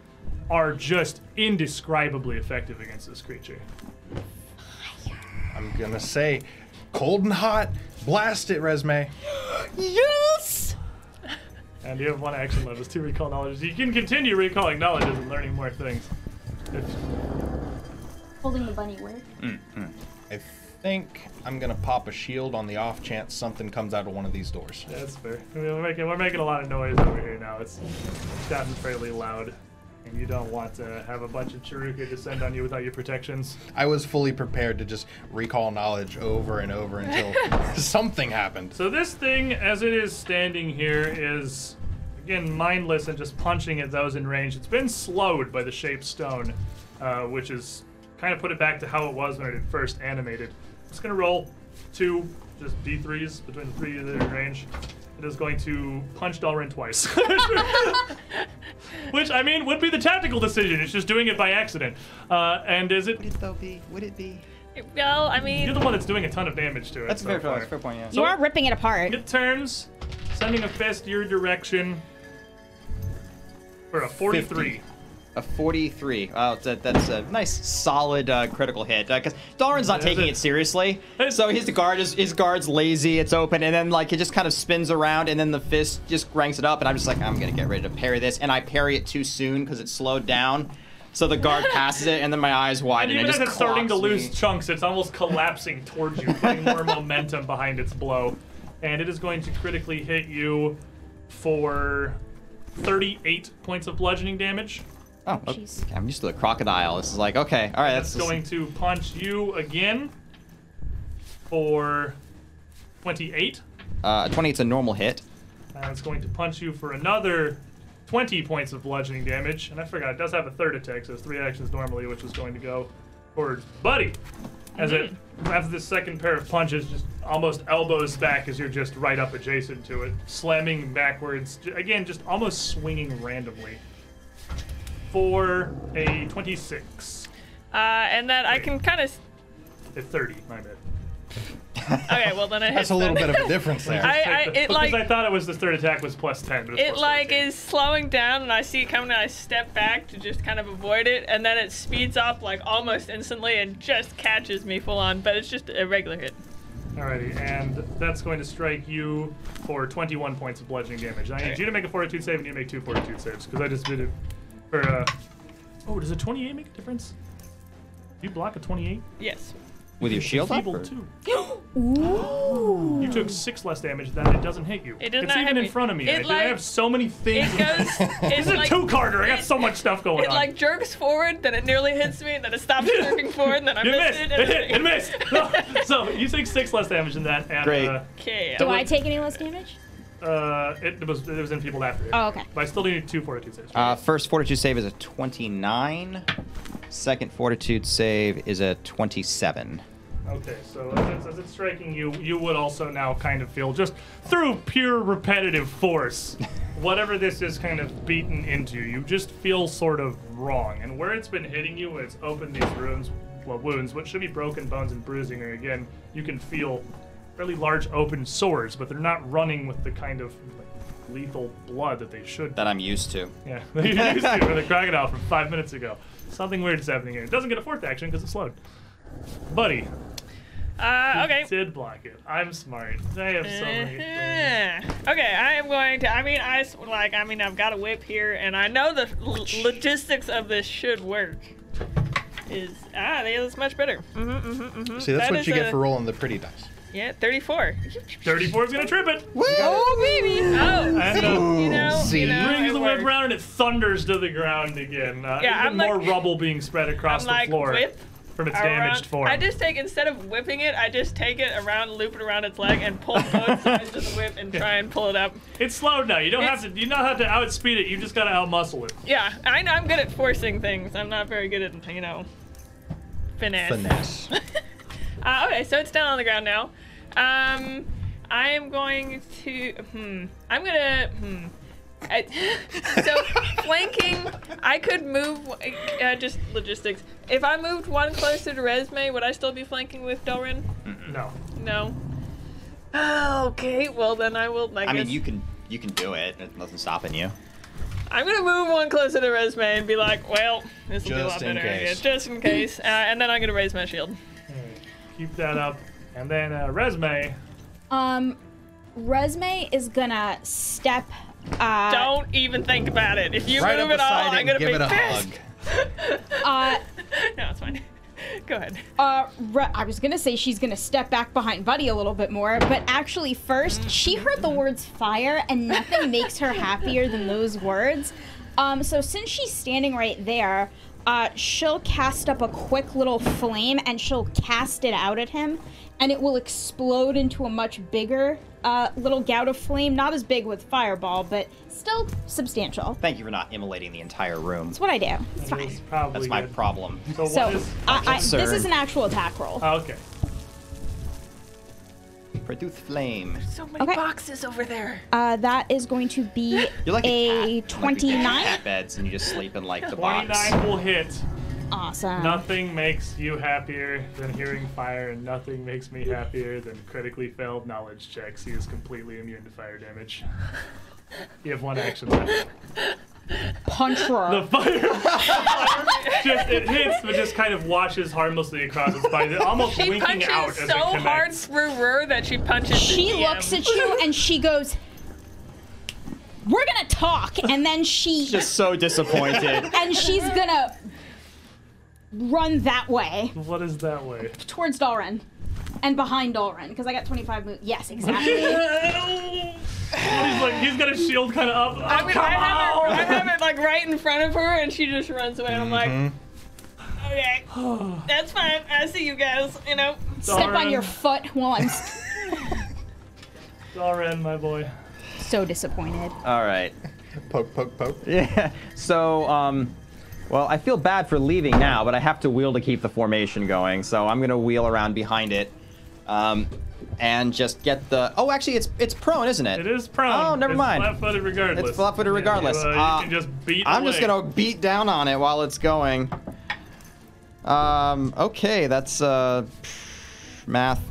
are just indescribably effective against this creature.
I'm gonna say, cold and hot. Blast it, resume.
Yes!
And you have one action left, is two recall knowledge. You can continue recalling knowledges and learning more things. If,
Holding the bunny where?
I think I'm gonna pop a shield on the off chance something comes out of one of these doors.
that's fair. I mean, We're making, we're making a lot of noise over here now. It's gotten fairly loud. And you don't want to have a bunch of Chiruka descend on you without your protections.
I was fully prepared to just recall knowledge over and over until
<laughs>
something happened.
So this thing, as it is standing here, is again mindless and just punching at those in range. It's been slowed by the shaped stone, uh, which is kind of put it back to how it was when it had first animated. It's gonna roll two just d3s between the three that are in range. It is going to punch Dalrin twice, <laughs> which I mean would be the tactical decision. It's just doing it by accident. Uh, and is it?
it though be? Would it be?
well, I
You're
mean,
the one that's doing a ton of damage to it.
That's a
so
fair,
far.
point. that's a fair point. Yeah.
You are ripping it apart.
It turns, sending a fist your direction. for a 43.
A 43. Oh, that, that's a nice, solid uh, critical hit. Because Doran's not
Is
taking
it-
it seriously,
It's-
so his guard is his guard's lazy. It's open, and then like it just kind of spins around, and then the fist just cranks it up, and I'm just like, I'm gonna get ready to parry this, and I parry it too soon because it's slowed down. So
<laughs>
the guard passes it, and then my eyes widen.
Even
and
as
just
it's starting to
clocks
lose
me.
chunks, it's almost collapsing towards you, putting more momentum behind its blow. And it is going to critically hit you for 38 points of bludgeoning damage.
Oh, okay.
<gasps>
Jeez.
I'm used to the crocodile. This is like, okay, all right, that's,
It's going to punch you again for 28.
uh, 20. It's a normal hit.
And it's going to punch you for another 20 points of bludgeoning damage. And I forgot, it does have a third attack, so it's three actions normally, which is going to go towards Buddy. As it,
Mm-hmm.
after this second pair of punches, just almost elbows back as you're just right up adjacent to it, slamming backwards. j- Again, just almost swinging randomly. For a 26.
Uh, and then I can kind of.
A 30, my bad.
Okay, well then it
That's
hits.
a little
then.
bit of a difference there.
<laughs> I, I,
Take the-
it
because
like
I thought it was the third attack was plus 10. But it's
it
plus
like
13.
is slowing down and i see it coming and i step back to just kind of avoid it and then it speeds up like almost instantly and just catches me full on but it's just a regular hit
Alrighty, and that's going to strike you for 21 points of bludgeoning damage. I need
Okay.
you to make a fortitude save, and you to make two fortitude saves, because I just did it for, uh... Oh, does a 28 make a difference? You block a 28? <laughs>
yes
With your shield up?
Feeble
or-
too. You took six less damage than it doesn't hit you.
It does
it's
not
even
hit
in
me.
front of me.
It,
I, dude, I
like-
have so many things.
it
<laughs>
goes it's
It's a
like
two-carter. I got
it-
so much stuff going
it
on.
like jerks forward then it nearly hits me and then it stops jerking forward and then
<laughs>
i
you
miss
missed.
it,
It,
and
hit. It missed. <laughs>
<laughs>
so you take six less damage than that, and
Great.
Uh,
okay
Do I take any less damage?
Uh, it was it was in people after.
Oh, okay.
But I still need two fortitude saves.
Uh, first fortitude save is a 29. Second fortitude save is a 27.
okay, so as it's, as it's striking you, you would also now kind of feel just through pure repetitive force, whatever this is kind of beaten into. You just feel sort of wrong, and where it's been hitting you, it's opened these wounds, well, wounds, what should be broken bones and bruising, or again, you can feel fairly large open sores, but they're not running with the kind of like, lethal blood that they should.
That I'm used to.
<laughs> Yeah, they used to with a crocodile from five minutes ago. Something weird is happening here. It doesn't get a fourth action because it's slowed. Buddy,
uh, okay
did block it. I'm smart. I have so many things.
Yeah. Uh-huh. Okay, I am going to. I mean, I s- like. I mean, I've got a whip here, and I know the l- logistics of this should work. Is ah, that is much better. hmm hmm hmm
See, that's
That
what
is
you
a-
get for rolling the pretty dice.
Yeah, thirty-four.
34 is going to trip it.
Oh baby! Oh,
And uh,
you know,
See?
you know,
brings
it
the
worked.
whip around and it thunders to the ground again. Uh,
Yeah,
even
I'm
more
like-
rubble being spread across
I'm
the
like
floor
whip.
from its
around-
damaged form.
I just take instead of whipping it, I just take it around, loop it around its leg, and pull
<laughs>
both sides of the whip and try and pull it up.
it's slowed now. You don't have
It's-
to. You don't have to outspeed it. You just got to outmuscle it.
Yeah, I know I'm good at forcing things. I'm not very good at you know finesse.
Finesse.
Uh, okay, so it's down on the ground now. Um, I am going to. Hmm. I'm gonna. Hmm. I, <laughs> so flanking, I could move. Uh, just logistics. If I moved one closer to Resme, would I still be flanking with Delrin?
No.
No. Oh, okay. Well, then I will. I,
I mean,
guess-
you can you can do it. There's nothing stopping you.
I'm gonna move one closer to Resme and be like, well, this will be a lot
Just in
better, I
case.
guess, just in case. Uh, and then I'm gonna raise my shield.
Keep that up. And then uh, resume.
Um, Resme is gonna step. Uh,
Don't even think about it. If you
Right up
move at all,
beside
I'm
it and
gonna
give
be
it a
pissed.
hug.
Uh,
<laughs> no, it's fine. Go ahead.
uh, Re- I was gonna say she's gonna step back behind Buddy a little bit more, but actually, first she heard the words fire, and nothing makes her happier than those words. Um, so since she's standing right there, uh, she'll cast up a quick little flame, and she'll cast it out at him, and it will explode into a much bigger uh, little gout of flame. Not as big with fireball, but still substantial.
Thank you for not immolating the entire room.
That's what I do. It's fine.
It's probably
That's my
good.
problem.
So, what
So
is-
I, I, this
Sir.
is an actual attack roll.
oh, okay.
Produce flame.
So many
Okay.
boxes over there.
Uh, that is going to be
<gasps> You're like
a,
a, cat. Like we
29.
get cat beds and you just sleep in like the box.
29 will hit.
Awesome.
Nothing makes you happier than hearing fire, and nothing makes me happier than critically failed knowledge <laughs> checks. He is completely immune to fire damage. You have one action left. The
Puncher.
fire <laughs> just it hits, but just kind of washes harmlessly across its body, almost
She
winking out
punches
as it
so hard
connects.
through her that she punches.
She
the DM.
looks at you and she goes, "We're gonna talk," and then she
<laughs> Just so
<laughs>
disappointed.
and she's gonna run that way
What is that <laughs> way?
towards Dalren and behind Dalren because I got 25 moves. Yes,
<laughs>
exactly.
he's like he's got a shield kind of up.
I mean, I have, it, I have it like right in front of her, and she just runs away. And I'm
Mm-hmm.
like, okay, that's fine. I see you guys. You know,
Step on your foot while I'm s-
Darren, my boy.
<laughs> so disappointed.
All right.
Poke, poke, poke.
<laughs> Yeah. So, um, well, I feel bad for leaving now, but I have to wheel to keep the formation going. So I'm gonna wheel around behind it, um, and just get the. Oh, actually, it's it's prone, isn't it?
It is prone.
Oh, never
it's
mind.
Flat-footed regardless.
It's flat-footed
Yeah,
regardless.
You, uh, you
Uh,
can just beat.
I'm just
away.
gonna beat down on it while it's going. Um, okay, that's uh, math.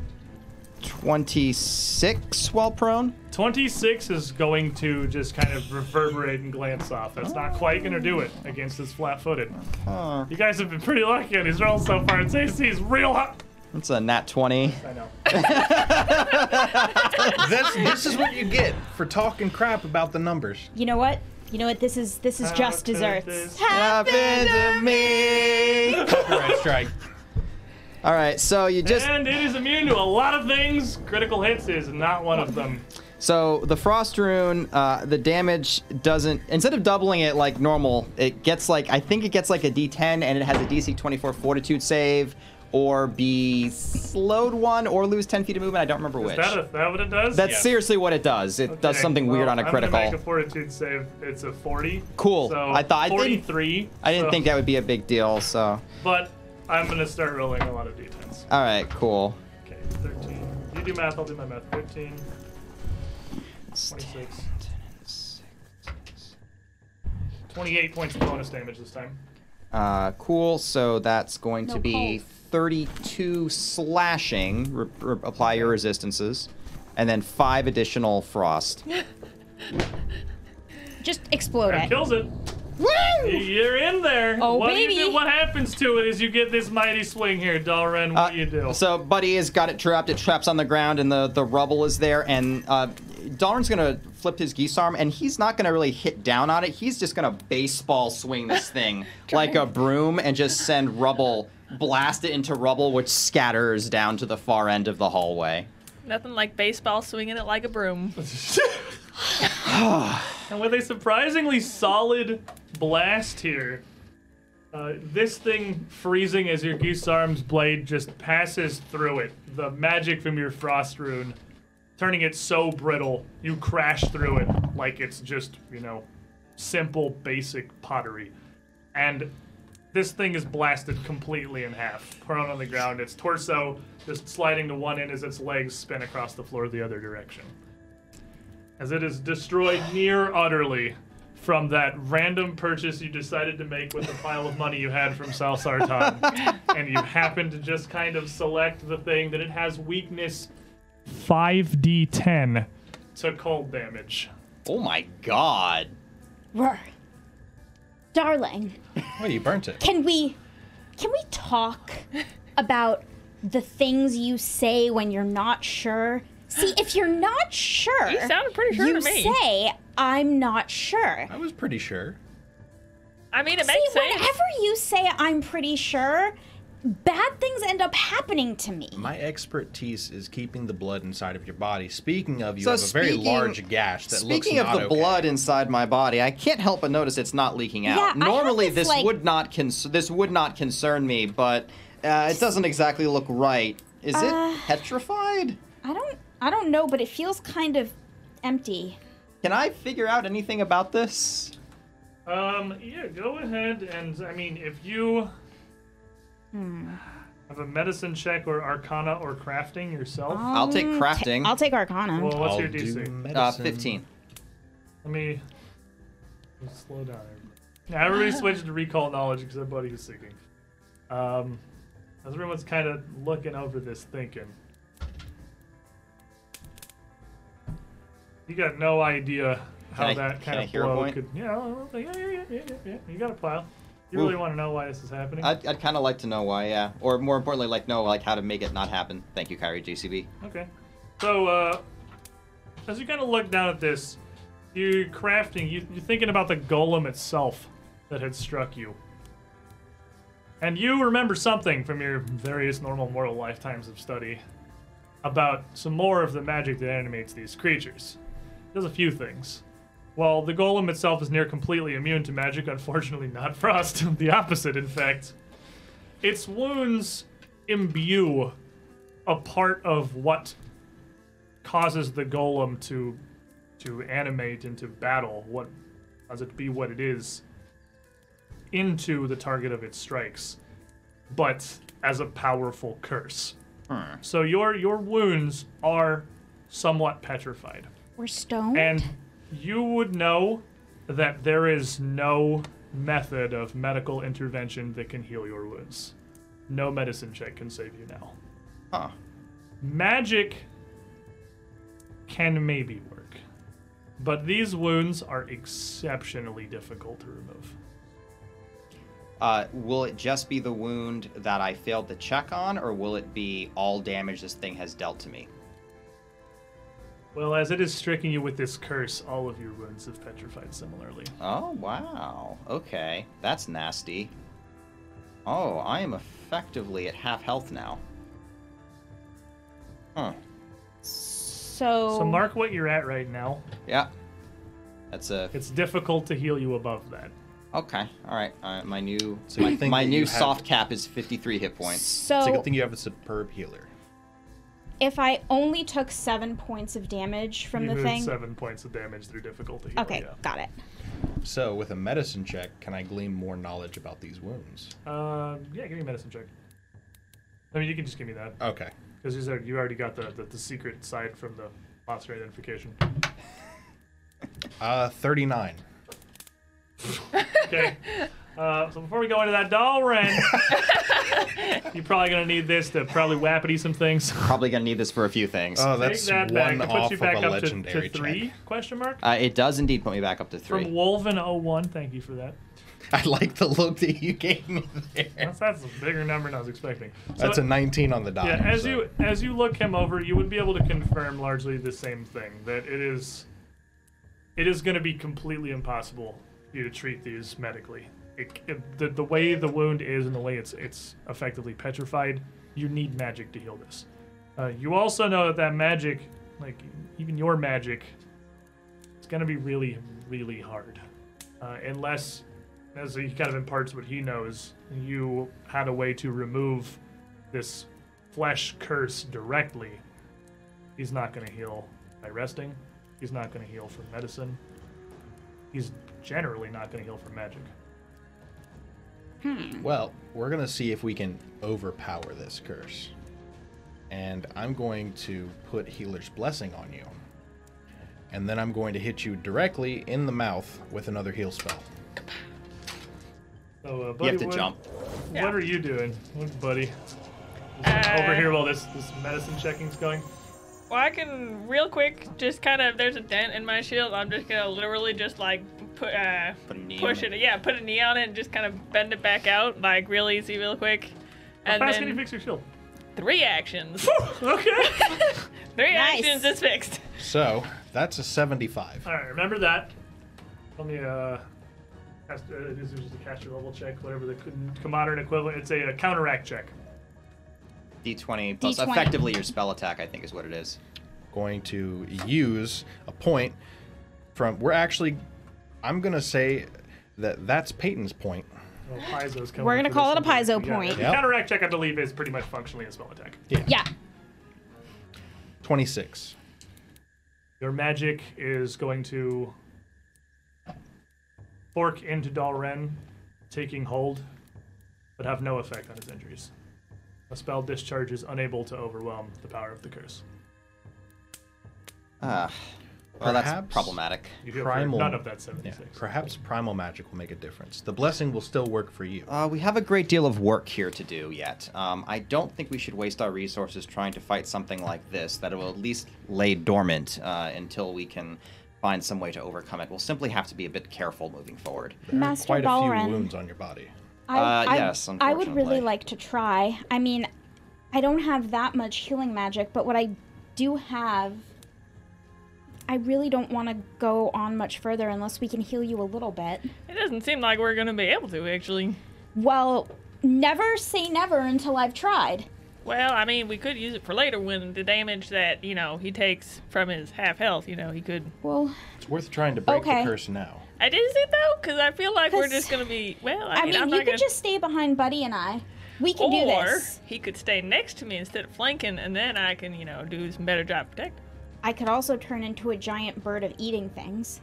Twenty-six while prone.
26 is going to just kind of reverberate and glance off. That's not quite going to do it against this flat footed. You guys have been pretty lucky on these rolls so far. Its AC is real high.
It's a nat twenty.
I know.
This, this is what you get for talking crap about the numbers.
You know what? You know what? This is this is just desserts.
desserts.
Happened to me.
Copyright strike.
All right, so you just
And it is immune to a lot of things. Critical hits is not one of them.
So the frost rune, uh, the damage doesn't. Instead of doubling it like normal, it gets like I think it gets like a D10, and it has a DC 24 Fortitude save, or be slowed one, or lose 10 feet of movement. I don't remember
Is
which.
that, a, that what it does?
That's seriously what it does. It does
Okay,
something weird
well,
on a
I'm gonna make
critical.
a fortitude save. It's a 40.
Cool.
So
I thought- I didn't-
43.
I didn't
so-
think that would be a big deal. So
But I'm going to start rolling a lot of d10s.
all right, cool.
Okay, 13. You do math, I'll do my math. 13, 26. 28 points of bonus damage this time.
Uh, cool. So that's going to
No
be
cold.
32 slashing. Re- re- apply your resistances, and then five additional frost.
Just explode
That
it.
kills it. Woo! You're in there.
Oh,
what do you
baby.
do- what happens to it is you get this mighty swing here, Dalren. What
Uh,
do you do?
So Buddy has got it trapped. It traps on the ground, and the, the rubble is there. And uh, Dalrin's gonna flip his geese arm, and he's not gonna really hit down on it. He's just gonna baseball swing this thing like a broom, and just send rubble, blast it into rubble, which scatters down to the far end of the hallway.
nothing like baseball swinging it like a broom.
<laughs> and with a surprisingly solid blast here, uh, this thing freezing as your goose arm's blade just passes through it. The magic from your frost rune turning it so brittle, you crash through it like it's just, you know, simple, basic pottery. And this thing is blasted completely in half, prone on the ground, its torso just sliding to one end as its legs spin across the floor the other direction. As it is destroyed near utterly from that random purchase you decided to make with the pile of money you had from Sal Sartan. and you happen to just kind of select the thing that it has weakness 5d10 to cold damage.
Oh my God!
Roar. Darling,
Well, you burnt it.
can we can we talk about the things you say when you're not sure? See, if you're not sure,
You sounded pretty sure
you
to me.
say I'm not sure.
I was pretty sure.
I mean, it
See,
makes sense.
whenever you say I'm pretty sure, bad things end up happening to me.
My expertise is keeping the blood inside of your body. Speaking of, you
So
have a very
speaking-
large gash that looks
Speaking of
not
the
okay.
blood inside my body, I can't help but notice it's not leaking out.
Yeah, I have
Normally,
this,
this,
like-
would not cons- this would not concern me, but uh, it doesn't exactly look right. Is
Uh.
it petrified?
I don't I don't know, but it feels kind of empty.
Can I figure out anything about this?
Um, yeah, go ahead and, I mean, if you have a medicine check or arcana or crafting yourself,
Oh.
I'll take
Um,
crafting.
I'll take Arcana.
well, what's
I'll
your
do
DC?
uh,
medicine.
15.
Let me let me slow down. Everybody. Now everybody switched to recall knowledge except Buddy was thinking. Um, as everyone's kind of looking over this, thinking. You got no idea how
I-
that
can
kind
I
of
hear a
blow
point?
could. Yeah, well, yeah, yeah, yeah, yeah, yeah, yeah. You got a plow. You really
Ooh.
want to know why this is happening?
I'd, I'd kind of like to know why, yeah. Or more importantly, like, know, like, how to make it not happen. Thank you, Kyrie JCB.
Okay. So, uh, as you kind of look down at this, you're crafting, you, you're thinking about the golem itself that had struck you. And you remember something from your various normal mortal lifetimes of study about some more of the magic that animates these creatures. It does a few things. While the golem itself is near completely immune to magic, <laughs> unfortunately not frost, <laughs> the opposite, in fact, its wounds imbue a part of what causes the golem to to animate into battle what does it be what it is into the target of its strikes but as a powerful curse so your your wounds are somewhat petrified
We're stoned.
and you would know that there is no method of medical intervention that can heal your wounds no medicine check can save you now
Huh.
magic can maybe work, but these wounds are exceptionally difficult to remove.
Uh, will it just be the wound that I failed to check on, or will it be all damage this thing has dealt to me?
Well, as it is striking you with this curse, all of your wounds have petrified similarly.
Oh, wow. Okay. That's nasty. Oh, I am effectively at half health now. Huh.
So,
So
Oh.
mark what you're at right now.
Yeah. That's a.
It's difficult to heal you above that.
Okay. All right. Uh, my new.
So you
My,
think
my
that
new
you have-
soft cap is 53 hit points.
It's a
so
good thing you have a superb healer.
if I only took seven points of damage from
you
Mm-hmm,
the
moved
thing.
seven points of damage through Oh, difficult to heal.
Okay, got it.
So, with a medicine check, can I glean more knowledge about these wounds?
Yeah. Uh, yeah, give me a medicine check. I mean, you can just give me that
Okay.
because you said you already got the, the, the secret side from the monster identification.
Uh, 39.
Okay. Uh, so before we go into that doll ring, <laughs> you're probably gonna need this to probably wappity some things.
Probably gonna need this for a few things.
Oh, that's
Take that
one
back. It
off
puts you back
of a
up to, to
legendary
three?
check.
Question mark.
Uh, it does indeed put me back up to
From
three.
Wolven 01. Thank you for that.
<laughs> I like the look that you gave me there.
That's, that's a bigger number than I was expecting. So,
That's a 19 on the dot.
Yeah, as
so-
you as you look him over, you would be able to confirm largely the same thing that it is. It is going to be completely impossible for you to treat these medically. It, it- the, the way the wound is and the way it's it's effectively petrified, you need magic to heal this. Uh, you also know that that magic, like even your magic, it's going to be really really hard, uh, unless. As he kind of imparts what he knows, you had a way to remove this flesh curse directly, he's not going to heal by resting. He's not going to heal from medicine. He's generally not going to heal from magic.
Well, we're going to see if we can overpower this curse. And I'm going to put Healer's Blessing on you. And then I'm going to hit you directly in the mouth with another heal spell.
So, uh, buddy,
You have to
what,
jump.
What
Yeah.
are you doing, what, buddy?
Uh,
Over here while this this medicine checking's going.
Well, I can real quick just kind of. There's a dent in my shield. I'm just gonna literally just like put uh,
Put a knee
push
on
it. Yeah, put a knee on it and just kind of bend it back out like real easy, real quick.
How
And
fast can you
then
fix your shield?
three actions.
<laughs> okay.
<laughs> three
Nice.
actions. It's fixed.
So, that's a 75.
All right, remember that. Tell me, uh, cast, uh, this is just a caster level check, whatever the commodern equivalent. It's a, uh counteract check.
D20 plus
D20.
effectively your spell attack, I think, is what it is.
Going to use a point from. We're actually. I'm going to say that that's Peyton's point.
Well, piezo's coming
We're gonna
for
call
this
it a
one,
piezo
but yeah,
point.
the
Yep.
Counteract check, I believe, is pretty much functionally a spell attack.
yeah.
26.
Your magic is going to fork into Dalren, taking hold, but have no effect on his injuries. A spell discharge is unable to overwhelm the power of the curse.
Ah. well, that's
Perhaps-
problematic.
You heal for
Primal.
none of that
Yeah,
76.
perhaps primal magic will make a difference. The blessing will still work for you.
Uh, we have a great deal of work here to do yet. Um, I don't think we should waste our resources trying to fight something like this that will at least lay dormant uh, until we can find some way to overcome it. We'll simply have to be a bit careful moving forward.
Master
Quite a few
Balren.
wounds on your body.
Uh,
I, I-
yes,
I would really
unfortunately.
like to try.
I mean, I don't have that much healing magic, but what I do have, I really don't want to go on much further unless we can heal you a little bit.
It doesn't seem like we're gonna be able to actually.
Well, never say never until I've tried.
Well, I mean, we could use it for later when the damage that you know he takes from his half health. You know, he could.
Well,
It's worth trying to break
Okay.
the curse now.
I did say though, because I feel like we're
'Cause-
just gonna be. Well, I,
I
mean,
mean,
I'm
you
not
could
gonna.
just stay behind Buddy and I. We can do
or
this.
he could stay next to me instead of flanking, and then I can, you know, do some better job protecting.
I could also turn into a giant bird of eating things.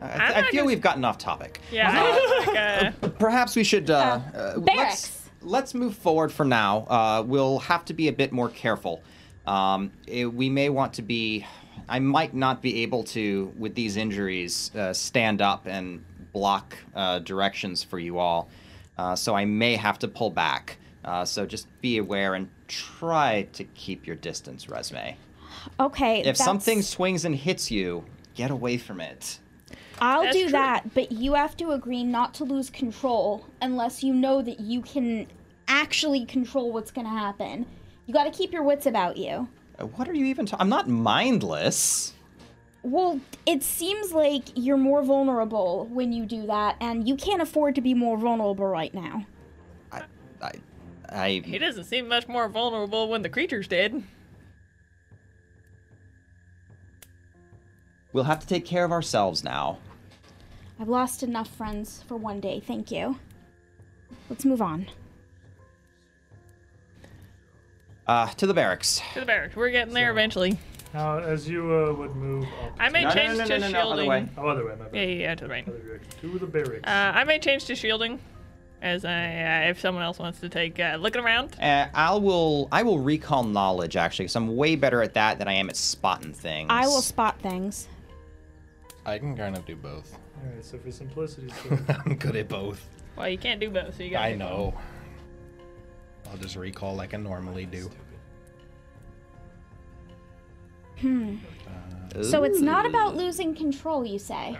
I,
I'm
I
not
feel
gonna-
we've gotten off topic.
Yeah. I- like, uh,
Perhaps we should. Uh, uh,
barracks.
Let's, let's move forward for now. Uh, we'll have to be a bit more careful. Um, eh, we may want to be. I might not be able to, with these injuries, uh, stand up and block uh, directions for you all. Uh, so I may have to pull back. Uh, so just be aware and try to keep your distance, Resume.
Okay.
If
that's-
something swings and hits you, get away from it.
I'll
That's
do
true.
that, but you have to agree not to lose control unless you know that you can actually control what's going to happen. You got to keep your wits about you.
Uh, What are you even talking? I'm not mindless.
Well, it seems like you're more vulnerable when you do that, and you can't afford to be more vulnerable right now.
I, I, I
he doesn't seem much more vulnerable when the creature's dead.
We'll have to take care of ourselves now.
I've lost enough friends for one day, thank you. Let's move on.
Uh, to the barracks.
To the barracks. We're getting there eventually.
Now, as you uh, would move up.
I may change to shielding.
Oh, other way, my bad.
Yeah, yeah, yeah, to the right.
Other direction. To the barracks.
Uh, I may change to shielding, as I uh, if someone else wants to take uh, looking around.
Uh, I will. I will recall knowledge actually, because I'm way better at that than I am at spotting things.
I will spot things.
I can kind of do both.
Alright, so for simplicity's sake.
<laughs> I'm good at both.
Well, you can't do both, so you got.
I know. I'll just recall like I normally do.
So it's not about losing control, you say?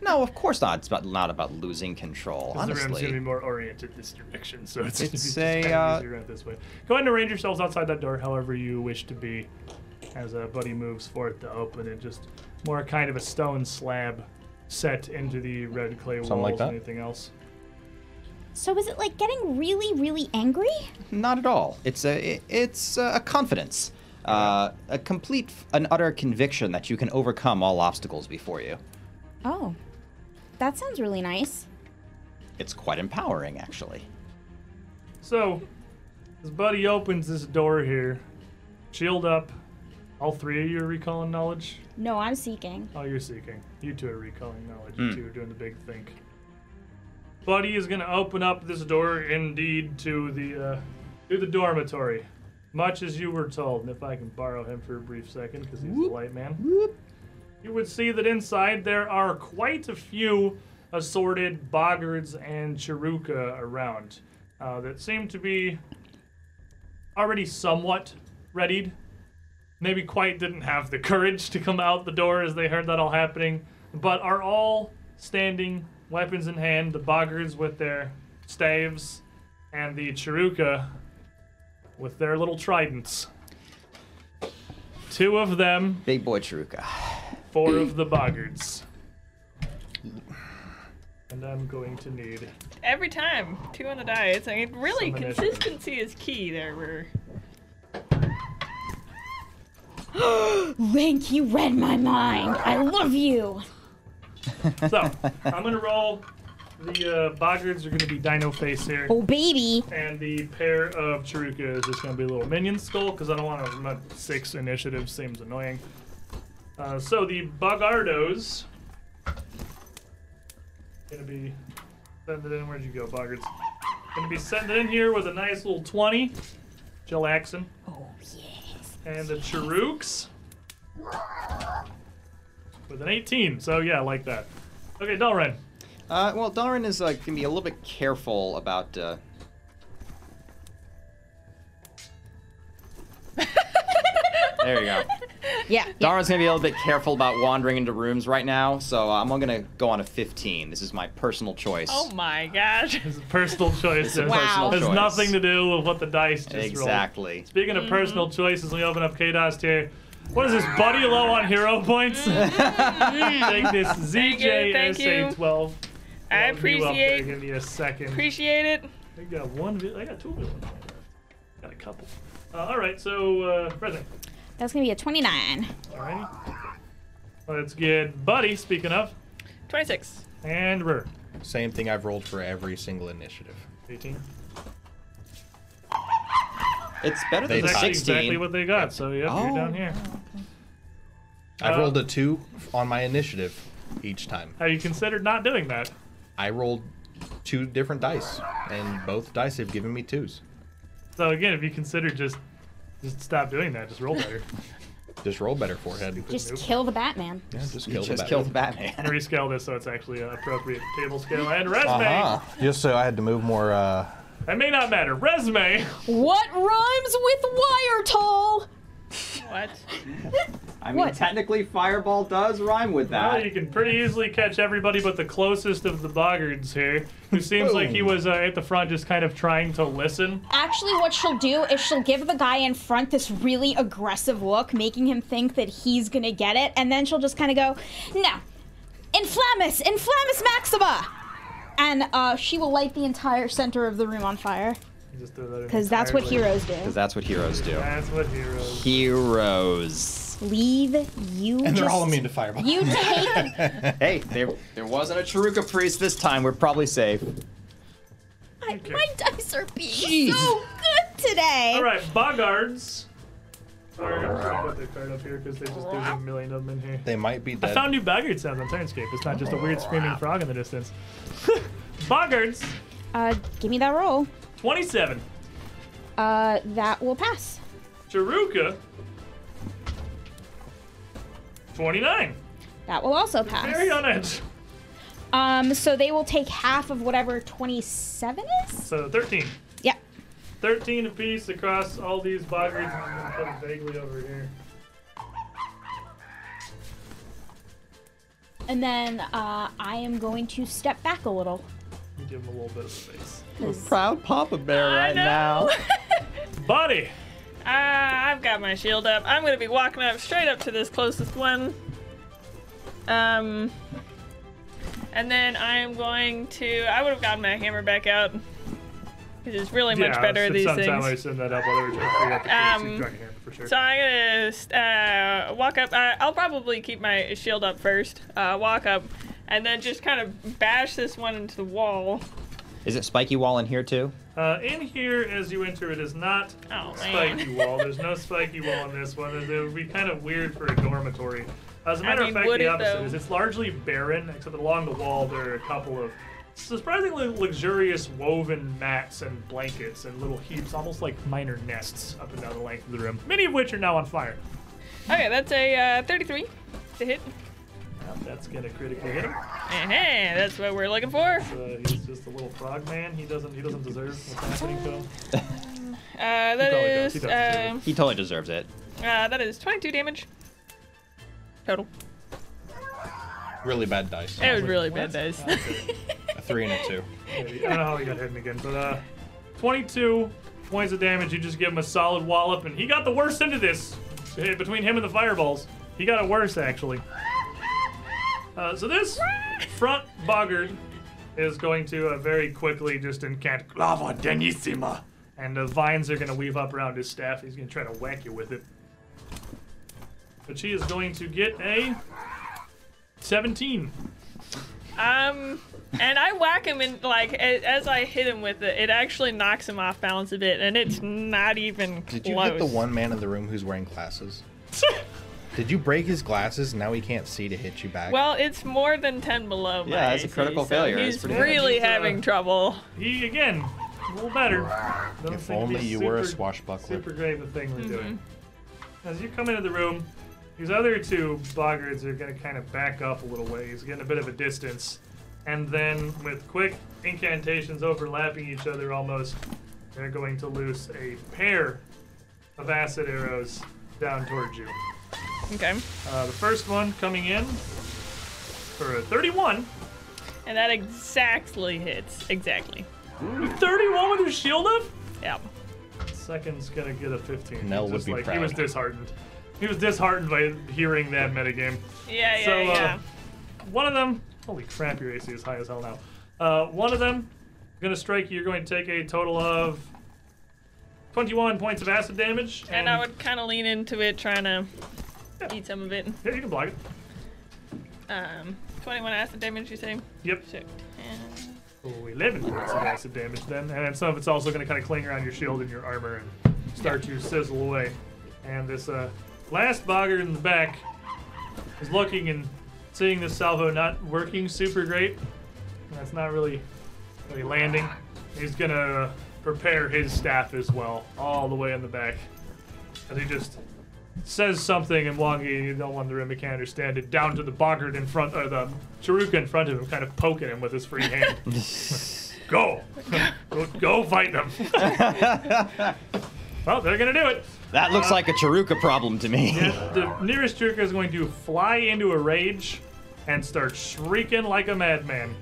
No, of course not. It's about, not about losing control.
The room's
Honestly.
gonna be more oriented this direction, so it's, <laughs> gonna
It's
be just
a,
kinda
uh,
easier out this way. Go ahead and arrange yourselves outside that door, however you wish to be. As uh, Buddy moves forth to open it, just more kind of a stone slab set into the red clay
Something like
walls.
that?
Anything else?
So is it like getting really, really angry?
Not at all. It's a. it- It's a confidence. Uh, a complete and utter conviction that you can overcome all obstacles before you.
Oh, that sounds really nice.
It's quite empowering, actually.
So, as Buddy opens this door here, shield up. All three of you are recalling knowledge.
No, I'm seeking.
Oh, you're seeking. You two are recalling knowledge. You two are doing the big think. Buddy is going to open up this door, indeed, to the uh, to the dormitory, much as you were told. And if I can borrow him for a brief second, because he's the light man, you would see that inside there are quite a few assorted boggards and chiruka around uh, that seem to be already somewhat readied maybe quite didn't have the courage to come out the door as they heard that all happening, but are all standing, weapons in hand, the boggards with their staves, and the Chiruka with their little tridents. Two of them,
Big boy Chiruka.
four of the boggards. And I'm going to need.
Every time, two on the die. It's like really
Some initiative.
consistency is key. There, we're
Link, you read my mind. I love you.
So, I'm going to roll. The uh, boggards are going to be Dino Face here.
Oh, baby.
And the pair of Chiruka is just going to be a little minion skull because I don't want to. Six initiative seems annoying. Uh, so the Bogardos. Gonna be. Send it in. Where'd you go, Boggards? Gonna be sending it in here with a nice little 20. Jill Axon.
Oh, yes.
And the Chiruks. With an 18. So yeah, I like that. Okay, Dalren.
Uh, well, Darren is uh, gonna be a little bit careful about. Uh... <laughs> there you go.
Yeah. yeah.
Dara's gonna be a little bit careful about wandering into rooms right now, so uh, I'm gonna go on a 15. This is my personal choice.
Oh my gosh.
It's a personal choice. It
personal
has
choice.
nothing to do with what the dice just rolled.
exactly.
Speaking of personal
Mm-hmm.
choices, we open up KDOS tier. What is this, buddy low on hero points? <laughs> Take this
Mm-hmm. you, thank you.
ZJSA12. Love You
I
up there.
appreciate
Give me a second.
appreciate it.
I got one. vi- I got two villains. Got a couple. Uh, all right, so uh, present.
That's gonna be a 29.
All righty. Let's get buddy. Speaking of,
Twenty six.
and Rur.
Same thing I've rolled for every single initiative.
18.
It's better
They
than
That's
tied.
actually
16.
exactly what they got. So yep,
Oh.
you're down here.
I've
Uh,
rolled a two on my initiative each time.
Have you considered not doing that?
I rolled two different dice, and both dice have given me twos.
So again, if you consider just just stop doing that, just roll
<laughs>
better.
Just roll better, forehead.
Just kill the Batman.
yeah, just
You
kill
just
the
killed
bat.
and
<laughs>
Batman.
rescale this so it's actually an appropriate table scale and resume.
uh-huh.
Just so I had to move more. Uh,
That may not matter. Resume. <laughs>
What rhymes with wire tall?
What?
I mean, technically, fireball does rhyme with
Well,
that.
you can pretty easily catch everybody but the closest of the boggards here, who seems like he was uh, at the front just kind of trying to listen.
Actually, what she'll do is she'll give the guy in front this really aggressive look, making him think that he's gonna get it, and then she'll just kind of go, "No, inflamus, inflamus maxima," and uh, she will light the entire center of the room on fire
Just throw that in
because that's what
entirely.
heroes do.
Because that's what heroes do.
That's what heroes.
Heroes.
Leave you.
and they're
just-
all immune to fireball.
You take
Hey, there, there wasn't a Charuka priest this time. We're probably safe.
my, my dice are being
Jeez.
so good today.
All right, boggards. Sorry, I'm trying to put their card up here because they just there's a million of them in here.
they might be dead.
I found new boggard sounds on Turnscape. It's not just a weird
Oh.
screaming frog in the distance. <laughs> boggards,
Uh, give me that roll.
27.
Uh, that will pass.
Charuka, 29.
That will also
Very
pass.
on edge.
Um, so they will take half of whatever 27 is.
So 13.
Yeah.
13 apiece across all these boggards. I'm going to put them vaguely over here.
And then uh, I am going to step back a little.
Give them a little bit of space.
Proud Papa Bear
I
right
know.
now.
Buddy,
Uh, I've got my shield up. I'm gonna be walking up straight up to this closest one. Um, and then I am going to. I would have gotten my hammer back out because it's really much
yeah,
better
it's
these
sometime
things.
I send that up. I'll always figure out the case.
Um,
He's trying to hear me for sure.
So I'm gonna uh, walk up. Uh, I'll probably keep my shield up first. Uh, walk up, and then just kind of bash this one into the wall.
<laughs> Is it spiky wall in here too?
Uh, in here, as you enter, it is not
Oh man.
spiky wall. There's no spiky wall in this one. It would be kind of weird for a dormitory. As a matter
mean,
of fact,
would
the
it,
opposite
though?
is it's largely barren, except along the wall there are a couple of surprisingly luxurious woven mats and blankets and little heaps, almost like minor nests up and down the length of the room, many of which are now on fire.
<laughs> Okay, that's a uh, 33 to hit.
Now, that's going to critically hit him.
uh that's what we're looking for.
Uh, he's just a little frog man. He doesn't, he doesn't deserve what's happening to him.
Uh, that
He probably does.
is
He
uh,
does
He totally deserves it.
uh, that is 22 damage total.
really bad dice.
It was really bad dice. <laughs>
A three and a two.
<laughs> I don't know how he got hit again, but uh, 22 points of damage. You just give him a solid wallop, and he got the worst end of this. Eh, Between him and the fireballs, he got it worse actually. Uh, so this front boggard is going to uh, very quickly just incant lava denissima, and the vines are going to weave up around his staff. He's going to try to whack you with it, but she is going to get a 17.
Um, and I whack him and like a- as I hit him with it, it actually knocks him off balance a bit, and it's not even close.
Did you hit the one man in the room who's wearing
<laughs>
glasses? Did you break his glasses? and Now he can't see to hit you back.
Well, it's more than 10 below.
Yeah,
my
it's a
AC,
critical
so
failure. It's
He's
pretty
really
much-
having trouble.
He again, a little better. Doesn't
if
seem to be
only you were a
super-
swashbuckler.
Super great with thing we're doing. As you come into the room, these other two boggards are going to kind of back up a little ways, getting a bit of a distance, and then with quick incantations overlapping each other almost, they're going to loose a pair of acid arrows down towards you.
Okay.
Uh, the first one coming in for a 31.
And that exactly hits. Exactly.
31 with your shield up?
Yeah.
Second's gonna get a 15.
Nell
He's
would
just
be
like, He
proud.
was disheartened. He was disheartened by hearing that metagame.
Yeah, yeah,
So, uh,
yeah.
One of them, holy crap, your AC is high as hell now. Uh, one of them gonna strike you. You're going to take a total of 21 points of acid damage.
and I would kind of lean into it, trying to eat some of it.
Yeah, you can block it.
Um, 21 acid damage, you say?
Yep.
Shoot. And-
Oh, 11 points of acid damage then. And then some of it's also going to kind of cling around your shield and your armor and start to sizzle away. And this uh, last bogger in the back is looking and seeing this salvo not working super great. And that's not really, really landing. He's going to prepare his staff as well, all the way in the back. And he just says something and Wongi, you don't want the Rima can't understand it, down to the boggard in front, or the Chiruka in front of him, kind of poking him with his free hand. go. go! Go fight them. well, they're gonna do it.
That looks like a Charuka problem to me.
The nearest Chiruka is going to fly into a rage and start shrieking like a madman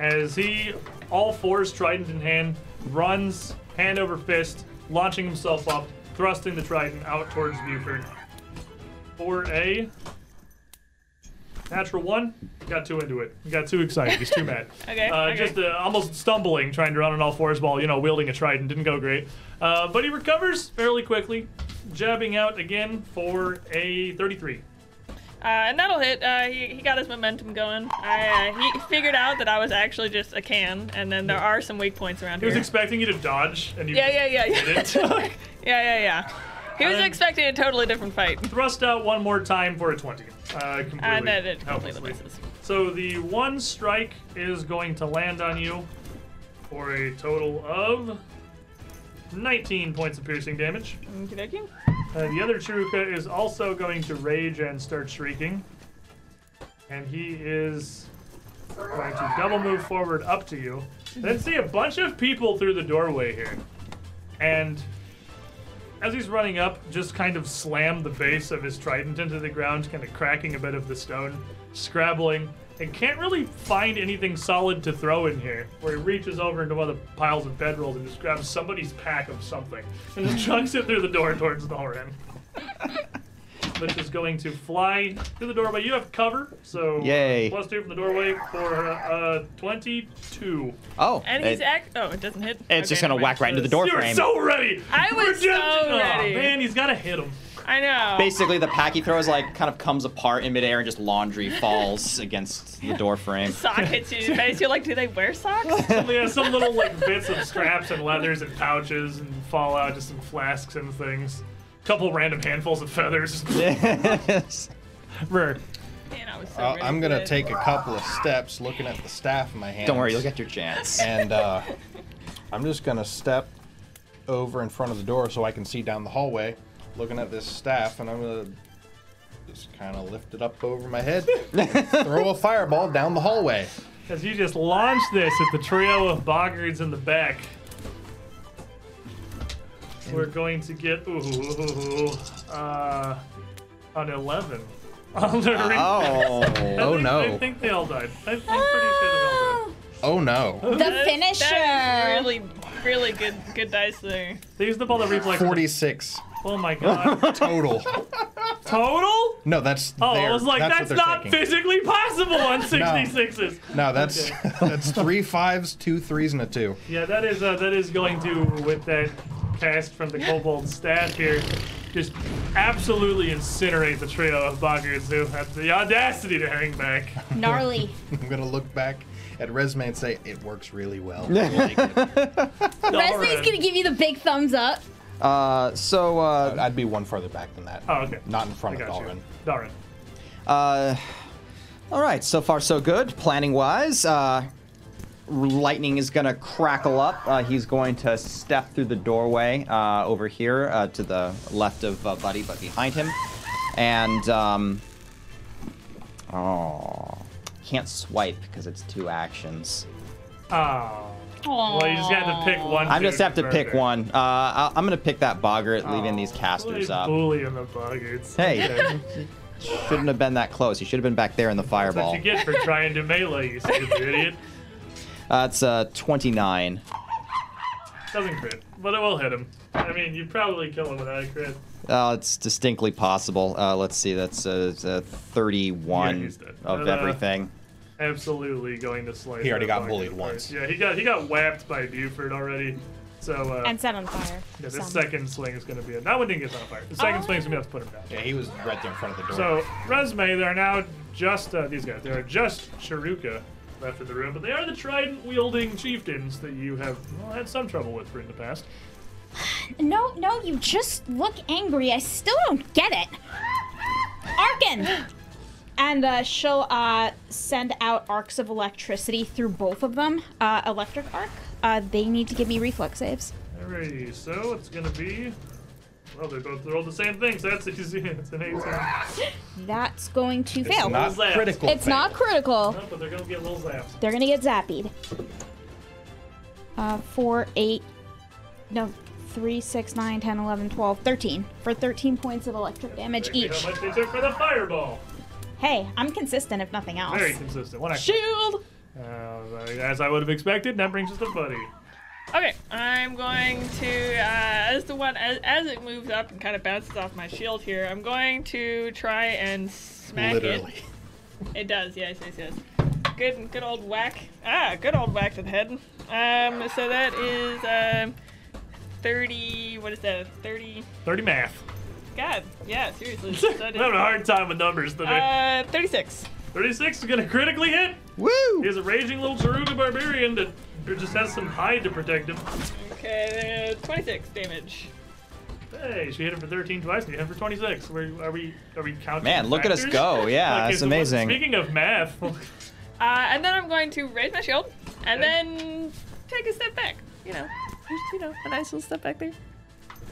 as he, all fours trident in hand, runs hand over fist, launching himself up, thrusting the trident out towards Buford. For a natural one, got two into it. He got too excited. He's too mad.
<laughs> Okay,
Uh,
okay.
Just uh, almost stumbling, trying to run on all fours while you know wielding a trident didn't go great. Uh, but he recovers fairly quickly, jabbing out again for a 33.
Uh, and that'll hit. Uh, he, he got his momentum going. I, uh, he figured out that I was actually just a can, and then there are some weak points around
He was
here.
expecting you to dodge, and you
yeah, yeah, yeah, yeah, <laughs>
did it.
yeah, yeah, yeah. He was
Um,
expecting a totally different fight.
Thrust out one more time for a 20. Uh, completely
And then it completely
helplessly.
misses.
So the one strike is going to land on you for a total of 19 points of piercing damage.
Okie dokie.
Uh, the other Chiruka is also going to rage and start shrieking. And he is going to double move forward up to you. Then see a bunch of people through the doorway here. And as he's running up, just kind of slam the base of his trident into the ground, kind of cracking a bit of the stone, scrabbling, and can't really find anything solid to throw in here. Where he reaches over into one of the piles of bedrolls and just grabs somebody's pack of something and then <laughs> chucks it through the door towards Nalren. Which is going to fly through the doorway. You have cover, so uh,
Yay.
plus two from the doorway for uh, 22.
<laughs> Oh,
And
it-
he's act. Oh, it doesn't hit.
it's just
Okay,
gonna
never
whack
mind.
right into the door
You're
frame.
so ready.
I was so
Redemption- Aw,
ready.
man, he's got to hit him.
I know.
Basically, the pack he throws like kind of comes apart in midair and
<laughs>
just laundry falls against the door frame.
Sock hits you in the face. You're like, do they wear
<laughs>
socks?
Yeah, some little like bits of scraps and leathers and pouches and fall out just some flasks and things. Couple random handfuls of
<laughs>
feathers.
<laughs> Don't
Rare.
Man, I was so
Uh,
ready
I'm
for
gonna
this.
take a couple of steps, looking at the staff in my hand.
worry, you'll get your chance.
And
<laughs>
uh, I'm just gonna step over in front of the door so I can see down the hallway, looking at this staff, and I'm gonna just kind of lift it up over my
<laughs>
head, and throw a fireball down the hallway.
As you just launch this at the trio of boggards in the back. We're going to get ooh uh an eleven. <laughs> On the ring.
Oh,
Oh, no.
I think they all died. I think pretty sure they all died. <laughs>
Oh no!
Ah, The
That's-
finisher.
That's really, really good, good dice there.
They used up all the reflex.
46
Oh my god.
total.
Total?
No, that's.
Oh,
their-
I was like,
what
that's,
they're
not
taking.
physically possible on 66s.
No, that's <laughs> that's three fives, two threes, and a two.
Yeah, that is uh, that is going to with that cast from the kobold staff here, just absolutely incinerate the trio of Boggards who have the audacity to hang back.
Gnarly.
I'm gonna look back at resume and say it works really well.
Resume's gonna give you the big thumbs up.
Uh, so uh,
I'd be one further back than that.
Oh, okay.
Not in
I
front of
got you.
Dalrin.
Dalrin.
Uh, all right, so far so good. Planning wise, uh, lightning is gonna crackle up. Uh, he's going to step through the doorway uh, over here uh, to the left of uh, Buddy, but behind him, and um, oh, can't swipe because it's two actions.
Oh. Well, you just had to pick one.
I
dude
just have to
from
pick
there.
one. Uh,
Oh,
I- I'm gonna pick that boggart, leaving these
Really
casters up.
bullying the Boggards.
Hey, Shouldn't have been that close. You should have been back there in the
That's
fireball.
what you get for trying to melee, you stupid idiot.
That's uh, 29.
Doesn't crit, but it will hit him. I mean, you probably kill him without a crit.
Uh, it's distinctly possible. Uh, let's see, that's uh, uh, 31
Yeah, he's dead.
of
Uh,
everything.
Absolutely going to slice.
He already
that
got
fucker
bullied
to
once.
bits. Yeah, he got he got whapped by Buford already. So uh,
and set on fire.
yeah, this
some. Oh.
second swing is going to be a, that one didn't get set on fire. The second swing's going to be enough to put him down.
Yeah, he was right there in front of the door.
So resume, there are now just uh, these guys. There are just Sharuka left in the room, but they are the trident wielding chieftains that you have well, had some trouble with in the past.
No, no, you just look angry. I still don't get it. Arkin!
And uh, she'll uh, send out arcs of electricity through both of them. Uh, electric arc. Uh, they need to give me reflex saves.
Alrighty, so it's going to be. Well, they both rolled the same thing, so that's <laughs> easy. It's an 18. No,
That's going to
it's
fail.
not
Left.
critical.
it's not
fail.
critical.
Oh, but they're going to get little zaps.
They're gonna get zappied. Uh, four, eight, no, three, six, nine, ten, eleven, twelve, thirteen. For thirteen points of electric damage
Exactly
each.
How much they took for the fireball?
Hey, I'm consistent if nothing else.
Very consistent. One action.
Shield.
Uh, as I would have expected, that brings us to Buddy.
Okay, I'm going to uh, as the one as, as it moves up and kind of bounces off my shield here. I'm going to try and smack
Literally.
it. It does, yes, yes, yes. Good, good old whack. Ah, good old whack to the head. Um, so that is um, thirty. What is that? Thirty.
30 math.
God,
<laughs>
yeah, seriously.
I'm
So that
having a
is,
hard time with numbers today.
uh, thirty-six.
36 is going to critically hit. He
Woo!
has a raging little Taruga barbarian that just has some hide to protect him.
Okay, uh, twenty-six damage.
Hey, she hit him for 13 twice, and you hit him for 26. Where are we? Are we counting?
Man, look at us
factors? <laughs>
go. Yeah,
Okay,
that's
so what-
amazing.
Speaking of math, <laughs>
Uh, and then I'm going to raise my shield and
Okay.
then take a step back. You know, just, <laughs> you know, a nice little step back there.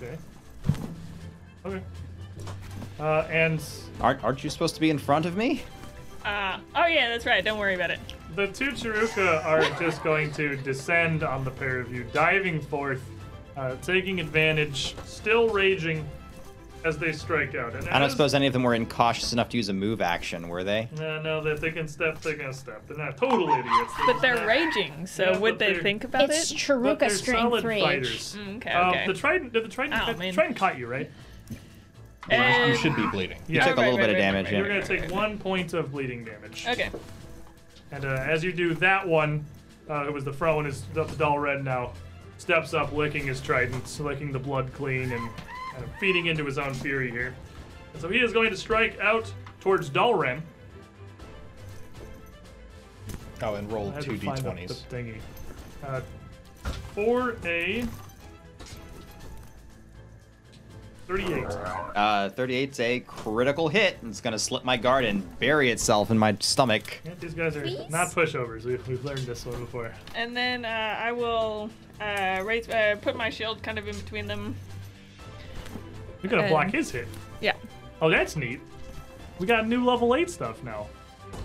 okay, okay, uh, and
Aren't, aren't you supposed to be in front of me?
Uh, oh yeah, that's right. Don't worry about it.
the two Chiruka are just going to descend on the pair of you, diving forth, uh, taking advantage, still raging as they strike out. And
I don't
as-
suppose any of them were incautious enough to use a move action, were they?
No, no, if they can step, they're gonna step. They're not total idiots.
But they're <laughs>
not-
raging, so
Yeah,
would
but
they
they're-
think about
It's
it?
but
Charuka
they're
strength
solid
three.
fighters.
Mm, Okay,
Uh,
okay.
the trident, did the trident,
Ow,
the
man.
trident caught you, right?
Um,
You should be bleeding.
Yeah.
Took a
Right,
little
right,
bit of
right,
damage,
right,
You're
yeah.
gonna
<laughs>
take one point of bleeding damage.
Okay.
And uh, as you do that one, uh, it was the front one is up to dull red now. Steps up, licking his trident, licking the blood clean, and kind of feeding into his own fury here. And so he is going to strike out towards Dalren.
Oh, and roll
I had
two
to find the-
d20s.
the thingy. Uh, for a 38.
Uh, 38's a critical hit, and it's gonna slip my guard and bury itself in my stomach.
Yeah, these guys are not pushovers. We, we've learned this one before.
And then uh, I will uh, raise, uh, put my shield kind of in between them.
We're gonna
Um,
block his hit.
Yeah.
Oh, that's neat. We got new level 8 stuff now.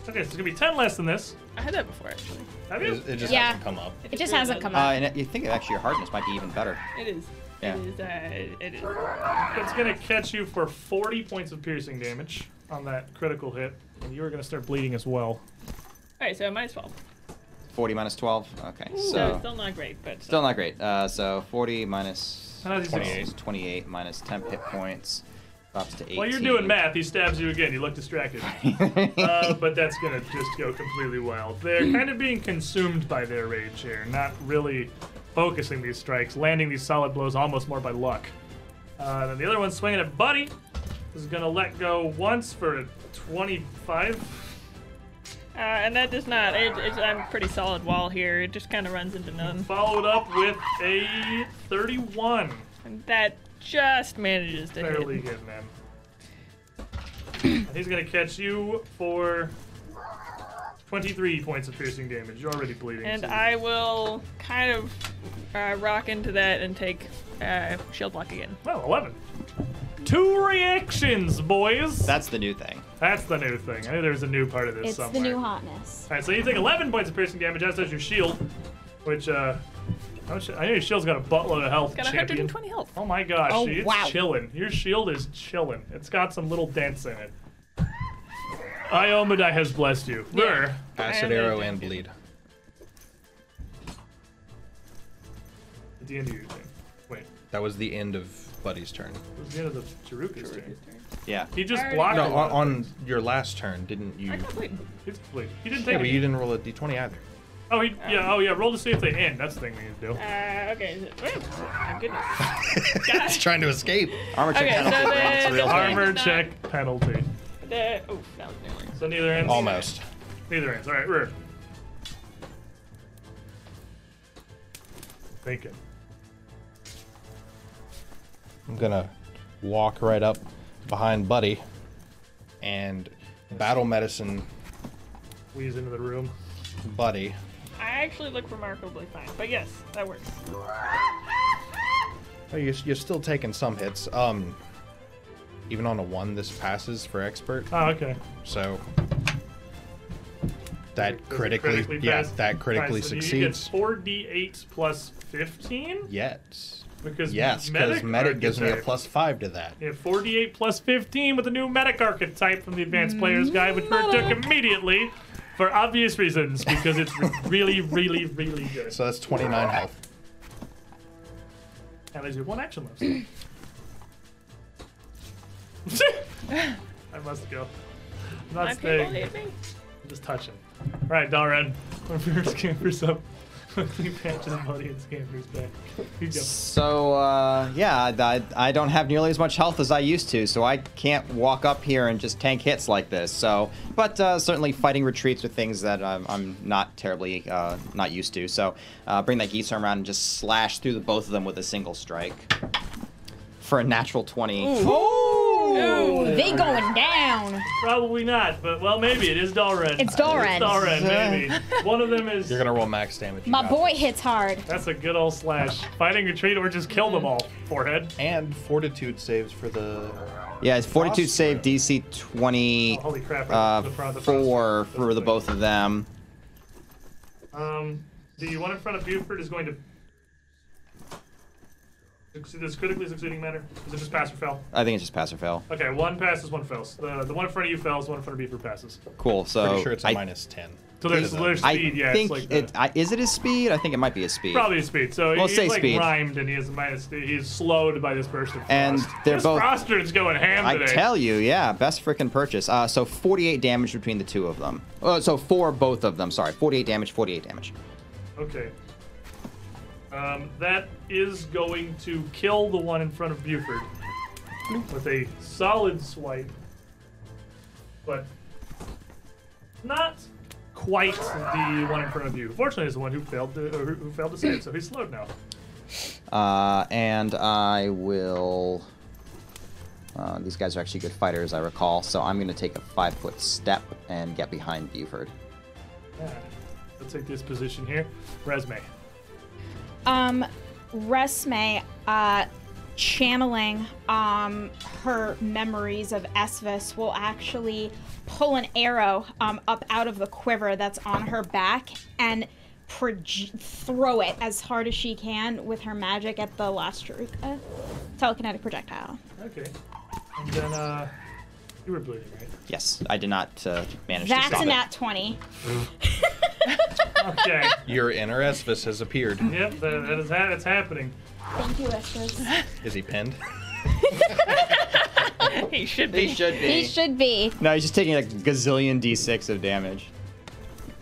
Okay, so it's gonna be 10 less than this.
I had that before actually.
Have you?
It, it just
Yeah.
hasn't come up.
It just hasn't come
Uh,
up.
and you think actually your hardness might be even better.
It is.
Yeah.
It is. Uh, it, it is.
It's gonna catch you for 40 points of piercing damage on that critical hit, and you are gonna start bleeding as well.
All right, so I might as well.
40 minus 12. Okay,
So,
so
still not great, but
still not great. Uh, so 40 minus
How does he
28, 28 minus 10 hit points drops to 18.
While you're doing math, he stabs you again. You look distracted. uh, but that's gonna just go completely wild. They're kind of being consumed by their rage here, not really focusing these strikes, landing these solid blows almost more by luck. Uh, then the other one's swinging at Buddy. Is gonna let go once for a 25.
Uh, and that does not. It, it's, I'm a pretty solid wall here. It just kind of runs into none.
Followed up with a 31.
And that just manages to
Barely
hit.
hitting him. And he's gonna catch you for 23 points of piercing damage. You're already bleeding.
And
so-
I will kind of uh, rock into that and take uh, shield block again.
Well, 11. Two reactions, boys.
That's the new thing.
That's the new thing. I knew there was a new part of this
It's
somewhere.
the new hotness.
All right, so you take 11 points of piercing damage, as does your shield, which, uh, oh shit, I know your shield's got a buttload of health.
Got
champion.
120 health.
Oh my gosh,
Oh,
it's
wow.
chilling. Your shield is chilling. It's got some little dents in it. Iomidai has blessed you. Rur.
Acid
I am
arrow
gonna
and
do it.
bleed.
At the end of your thing. Wait.
That was the end of Buddy's turn.
It was the end of the Chiruka's turn.
Yeah.
He just
I already
blocked
No,
a lot
on,
of
on
things.
your last turn, didn't you?
I complete.
It's complete. He didn't
Yeah,
take
but
it.
you didn't roll a d20 either.
Oh, he, yeah. Oh, yeah. Roll to see if they end. That's the thing we need to do.
Uh, okay. is it- Ooh, my goodness.
<laughs>
<laughs>
It's trying to
<laughs>
escape.
Armor check
Okay, so
penalty.
then-
That's a real
Okay.
thing.
Armor check penalty.
The, oh, that was near one.
So neither ends.
Almost.
Neither ends. All right, Rur. Bacon.
I'm gonna walk right up behind Buddy and battle medicine
Wheeze into the room.
Buddy.
I actually look remarkably fine, but yes, that works.
Oh, You're, you're still taking some hits. Um, even on a one, this passes for expert.
Oh, okay.
So that
Does it
critically, yeah,
pass?
that critically
Alright, so You get
succeeds.
four d8 plus fifteen
Yes,
because
yes, because
medic,
medic gives me a
archetype.
plus five to that.
Yeah, 48 plus 15 with the new medic archetype from the Advanced Players Guide, which Bert took immediately for obvious reasons because it's really, really, really good.
So that's 29 health.
And there's your one action left. I must go. I'm not
My people
staying.
hate me.
I'm just touching. Alright, Dalred. When <laughs> First Camper's up. <laughs> Quickly patches Buddy and Scamper's back. You go.
So uh, yeah, I, I don't have nearly as much health as I used to, so I can't walk up here and just tank hits like this. So, but uh, certainly fighting retreats are things that I'm, I'm not terribly uh, not used to. So, uh, bring that geese arm around and just slash through the both of them with a single strike for a natural twenty.
They going down.
Probably not, but well, maybe it is Dalred.
It's Dalred.
It's Dalred,
<laughs>
maybe. One of them is.
You're gonna roll max damage. you
My
got
boy
it.
hits hard.
That's a good old slash. Fighting retreat or just kill them all. Forehead.
And fortitude saves for the.
Yeah, it's fortitude save DC twenty
Oh, holy crap.
uh,
The front- the front-
four for the
thing.
both of them.
Um, the one in front of Buford is going to. Does critically succeeding matter? Does it just pass or fail?
I think it's just pass or fail.
Okay, one passes, one fails. The the one in front of you fails, the one in front of Buford passes.
Cool. So
Pretty sure it's a
I-
minus 10.
So there's,
Yeah.
there's
I
speed, yeah.
think
it's like the-
it I, is it his speed. I think it might be his speed.
Probably his speed. So
Well,
he's
say
like
speed.
rhymed, and he is minus. He's slowed by this burst of frost.
And they're
this
both-
Frostard's going ham
I
today.
tell you, yeah, best freaking purchase. Uh, so 48 damage between the two of them. Uh, so four both of them. Sorry, 48 damage, 48 damage.
Okay. Um, that is going to kill the one in front of Buford with a solid swipe, but not quite the one in front of you. Fortunately, it's the one who failed to or who who failed to save, so he's slowed now.
Uh, and I will. Uh, these guys are actually good fighters, I recall. So I'm going to take a five foot step and get behind Buford.
Yeah. Let's take this position here. Resume.
Um, Resme, uh, channeling um, her memories of Esvis will actually pull an arrow um, up out of the quiver that's on her back and proj- throw it as hard as she can with her magic at the last Charuka. Telekinetic projectile.
Okay. And then uh, you were bleeding, right?
<laughs> Yes, I did not uh, manage to
That's
stop
an
it.
at 20.
Okay.
Your inner Esvis has appeared.
yep. That, that is ha- that's happening.
Thank you, Esvis.
Is he pinned?
<laughs> He should be.
should
He should be.
No, he's just taking like a gazillion d6 of damage.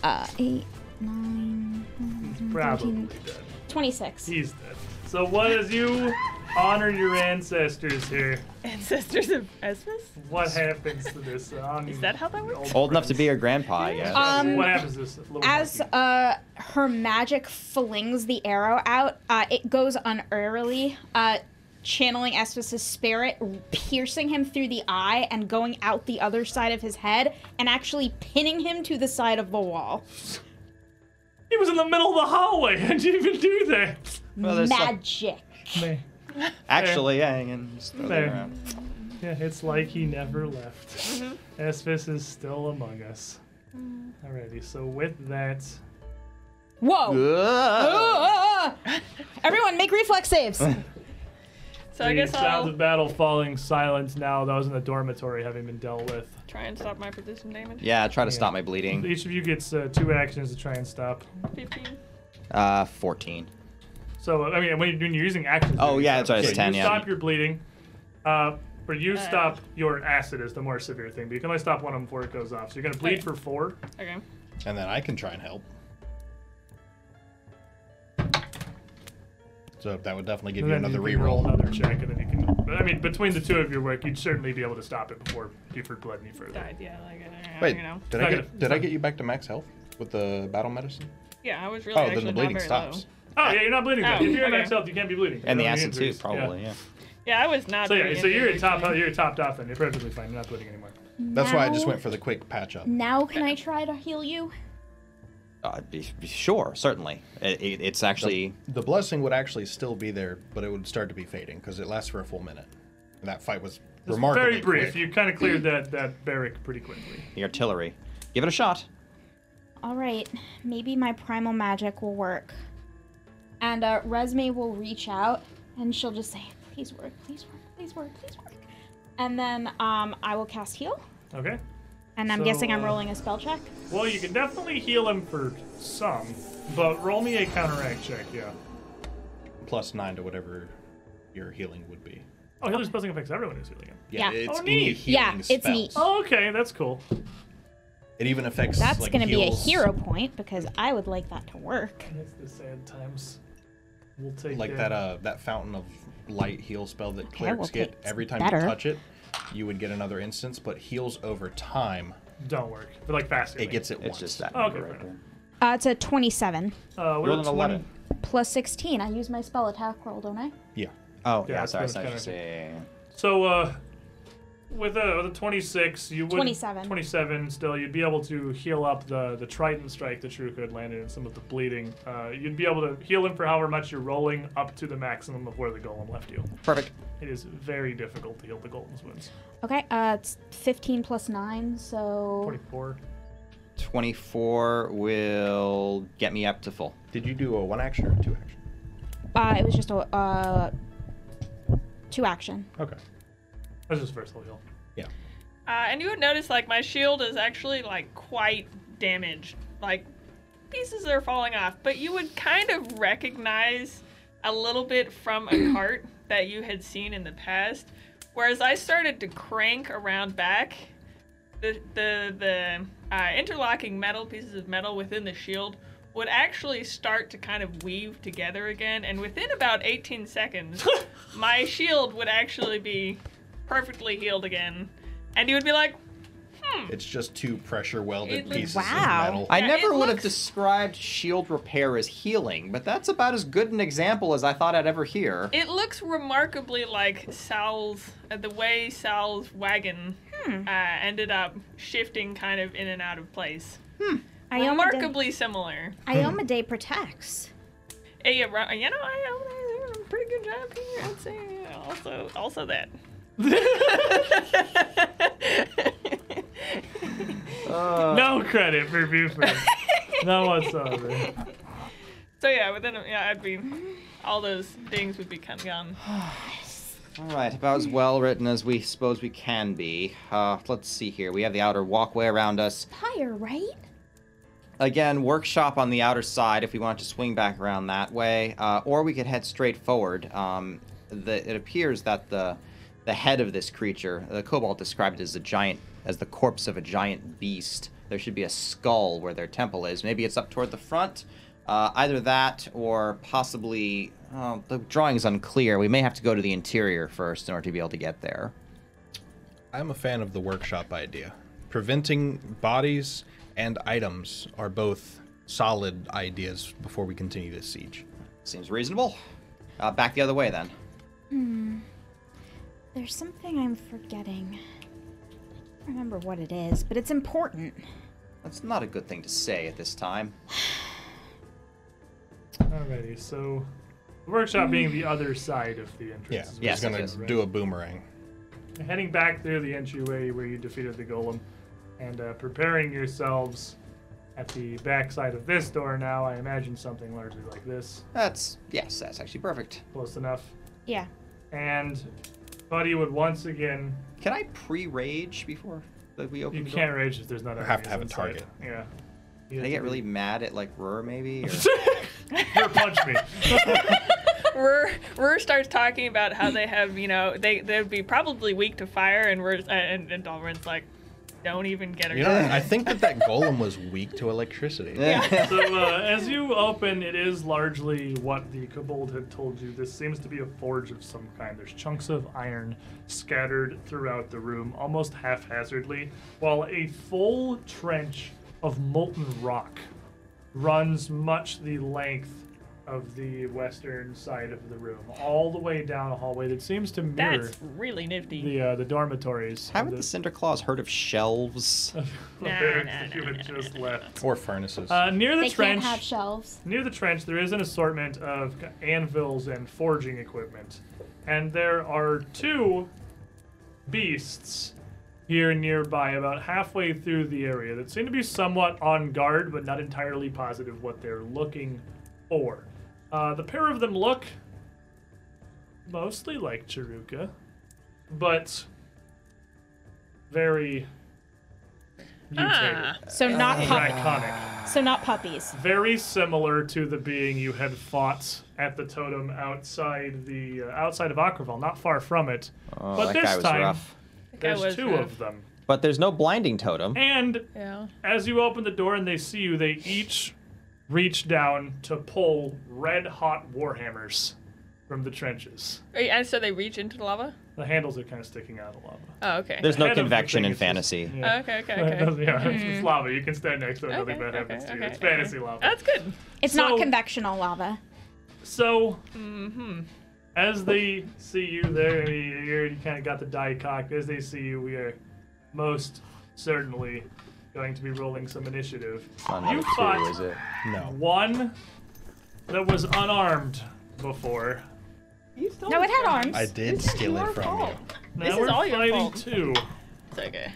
Uh, 8, 9,
Probably dead.
26.
He's dead. So what as you honor your ancestors here,
Ancestors of Esmus?
what happens to this? Um, Is
that um, how that works?
Old enough to be your grandpa, I guess.
what happens to this little
as
monkey?
uh, her magic flings the arrow out, uh, it goes unearthly, uh, channeling Espis's spirit, piercing him through the eye and going out the other side of his head, and actually pinning him to the side of the wall.
He was in the middle of the hallway. <laughs> How'd you even do that?
Well, there's some-
Magic.
actually, yeah, and just throw that
There.
around.
Yeah, it's like he never left.
Mm-hmm.
Esphis is still among us.
Mm.
Alrighty, so with that,
Whoa!
Whoa.
Ah! Everyone, make reflex saves.
So I
the
guess
sounds
I'll
of battle falling silence now. Those in the dormitory having been dealt with.
try and stop my position damage.
Yeah, try to stop my bleeding.
Each of you gets uh, two actions to try and stop.
15.
Uh, 14.
So I mean, when you're, when you're using actions.
Oh,
you can
yeah, that's
stop.
right, it's
Yeah,
10,
You
yeah.
stop your bleeding, uh, or you
Uh,
stop your acid is the more severe thing. But you can only stop one of them before it goes off. So you're gonna bleed
Okay.
for four.
Okay.
And then I can try and help. So that would definitely give you
then
another
you can roll
reroll.
another check, and then you can. But I mean, between the two of your work, you'd certainly be able to stop it before Buford bled any further.
Died, yeah, like, uh,
Wait,
you know.
did
Not
I
gonna-
get did I get you back to max health with the battle medicine?
Yeah, I was really
Oh,
actually
then the
not
bleeding
very
stops.
low.
Oh yeah, you're not bleeding. though.
Oh,
if you're in
okay.
max health, you can't be bleeding.
And the
You're not
acid too,
injuries. Yeah.
probably. Yeah.
Yeah, I was not.
So yeah,
very
so you're at
injured,
top.
actually.
You're top off. Then you're perfectly fine. You're not bleeding anymore.
That's why I just
Now-
went for the quick patch up.
Now can I try to heal you?
Uh, be, be- sure, certainly. It, it, it's actually.
The blessing would actually still be there, but it would start to be fading because it lasts for a full minute. And that fight was remarkably
Very brief.
quick.
You kind of cleared that that barrack pretty quickly.
the artillery. Give it a shot.
All right, maybe my primal magic will work. And uh, Resme will reach out and she'll just say, "Please work, please work, please work, please work." And then um, I will cast heal.
Okay.
And I'm
So,
guessing I'm
uh,
rolling a spell check.
Well, you can definitely heal him for some, but roll me a counteract check. Yeah.
Plus nine to whatever your healing would be.
Oh, healer's blessing affects everyone who's healing him.
Yeah,
Yeah.
it's
Oh,
any
neat.
healing
Yeah, it's
spells.
neat.
Oh, okay, that's cool.
It even affects.
That's
like,
going to be a
heals,
hero point because I would like that to work.
It's the sad times. We'll take
Like that uh that fountain of light heal spell that clerics
well,
get.
it's
Every time
better.
you touch it, you would get another instance, but heals over time.
Don't work. But like fast.
It
healing.
gets it
It's
once.
just that.
Oh, okay,
number
fair enough.
Uh, it's a 27
Uh,
Roll an
we're
11.
plus 16. I use my spell attack roll, don't I?
Yeah.
Oh,
Yeah,
yeah,
it's
sorry.
good,
sorry,
it's
sorry, yeah, yeah,
So uh, with a with a twenty six, you would
27.
twenty seven still. You'd be able to heal up the the Triton strike that Shruka had landed and some of the bleeding. Uh, you'd be able to heal him for however much you're rolling up to the maximum of where the golem left you.
yeah. Perfect.
It is very difficult to heal the golem's wounds.
Okay, uh, it's 15 plus 9, so
Twenty four.
24 will get me up to full.
Did you do a one action or a two action?
uh, it was just a uh, two action.
Okay.
That's just versatile heal.
Yeah.
Uh, and you would notice, like, my shield is actually, like, quite damaged. Like, pieces are falling off. But you would kind of recognize a little bit from a cart that you had seen in the past. Whereas I started to crank around back, the, the, the uh, interlocking metal, pieces of metal within the shield would actually start to kind of weave together again. And within about 18 seconds, my shield would actually be perfectly healed again. And you would be like,
It's just two pressure welded
It-
pieces
Wow.
of metal.
I
Yeah,
never
it
would
looks-
have described shield repair as healing, but that's about as good an example as I thought I'd ever hear.
It looks remarkably like Sal's, uh, the way Sal's wagon uh, ended up shifting kind of in and out of place.
Iomade,
Remarkably similar.
Iomade protects.
Eh, yeah, ro- you know, I, I'm doing a pretty good job here. I'd say yeah, also, also that. <laughs>
Uh,
No credit for
<laughs>
Buford. None whatsoever.
so yeah, within a- yeah, I'd be all those things would be kind of gone.
All right, about as well written as we suppose we can be. Uh, let's see here. We have the outer walkway around us.
Higher, right?
Again, workshop on the outer side if we want to swing back around that way, uh, or we could head straight forward. Um, the, it appears that the the head of this creature, the cobalt described it as a giant, as the corpse of a giant beast. There should be a skull where their temple is. Maybe it's up toward the front. Uh, either that, or possibly oh, the drawing's unclear. We may have to go to the interior first in order to be able to get there.
I'm a fan of the workshop idea. Preventing bodies and items are both solid ideas before we continue this siege.
Seems reasonable. Uh, back the other way then.
There's something I'm forgetting. I can't remember what it is, but it's important.
That's not a good thing to say at this time.
Alrighty, so the workshop being the other side of the entrance.
Yeah,
is
he's
Yes,
gonna
yes,
yes.
do a boomerang.
heading back through the entryway where you defeated the golem and uh, preparing yourselves at the backside of this door now i imagine something largely like this
That's yes, that's actually perfect.
close enough
Yeah.
and Buddy would once again.
Can I pre-rage before that we open
You
the
can't
door?
rage if there's not.
have to have
enemies
a
inside.
target.
Yeah.
Can I get really mad at like Rur maybe?
<laughs>
Or...
Here, punch <laughs> me.
Rur, Rur starts talking about how they have, you know, they they'd be probably weak to fire, and Rur, uh, and, and Dalrin's like, don't even get her. <laughs>
You know,
going."
I think that that golem was weak to electricity.
<laughs>
So uh, as you open, it is largely what the kobold had told you. This seems to be a forge of some kind. There's chunks of iron scattered throughout the room, almost haphazardly, while a full trench of molten rock runs much the length of the western side of the room, all the way down a hallway that seems to mirror
That's really nifty.
the uh, the dormitories. of
Haven't
the- <laughs>
the Cinder Claws heard of shelves? Oh,
the
Nah,
barracks
nah,
that you
nah,
had
nah,
just left.
Or furnaces.
Uh, near the
They
trench.
can't have shelves.
Near the trench, there is an assortment of anvils and forging equipment. And there are two beasts here nearby, about halfway through the area, that seem to be somewhat on guard, but not entirely positive what they're looking for. Uh, the pair of them look mostly like Chiruka, but very mutated,
Ah,
Oh,
So not pup-
iconic
so not puppies.
very similar to the being you had fought at the totem outside the uh, outside of Akraval, not far from it.
Oh,
but
that
this
guy was
time,
rough.
there's
was
two
rough.
of them.
But there's no blinding totem.
And
yeah.
as you open the door and they see you, they each reach down to pull red hot warhammers from the trenches.
Wait, And so they reach into the lava.
The handles are kind of sticking out a lot.
Oh, okay.
There's no
Head of the
convection
thing
in
is just-
fantasy.
yeah.
Oh, okay, okay, okay.
It doesn't- <laughs> yeah, It's lava. You can stand next to it.
Okay,
Nothing bad
okay,
happens to you.
okay,
It's fantasy
okay.
lava.
That's good.
It's
So-
not convectional lava.
So,
Mm-hmm.
as they see you there, I mean, you already kind of got the die cocked. As they see you, we are most certainly going to be rolling some initiative.
Not another
you
two,
fought
is it?
no.
one that was unarmed before.
No, it had arms.
I did steal it from you.
Now
This is
we're
all your
fighting
fault.
two.
It's okay.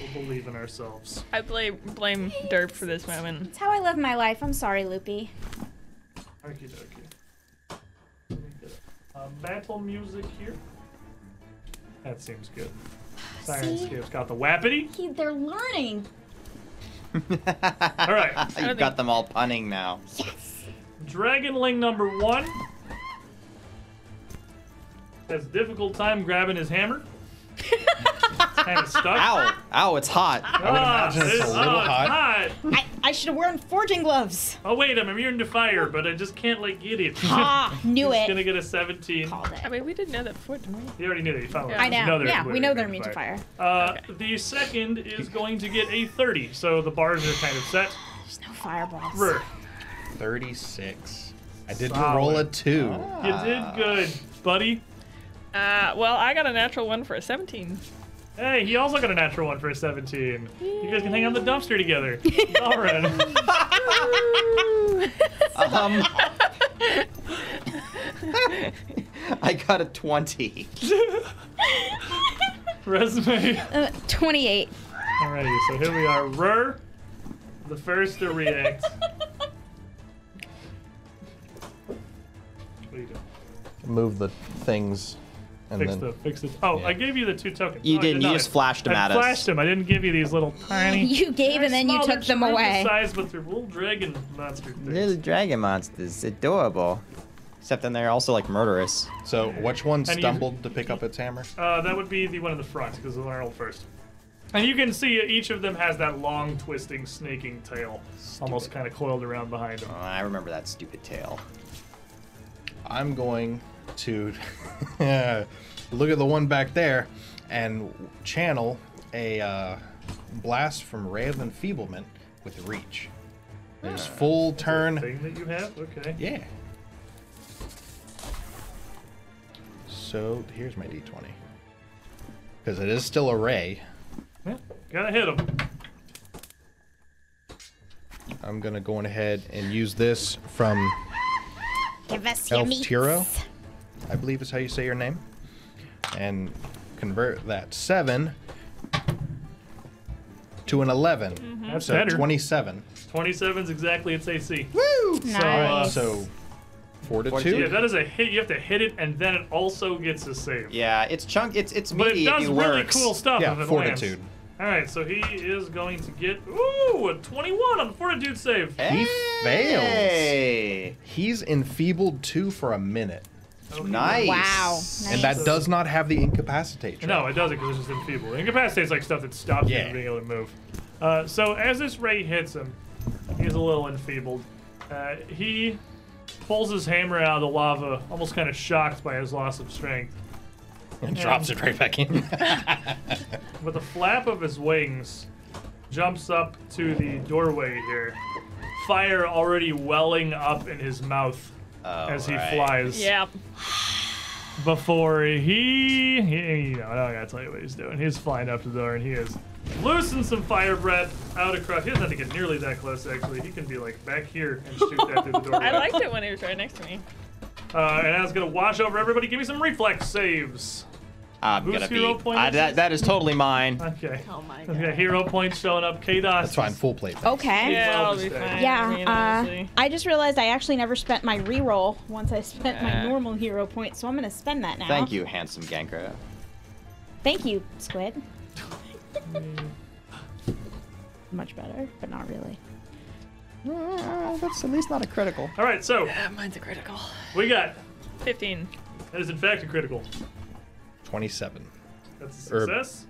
We'll believe in ourselves.
I blame blame Derp for this moment.
It's how I live my life. I'm sorry, Loopy.
Okie dokie. Let me get Uh, battle music here. That seems
<sighs>
good. Sirenscape's got the wappity.
He, they're learning.
<laughs> All right.
You've got them all punning now.
Dragonling number one has a difficult time grabbing his
<laughs>
hammer. kind of stuck.
Ow! Ow!
<laughs>
It's hot.
Ah,
imagine it's
this-
a little
oh, it's
hot.
hot.
I, I should have worn forging gloves.
Oh wait, I'm immune to fire, but I just can't like get it. <laughs>
Ah, knew
He's
it.
gonna get a 17.
Called
I
it.
mean, we didn't know that before, did we?
You already knew that. You found one.
I
I
You
know.
they're-
yeah, we know they're immune to
immune
fire.
Uh, The second is going to get a 30, so the bars are kind of set.
There's no fireballs.
Brr.
36. I did
Solid. Ah.
roll a 2.
You did good, buddy.
Uh, well, I got a natural one for a 17.
Hey, he also got a natural one for a 17. You guys can hang out in the dumpster
<laughs>
together. All right.
Um, <laughs> I got a 20.
Resume.
<laughs> Uh, 28.
<laughs> Alrighty, so here we are. Rur, the first to
<laughs>
react. what are you doing?
Move the things and
Fix
then
the, fix the. Oh,
yeah.
I gave you the two tokens. Oh,
You
No, I
didn't.
did
You
not.
just flashed them
I
at us.
flashed them. I didn't give you these little
<laughs>
tiny.
<laughs> You gave and then you
Small,
took
they're
them
Chiruka
away.
Sized, but they're little dragon monster things.
Little dragon monsters, adorable. Except then they're also like murderous.
So, which one
And you-
stumbled to pick up its hammer?
Uh, that would be the one in the front because the one rolled first. And you can see each of them has that long, twisting, snaking tail, almost kind of coiled around behind them.
Oh, I remember that stupid tail.
I'm going to <laughs> look at the one back there and channel a uh, blast from Ray of Enfeeblement with reach.
Ah,
There's full turn.
Thing that you have, okay.
Yeah. So here's my d20. Because it is still a ray.
Yeah. Gotta hit them.
Mm-hmm.
I'm going to go on ahead and use this from
Give us your
Elf
meat.
Tiro, I believe is how you say your name, and convert that seven to an 11
That's
So
Mm-hmm. better.
twenty-seven.
27's exactly its AC.
Woo!
So, uh,
Nice.
So,
yeah,
fortitude.
that is a hit. You have to hit it, and then it also gets a save.
Yeah, it's chunk. It's it's
But it
meaty.
does
it
really
works.
cool stuff.
Yeah,
if it
fortitude.
Lands. All right, so he is going to get ooh a 21 on the fortitude save.
Hey!
fails. He's enfeebled two for a minute,
Okay.
Nice.
Wow.
and that does not have the incapacitate. trait.
No, it doesn't because it's just enfeebled. Incapacitate's like stuff that stops you
Yeah.
from being able to move. Uh, so as this ray hits him, he's a little enfeebled. Uh, he pulls his hammer out of the lava, almost kind of shocked by his loss of strength.
and drops it right back <laughs> in.
with a flap of his wings, jumps up to the doorway here. Fire already welling up in his mouth as he
Alright.
flies.
Yeah.
Before he, he- you know, I don't gotta tell you what he's doing. He's flying up to the door and he is loosing some fire breath out across. He doesn't have to get nearly that close, actually. He can be like back here and shoot that through the
<laughs>
door.
I liked it when he was right next to me.
Uh, and that's gonna wash over everybody. Give me some reflex saves.
I'm
Whose
gonna
hero
be.
point
I,
is
that,
this? Uh-huh.
that is totally mine.
Okay.
Oh my god.
Okay, hero points showing up. Kados.
That's fine. Full plate.
Okay.
Yeah,
Well
I'll be
decided.
fine. I mean,
Yeah,
honestly.
uh, I just realized I actually never spent my reroll once I spent
Uh.
my normal hero point, so I'm gonna spend that now.
Thank you, handsome Ganker.
Thank you, Squid. Much better, but not really.
that's at least not a critical.
All right, so
Uh, mine's a critical.
we got
15.
That is in fact a critical.
27.
That's a
Or-
success.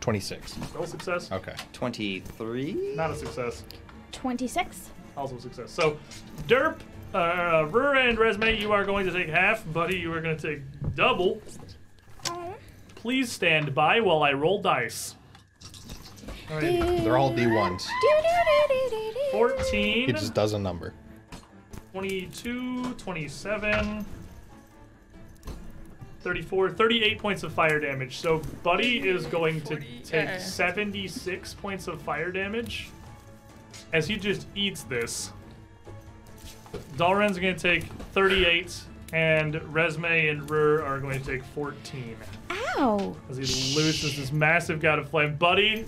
26.
Still a success.
Okay.
23?
Not a success.
26.
Also a success. So, Derp, uh, Rura, and Resme, you are going to take half. Buddy, you are going to take double. Please stand by while I roll dice. All right,
They're all D1s.
14,
It just does a number.
22, 27, 34, 38 points of fire damage. So, Buddy is going to
40,
take
uh.
76 points of fire damage as he just eats this. Dalren's going to take 38, and Resme and Rur are going to take 14
Ow!
as he loses this massive god of flame. Buddy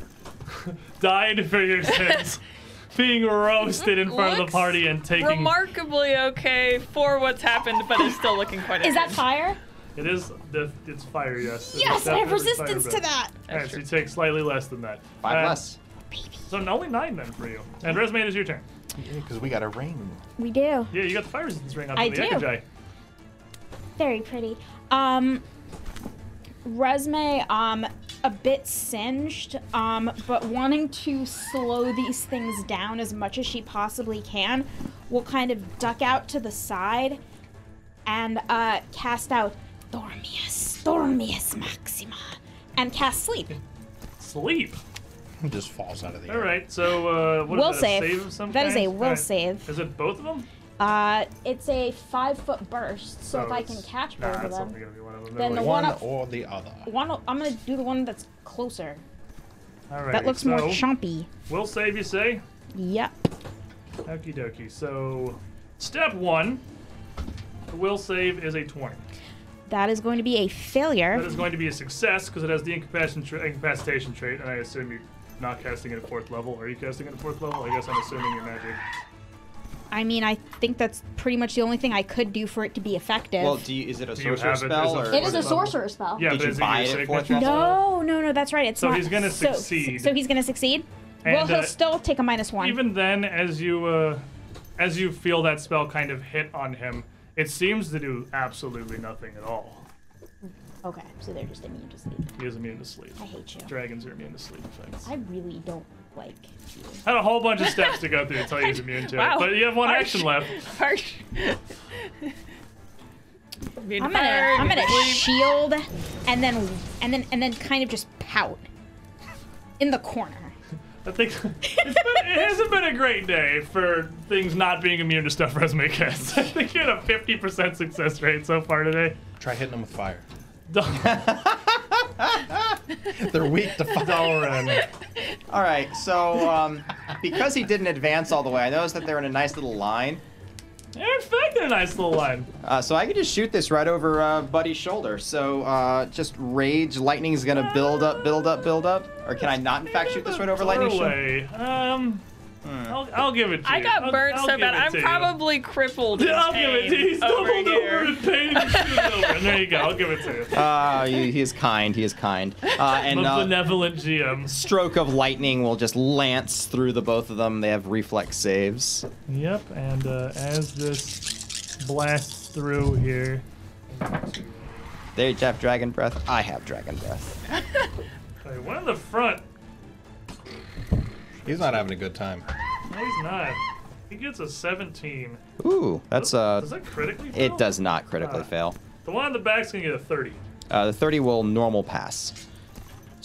<laughs> died for your sins, being roasted in front of the
Looks
party and taking
Remarkably okay for what's happened, but is still looking quite
Is that fire?
It is the it's fire, yes. It is
Yes, I have
definitely
resistance
fire
to
breath.
that.
Alright, so you take slightly less than that.
Five
Uh,
less.
So only nine then for you. And resume it is your turn.
Yeah, because we got a ring.
We do.
Yeah, you got the fire resistance ring on
I
the
do.
Ekajai.
Very pretty. Um, Resme, um, a bit singed, um, but wanting to slow these things down as much as she possibly can, will kind of duck out to the side and uh, cast out Dormius, Dormius Maxima, and cast sleep.
Sleep.
Just falls out of the air.
Alright, so uh what is
Will
that, a
save.
save of some
That is
kind?
a will
Alright.
save.
Is it both of them?
Uh, it's a five foot burst, so if I can
Oh, it's-
catch
nah,
both of
it's
them,
only gonna be one of them.
then the
Never
one
One
up.
or the other.
One, I'm gonna do the one that's closer.
mind. Alright,
That looks
so
more chompy.
Will save you say?
Yep.
Okie dokie. So step one. The will save is a twenty.
That is going to be a failure.
That is going to be a success because it has the incapacitation, tra- incapacitation trait, and I assume you're not casting it at fourth level. Are you casting it at fourth level? I guess I'm assuming you're magic.
I mean, I think that's pretty much the only thing I could do for it to be effective.
Well, do you, is it a
you
sorcerer
have it as
spell?
a
or
it is a
level.
sorcerer spell.
Yeah,
Did
but
you
is
buy
it
it
your
at fourth
signature?
level?
No, no, no, that's right. It's
So
not.
he's gonna
so,
succeed.
So he's gonna succeed. well,
And,
he'll
uh,
still take a minus one.
Even then, as you uh, as you feel that spell kind of hit on him, it seems to do absolutely nothing at all.
okay, so they're just immune to sleep.
He is immune to sleep.
I hate you.
Dragons are immune to sleep effects.
I really don't like you.
Had a whole bunch of steps to go through to tell you he's immune to
<laughs> Wow.
it, but you have one
Harsh.
action left.
<laughs> Harsh. Being
I'm gonna,
fired,
I'm gonna
sleep.
shield, and then, and then, and then, kind of just pout in the corner.
I think <laughs> it's been, it hasn't been a great day for things not being immune to stuff resume casts. <laughs> I think you had a 50% success rate so far today.
Try hitting them with fire. <laughs>
Dal-
They're weak to fire.
Dalren.
All right, so um, because he didn't advance all the way, I noticed that they're in a nice little line.
In fact, a nice little line.
Uh, so I can just shoot this right over uh, Buddy's shoulder. So uh, just rage, lightning's gonna build up, build up, build up. Or can I not, in fact, shoot this right over lightning's shoulder?
Doorway. Um, I'll, I'll give it to you.
I got
I'll-
burned
I'll
so
give
bad.
it
I'm
to you.
probably crippled. in
<laughs> I'll give it to you. He
pain
stumbled
over here.
over in pain and
<laughs>
shoot it over. And there you go. I'll give it to you.
Ah, he, he is kind. He is kind.
<laughs>
Uh, and
The
uh,
benevolent GM.
stroke of lightning will just lance through the both of them. They have reflex saves.
Yep, and uh, as this blasts through here,
They each have dragon breath. I have dragon breath.
hey, one in the front.
He's not having a good time.
No, he's not. He gets a 17.
Ooh, that's uh,
Does that Ah. critically fail?
it does not critically fail.
The one on the back's gonna get a 30.
Uh, the 30 will normal pass.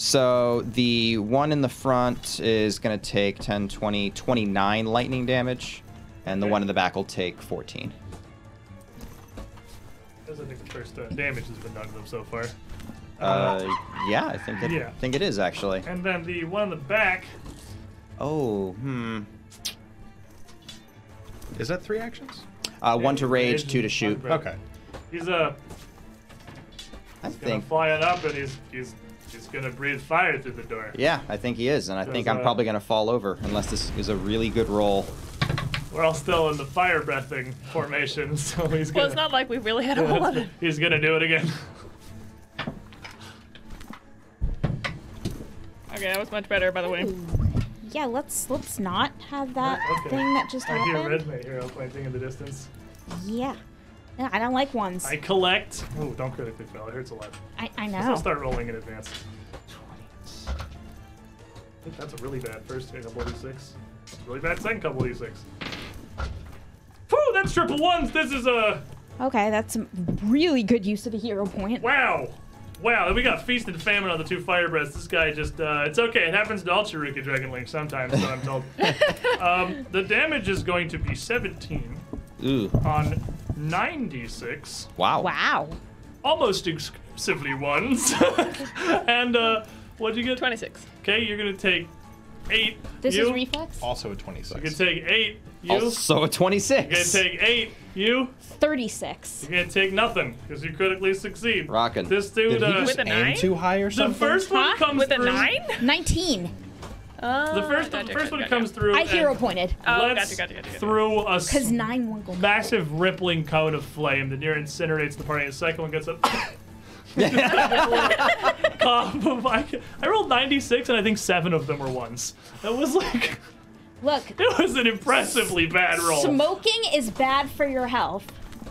So the one in the front is going to take 10, 20, 29 lightning damage, and the
Okay.
one in the back will take 14.
That's I think the first uh, damage has been done to them so far.
Uh, yeah, I think it,
Yeah.
think it is actually.
And then the one on the back,
Oh, hmm.
Is that three actions?
Uh, one to rage,
Rage
two to
and
shoot.
one breath.
Okay.
he's uh,
I
gonna
think.
fly on up and he's he's he's gonna breathe fire through the door.
Yeah, I think he is, and I think I'm
uh,
probably going to fall over unless this is a really good roll.
We're all still in the fire breathing formation, <laughs> so he's
Well,
gonna
it's not like we really had a whole lot of.
he's gonna do it again.
Okay, that was much better, by the way.
Yeah, let's let's not have that
Okay.
thing that just
<laughs> I hear
happened.
Redmay here, I'll play thing in the distance.
Yeah. No, I don't like ones.
I collect. Ooh, don't critically fail. It hurts a lot.
I, I
So I'll
know.
start rolling in advance. That's a really bad first couple d6. Really bad second couple d6. Whew, that's triple ones. This is a
Okay, that's some really good use of a hero point.
wow, wow. We got feast and famine on the two fire breaths. This guy just—it's okay. It happens to all Chiruka Dragon Link sometimes, so I'm told. um, the damage is going to be 17
Ooh,
on 9d6.
wow.
Wow.
almost exclusively ones. <laughs> and uh, what'd you get?
26.
Okay, you're gonna take eight.
This
you.
is reflex?
Also a
You're
26.
gonna take eight. You.
Also a 26.
You're gonna take eight. You.
36.
You're gonna take nothing because you critically succeed.
Rockin'.
This dude.
Did he
Uh,
just
With a
aim
nine?
too high or
the
something?
first one
Huh?
comes
With a Oh,
through.
9?
19.
The first, the first one comes through.
I
and
hero pointed.
Oh,
lets
gotcha, gotcha, gotcha, gotcha. <laughs>
Through a s-
Because 9 won't go.
massive rippling cone of flame. The near incinerates the party. The second one
<laughs>
gets up. <laughs> I oh I rolled 96 and I think seven of them were ones. That was like, <laughs>
Look,
it was an impressively bad roll.
smoking is bad for your health.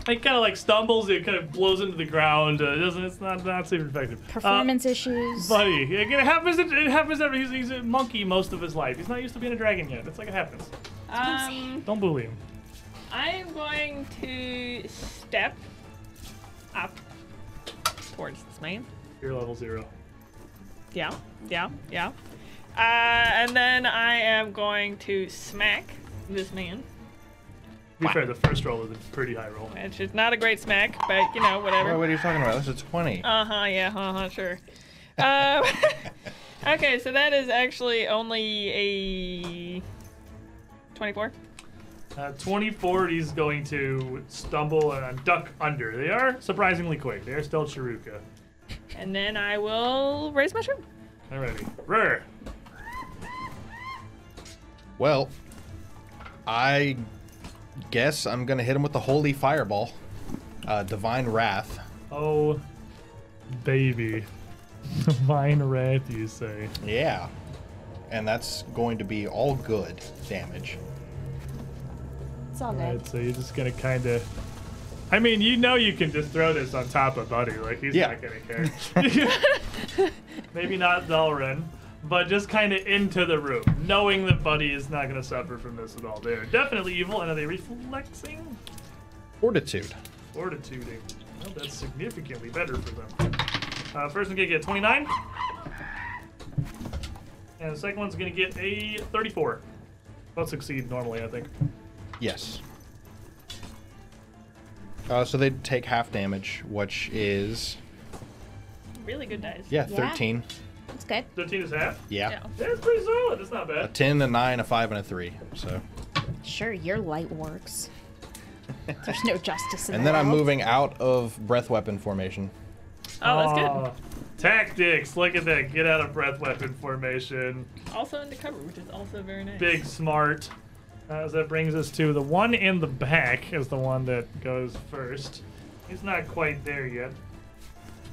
Uh, it kind of like stumbles, it kind of blows into the ground. Uh, it doesn't, it's not, not super effective. Uh,
Performance issues.
buddy, it, it happens, it, happens every, he's, he's a monkey most of his life. He's not used to being a dragon yet. It's like it happens.
Um,
Don't bully him.
I'm going to step up towards this man.
You're level zero.
Yeah, yeah, yeah. Uh, and then I am going to smack this man,
To be fair, the first roll is a pretty high roll.
which is not a great smack, but you know,
Wait,
whatever.
what are you talking about? This is 20.
Uh huh, yeah, uh huh, sure. Um, <laughs> okay, so that is actually only a 24.
Uh, 24, he's going to stumble and duck under. They are surprisingly quick. They are still Chiruka.
And then I will raise my shroom.
Alrighty. Rur.
Well, I guess I'm gonna hit him with the holy fireball, uh, divine wrath.
Oh, baby. <laughs> Divine Wrath, you say.
Yeah, and that's going to be all good damage.
It's all good.
Alright, so you're just gonna kinda. I mean, you know you can just throw this on top of Buddy. Like, he's
Yeah.
not gonna care. <laughs> Maybe not Dalren, but just kinda into the room, knowing that Buddy is not gonna suffer from this at all. They are definitely evil, and are they reflexing?
Fortitude.
Fortitude. Well, that's significantly better for them. Uh, first one's gonna get 29. And the second one's gonna get a 34. Both succeed normally, I think.
Yes. Uh, so they take half damage, which is
Really good dice.
yeah,
Yeah.
thirteen.
It's good.
13 is half.
Yeah.
Yeah.
Yeah, it's pretty solid. It's not
A
bad.
ten, a nine, a five, and a three. So,
Sure, your light works. There's no justice in
and
the
then I'm
world.
moving out of breath weapon formation.
Oh, that's good.
Uh, Tactics. Look at that. Get out of breath weapon formation.
Also undercover, which is also very nice.
Big smart. Uh, so that brings us to the one in the back is the one that goes first. He's not quite there yet.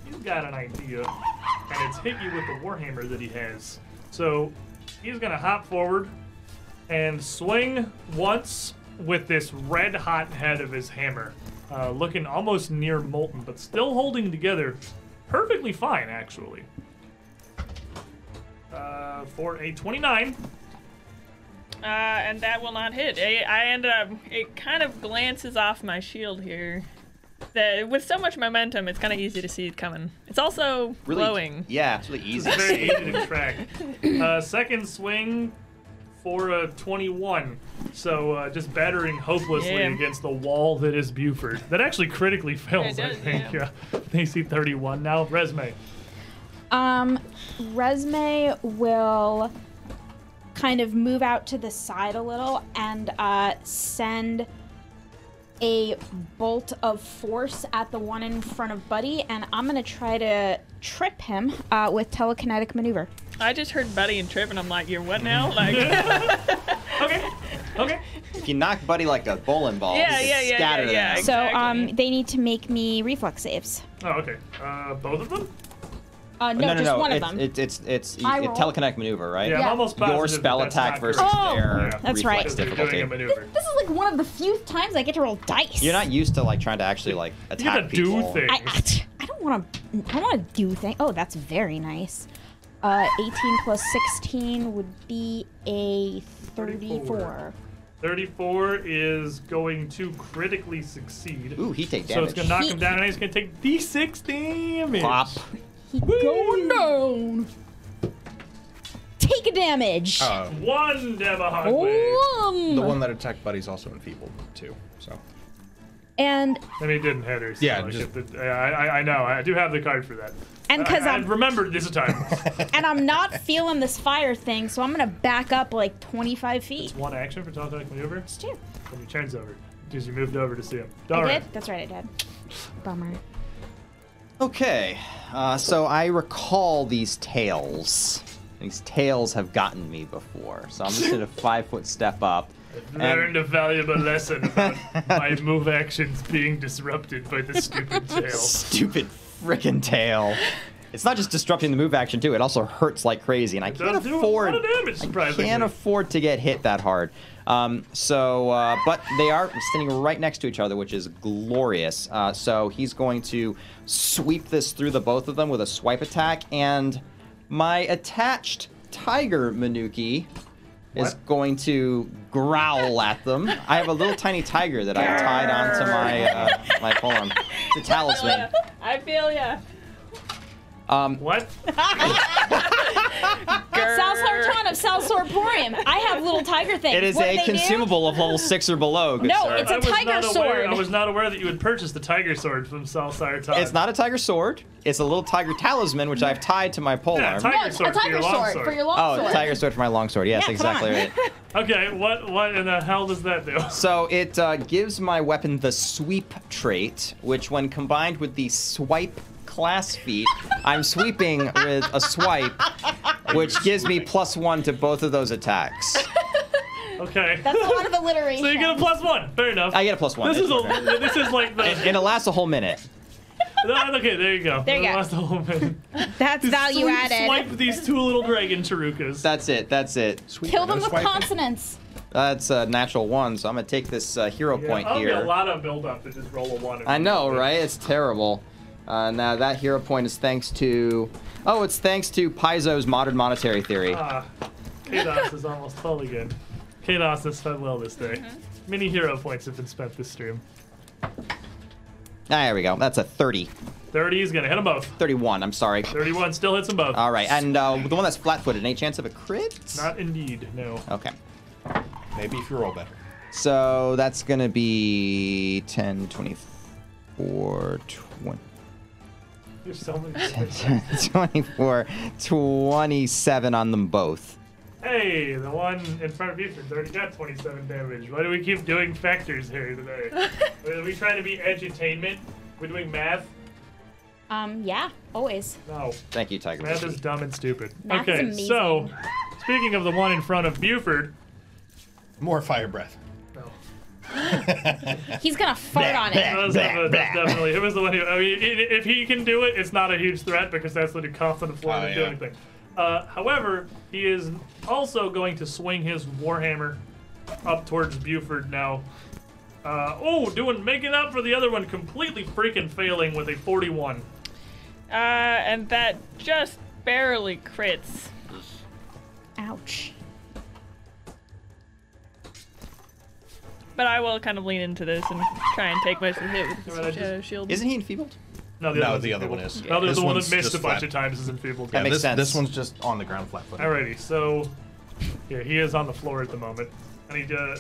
He's got an idea, and it's hit you with the warhammer that he has. So he's gonna hop forward and swing once with this red hot head of his hammer, uh, looking almost near molten, but still holding together perfectly fine, actually. Uh, for a 29,
Uh, and that will not hit. I, I end up. It kind of glances off my shield here. That with so much momentum, it's kind of easy to see it coming. It's also
Really,
glowing.
Yeah, it's really easy.
It's very easy to track. Uh, second swing for a 21. So uh, just battering hopelessly
Yeah.
against the wall that is Buford. That actually critically fails,
It does,
I think. Yeah. <laughs> AC 31 now. Resume.
Um, Resme will kind of move out to the side a little and uh, send a bolt of force at the one in front of Buddy, and I'm gonna try to trip him uh, with telekinetic maneuver.
I just heard Buddy and Trip, and I'm like, you're what now? Like,
Okay. Okay.
If you knock Buddy like a bowling ball,
Yeah,
you
yeah,
can
yeah,
scatter
yeah, yeah.
them.
So um,
Exactly.
they need to make me reflex saves.
Oh, okay. Uh, both of them?
Uh, no,
no, no,
just
no.
one
it's,
of them.
It's it's it's e,
I
it
roll. Oh!
teleconnect maneuver, right?
Yeah, I'm almost positive.
Your
that
spell
that's
attack
not
versus
correct.
their
Yeah.
That's right.
reflex
Because you're doing a
difficulty.
maneuver.
this is like one of the few times I get to roll dice.
You're not used to like trying to actually like
You gotta
attack
do
people.
things.
I, I, I don't want to. I don't want to do things. Oh, that's very nice. Uh, 18 plus 16 would be a 34.
34 is going to critically succeed.
Ooh, he take
so it's
damage.
going to knock him down, and he's going to take d6 damage.
Pop.
He going down. Take a damage.
Uh,
One Demahog wave.
the
One.
one that attacked Buddy's also enfeebled too. So
And
And he didn't hit her. So
Yeah,
I
just-
get the- I, I, I know. I do have the card for that.
and because
I, I
I'm
remembered this time. <laughs>
and I'm not feeling this fire thing, so I'm gonna back up like 25 feet.
it's one action for telekinetic maneuver
It's two.
when he turns over. Because you moved over to see him.
I
Darn.
did. That's right, I did. Bummer.
Okay, uh, so I recall these tales. These tales have gotten me before, so I'm just
<laughs>
gonna five foot step up.
Learned a valuable lesson about my move actions being disrupted by this
<laughs>
stupid tail.
Stupid frickin' tail. It's not just disrupting the move action too; it also hurts like crazy, and I can't
Does do
afford.
a lot of damage, surprisingly.
can't afford to get hit that hard. Um, so, uh, but they are standing right next to each other, which is glorious. Uh, so he's going to sweep this through the both of them with a swipe attack, and my attached tiger Manuki is
What?
going to growl at them. I have a little tiny tiger that I tied onto my uh, my forearm. It's a talisman.
<laughs> I feel ya.
Um,
what?
Sal Sartan of Sal Sorporium. I have little tiger things.
it is
What do
a
they do?
consumable of level six or below. Good
<laughs> No,
sir.
it's a
I was
tiger
not aware.
sword.
I was not aware that you had purchased the tiger sword from Sal Sartan.
It's not a tiger sword. It's a little tiger talisman, which I've tied to my pole
Yeah,
arm.
tiger
No,
sword
a
for your
tiger
long
sword
sword.
for your long
oh,
sword.
tiger sword for my longsword. Yes,
Yeah, come
exactly
on.
right.
<laughs>
Okay, what what in the hell does that do? <laughs>
So it uh, gives my weapon the sweep trait, which, when combined with the swipe class feat, I'm sweeping with a swipe,
<laughs>
which gives me plus one to both of those attacks.
Okay.
That's a lot of alliteration.
so you get a plus one. Fair enough.
I get a plus one.
This is
It's
<laughs>
okay.
a, this is like the
And it lasts a whole minute.
No, okay, there you go.
There you go.
That's the whole thing.
That's value
Swipe-
added.
Swipe these two little dragon charukas.
That's it. That's it.
sweet.
Kill
no
them with
swiping.
consonants.
That's a natural one, so I'm gonna take this uh, hero
Yeah,
point
that'll
here.
be a lot of build up to just roll a one. and-
I know, right? It's terrible. Uh, now that hero point is thanks to, oh, it's thanks to Paizo's modern monetary theory.
Ah, Kados is almost totally good. Kados has spent well this day.
Mm-hmm.
Many hero points have been spent this stream.
Ah, there we go. That's a 30,
30 is gonna hit them both.
31. I'm sorry.
31 still hits them both.
All right, and uh, the one that's flat-footed, any chance of a crit?
Not indeed, no.
Okay.
Maybe if you roll better.
So that's gonna be 10, 24, <laughs> 20.
There's so many.
24, 27 on them both.
hey, the one in front of you for 30 got 27 damage. Why do we keep doing factors here today? Are we trying to be edutainment? We're doing math?
Um, yeah, always.
No.
Thank you, Tiger.
Math is dumb and stupid.
Math is
okay,
amazing.
so speaking of the one in front of Buford,
More fire breath.
no.
He's gonna fart on it.
That's, defi- that's definitely it was the one who. I mean, i if he can do it, it's not a huge threat because that's the confident form
Oh,
of
yeah.
doing things. Uh, however, he is also going to swing his warhammer up towards Buford now. Uh, oh, doing making up for the other one, completely freaking failing with a 41.
Uh, and that just barely crits.
Ouch.
But I will kind of lean into this and try and take most of the hit with
Alright, I
this
just-
uh, shield.
Isn't he enfeebled?
No, the,
No,
one's
the other
enfeebled.
one is.
No, there's
This
the one that
one's
missed
just
a bunch
flat.
of times is enfeebled.
That
Yeah,
makes
this,
sense.
This one's just on the ground flat footed.
Alrighty, so yeah, he is on the floor at the moment, and he uh,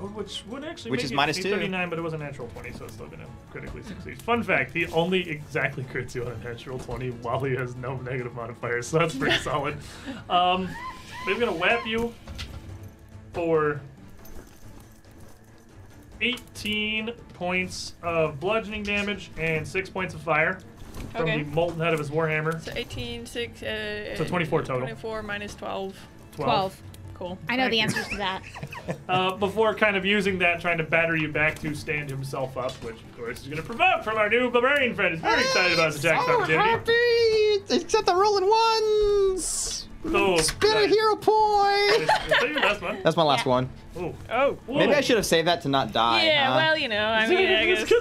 oh, which would actually
Which
make
is
it
minus
a
two.
39, but it was a natural 20, so it's still gonna critically succeed. Fun fact: he only exactly crits you on a natural 20 while he has no negative modifiers, so that's pretty solid. Um, they're gonna whap you for 18 points of bludgeoning damage and six points of fire from
Okay.
the molten head of his warhammer.
So 18, 6, uh,
So 24 total.
24 minus 12.
12.
Cool.
I know the
Thank you.
answers to that.
uh, before kind of using that, trying to batter you back to stand himself up, which of course is going to provoke from our new barbarian friend. Is very excited about his attack opportunity.
happy! Except the rolling ones!
Oh, nice. <laughs>
point!
Is- is that your last one?
That's my last one.
Oh,
Oh.
Maybe I should have saved that to not die.
Yeah,
huh?
well, you
<laughs>
know, I mean, I guess.
Too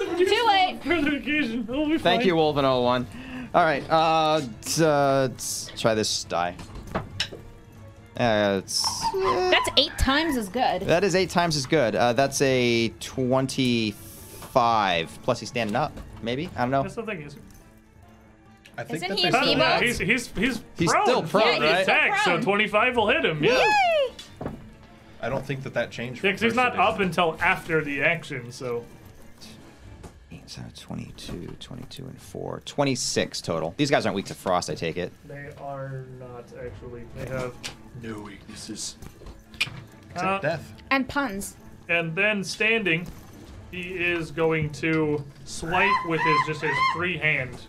late.
Further occasion. It'll be
Thank
fine.
you, Wolven 01. Alright, uh, t- uh, let's try this die. Uh, it's,
That's eight times as good.
that is eight times as good. Uh, that's a 25. Plus, he's standing up, maybe? I don't know.
That's the thing. Is,
I think
Isn't
that
he
they
a
said
He
yeah,
that.
bolt?
he's he's he's,
He's
prone
still prone,
for the
Yeah, he's still
attack,
prone.
so 25 will hit him. Yeah,
I don't think that that changed.
because he's not up until after the action. So
So 22, 22, and 4. 26 total. These guys aren't weak to frost, I take it.
they are not actually. They have
No weaknesses. Except
Uh,
death.
And puns.
and then standing, he is going to swipe with his just his free hand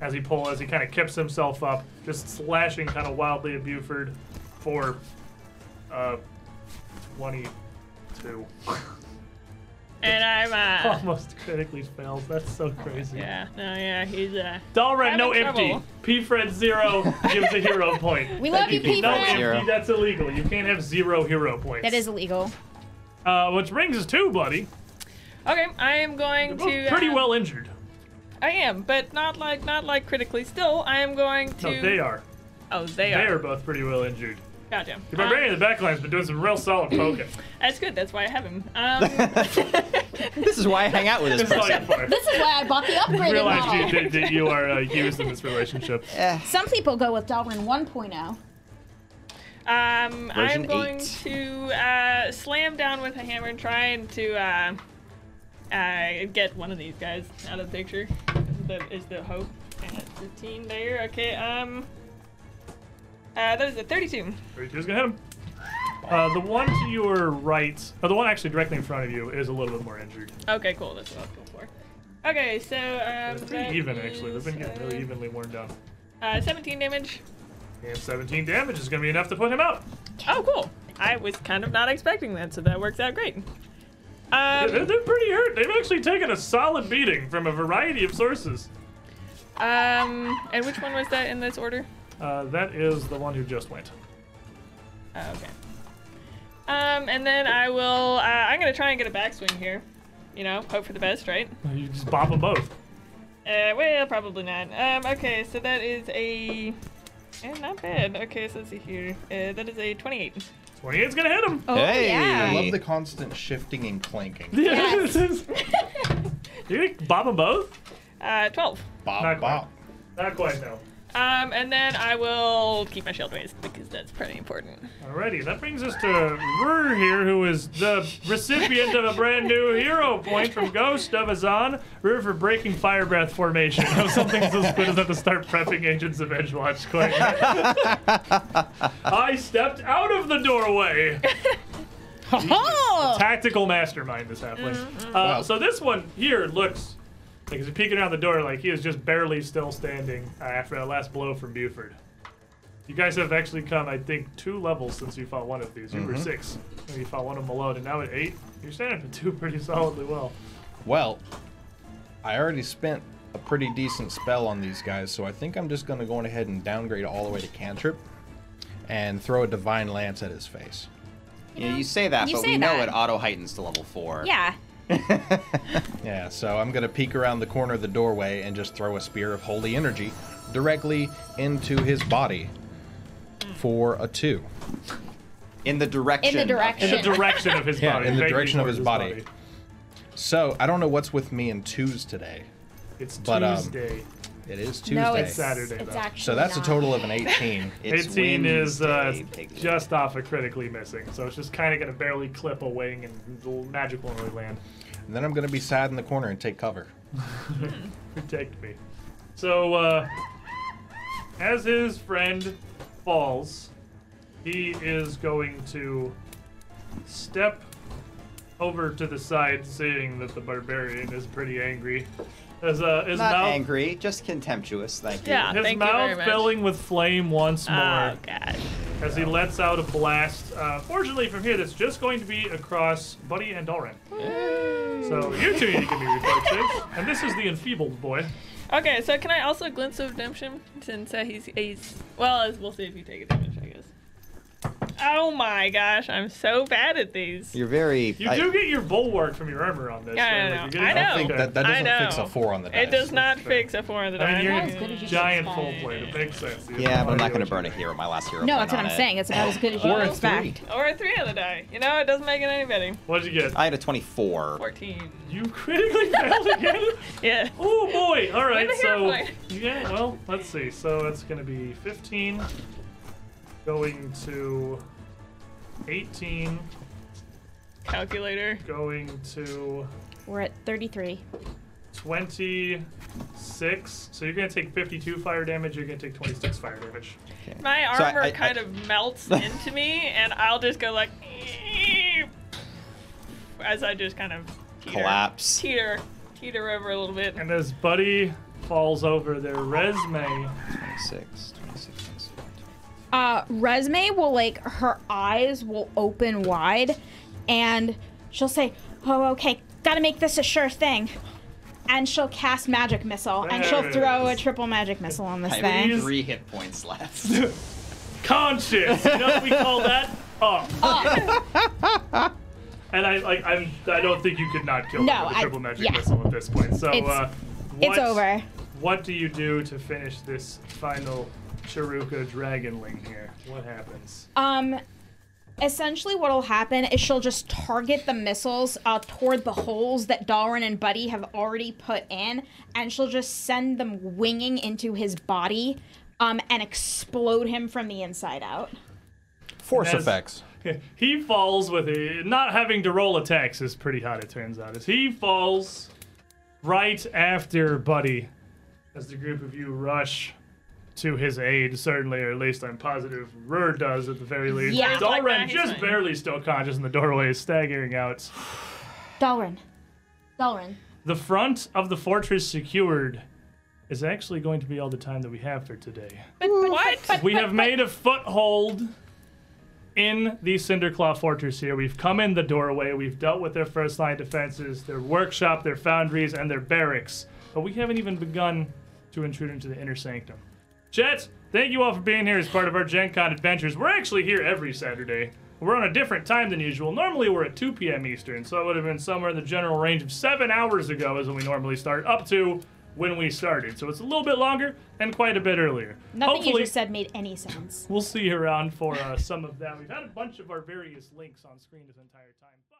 as he pull as he kind of kips himself up, just slashing kind of wildly at Buford for uh twenty-two. <laughs>
And I'm, uh.
Almost critically fails. That's so crazy.
Yeah, no, yeah, he's, uh.
Dalren,
I'm
no
in
empty.
trouble.
P Fred zero gives a
<laughs>
hero point.
We love you,
you,
No
Fred.
people.
Zero.
empty. That's illegal. You can't have zero hero points.
That is illegal.
Uh, which brings us to buddy.
Okay, I am going
You're both
to.
pretty
uh,
well injured.
I am, but not like, not like critically. Still, I am going to.
No, they are.
Oh, they
They
are.
are both pretty well injured.
Gotcha. Um,
The barbarian in the back line's been doing some real solid poking.
That's good. That's why I have
<laughs>
him. Um,
This is why I hang out with this
It's all
person.
your part.
This is why I bought the upgraded
Realize you,
model.
that, that you are uh, used in this relationship.
Some people go with Dalrin 1.0.
um, I'm
Version
going
eight.
to uh, slam down with a hammer, trying to uh, uh, get one of these guys out of the picture. Is the, is the hope? And it's 15 there. Okay. Um. Uh, that is a 32.
Thirty-two's gonna hit him. Uh, the one to your right, or the one actually directly in front of you, is a little bit more injured.
Okay, cool. That's what I was going for. Okay, so um,
It's
that
pretty even, actually. They've been
is,
getting really evenly worn down.
uh, uh, 17 damage.
And 17 damage is gonna be enough to put him out.
Oh, cool. I was kind of not expecting that, so that works out great. Um,
They're, they're pretty hurt. They've actually taken a solid beating from a variety of sources.
um, and which one was that in this order?
Uh, that is the one who just went.
Oh, okay. Um, and then I will. Uh, I'm gonna try and get a backswing here. You know, hope for the best, right?
You just bop them both.
Uh, well, probably not. Um, okay, so that is a. Eh, not bad. Okay, so let's see here. Uh, that is a 28.
28's gonna hit him.
Oh,
hey!
yeah.
I love the constant shifting and clanking.
Yes. <laughs> you bop them both?
Uh, 12.
Not
Bop,
quite.
bop.
Not quite, no.
Um, and then I will keep my shield raised because that's pretty important.
Alrighty, that brings us to Rur here, who is the recipient of a brand new hero point from Ghost of Azan. Rur for breaking fire breath formation. <laughs> If something's as good as not to start prepping Agents of Edgewatch quick. <laughs> I stepped out of the doorway.
Oh!
Oh! Tactical mastermind is happening. Uh,
Mm-hmm.
Wow.
So this one here looks Because peeking out the door, like he is just barely still standing uh, after that last blow from Buford. You guys have actually come, I think, two levels since you fought one of these. You
Mm-hmm.
were six, and you fought one of them alone, and now at eight, you're standing for two pretty solidly
<laughs>
well.
Well, I already spent a pretty decent spell on these guys, so I think I'm just going to go on ahead and downgrade all the way to cantrip and throw a divine lance at his face.
Yeah, you say that,
You
but
say
we know
that.
it auto heightens to level four.
Yeah.
Yeah, so I'm going to peek around the corner of the doorway and just throw a spear of holy energy directly into his body for a two.
In the direction. of-
direction.
The direction of his
Yeah,
body.
in the
Thank you
direction of
for
his body. So I don't know what's with me in twos today.
It's
But, um,
Tuesday.
It is Tuesday.
No, it's
Saturday,
It's
though.
actually
so that's a
not.
total of
<laughs>
an <laughs> 18.
It's
18 is uh,
Wednesday, Piglet.
just off of critically missing, so it's just kind of going to barely clip a wing and it'll magical and land.
And then I'm going to be sad in the corner and take cover.
protect me. So, uh, as his friend falls, he is going to step over to the side, seeing that the barbarian is pretty angry. As uh, his
Not
mouth,
angry, just contemptuous. Thank you.
Yeah.
his
Ah, Thank you very
mouth
much.
filling with flame once more
Oh god.
as he lets out a blast. Uh, fortunately, from here, that's just going to be across Buddy and Doran. So you two need to give me reflex saves, and this is the enfeebled boy.
Okay, so can I also glimpse of redemption since uh, he's he's well, as we'll see if you take advantage, I guess. Oh my gosh, I'm so bad at these.
You're very.
You
I-
do get your bulwark from your armor on this. right?
Yeah, I
Like,
know.
you're getting-
I know.
I think that, that
I
doesn't fix
know.
a four on the dice.
It does not fix a four in the
I mean,
die.
you're
I'm
a
not-
giant full plate. It makes sense. You
yeah,
have
but I'm
no
not
idea
going
what
to burn a
you're
hero. My last hero.
No,
burn
that's what
on
I'm
it.
saying. It's about as good as you
Or
can
a
expect.
Or a three on the die. You know, it doesn't make it any better.
What'd you get?
I had a 24.
14.
You critically <laughs> failed again?
Yeah.
Oh boy! All right,
With a hero
so
point.
yeah. Well, let's see. So that's going to be 15, going to 18,
Calculator.
going to
We're at 33.
26. So you're going to take 52 fire damage. You're going to take 26 fire damage.
My
So I-
armor
I-
kind
I-
of
<laughs>
melts into me, and I'll just go like, <laughs> as I just kind of teeter,
Collapse.
teeter, teeter over a little bit.
And as Buddy falls over, their resume
26, 26, 26.
uh, Resme will like her eyes will open wide, and she'll say, "Oh, okay, gotta make this a sure thing." And she'll cast magic missile, and
There
she'll
it
throw a
is.
triple magic missile on this
I
thing.
have
Thanks.
three hit points left.
<laughs> conscious. You know what we call that? Up.
<laughs>
and I like I'm I don't think you could not kill him
No,
with a
I-
triple magic
yeah.
missile at this point. So
It's-
uh
It's
what,
over.
What do you do to finish this final Chiruka dragonling here? What happens?
Um, essentially, what'll happen is she'll just target the missiles uh, toward the holes that Dalrin and Buddy have already put in, and she'll just send them winging into his body, um, and explode him from the inside out.
Force
Yes.
effects.
<laughs> he falls with a not having to roll attacks is pretty hot it turns out as he falls right after buddy as the group of you rush to his aid certainly or at least i'm positive rur does at the very least
Yeah.
Dalren
Like that, he's
just
fine.
barely still conscious in the doorway is staggering out
Dalrin, Dalrin.
the front of the fortress secured is actually going to be all the time that we have for today
what?
we have made a foothold in the Cinderclaw Fortress here. We've come in the doorway. We've dealt with their first line defenses, their workshop, their foundries, and their barracks. But we haven't even begun to intrude into the inner sanctum. Jets, thank you all for being here as part of our Gen Con adventures. We're actually here every Saturday. We're on a different time than usual. Normally we're at 2 p.m. Eastern, so it would have been somewhere in the general range of seven hours ago is when we normally start, up to when we started. So it's a little bit longer and quite a bit earlier.
Nothing
Hopefully,
you just said made any sense.
We'll see you around for uh, some of that. We've had a bunch of our various links on screen this entire time. But-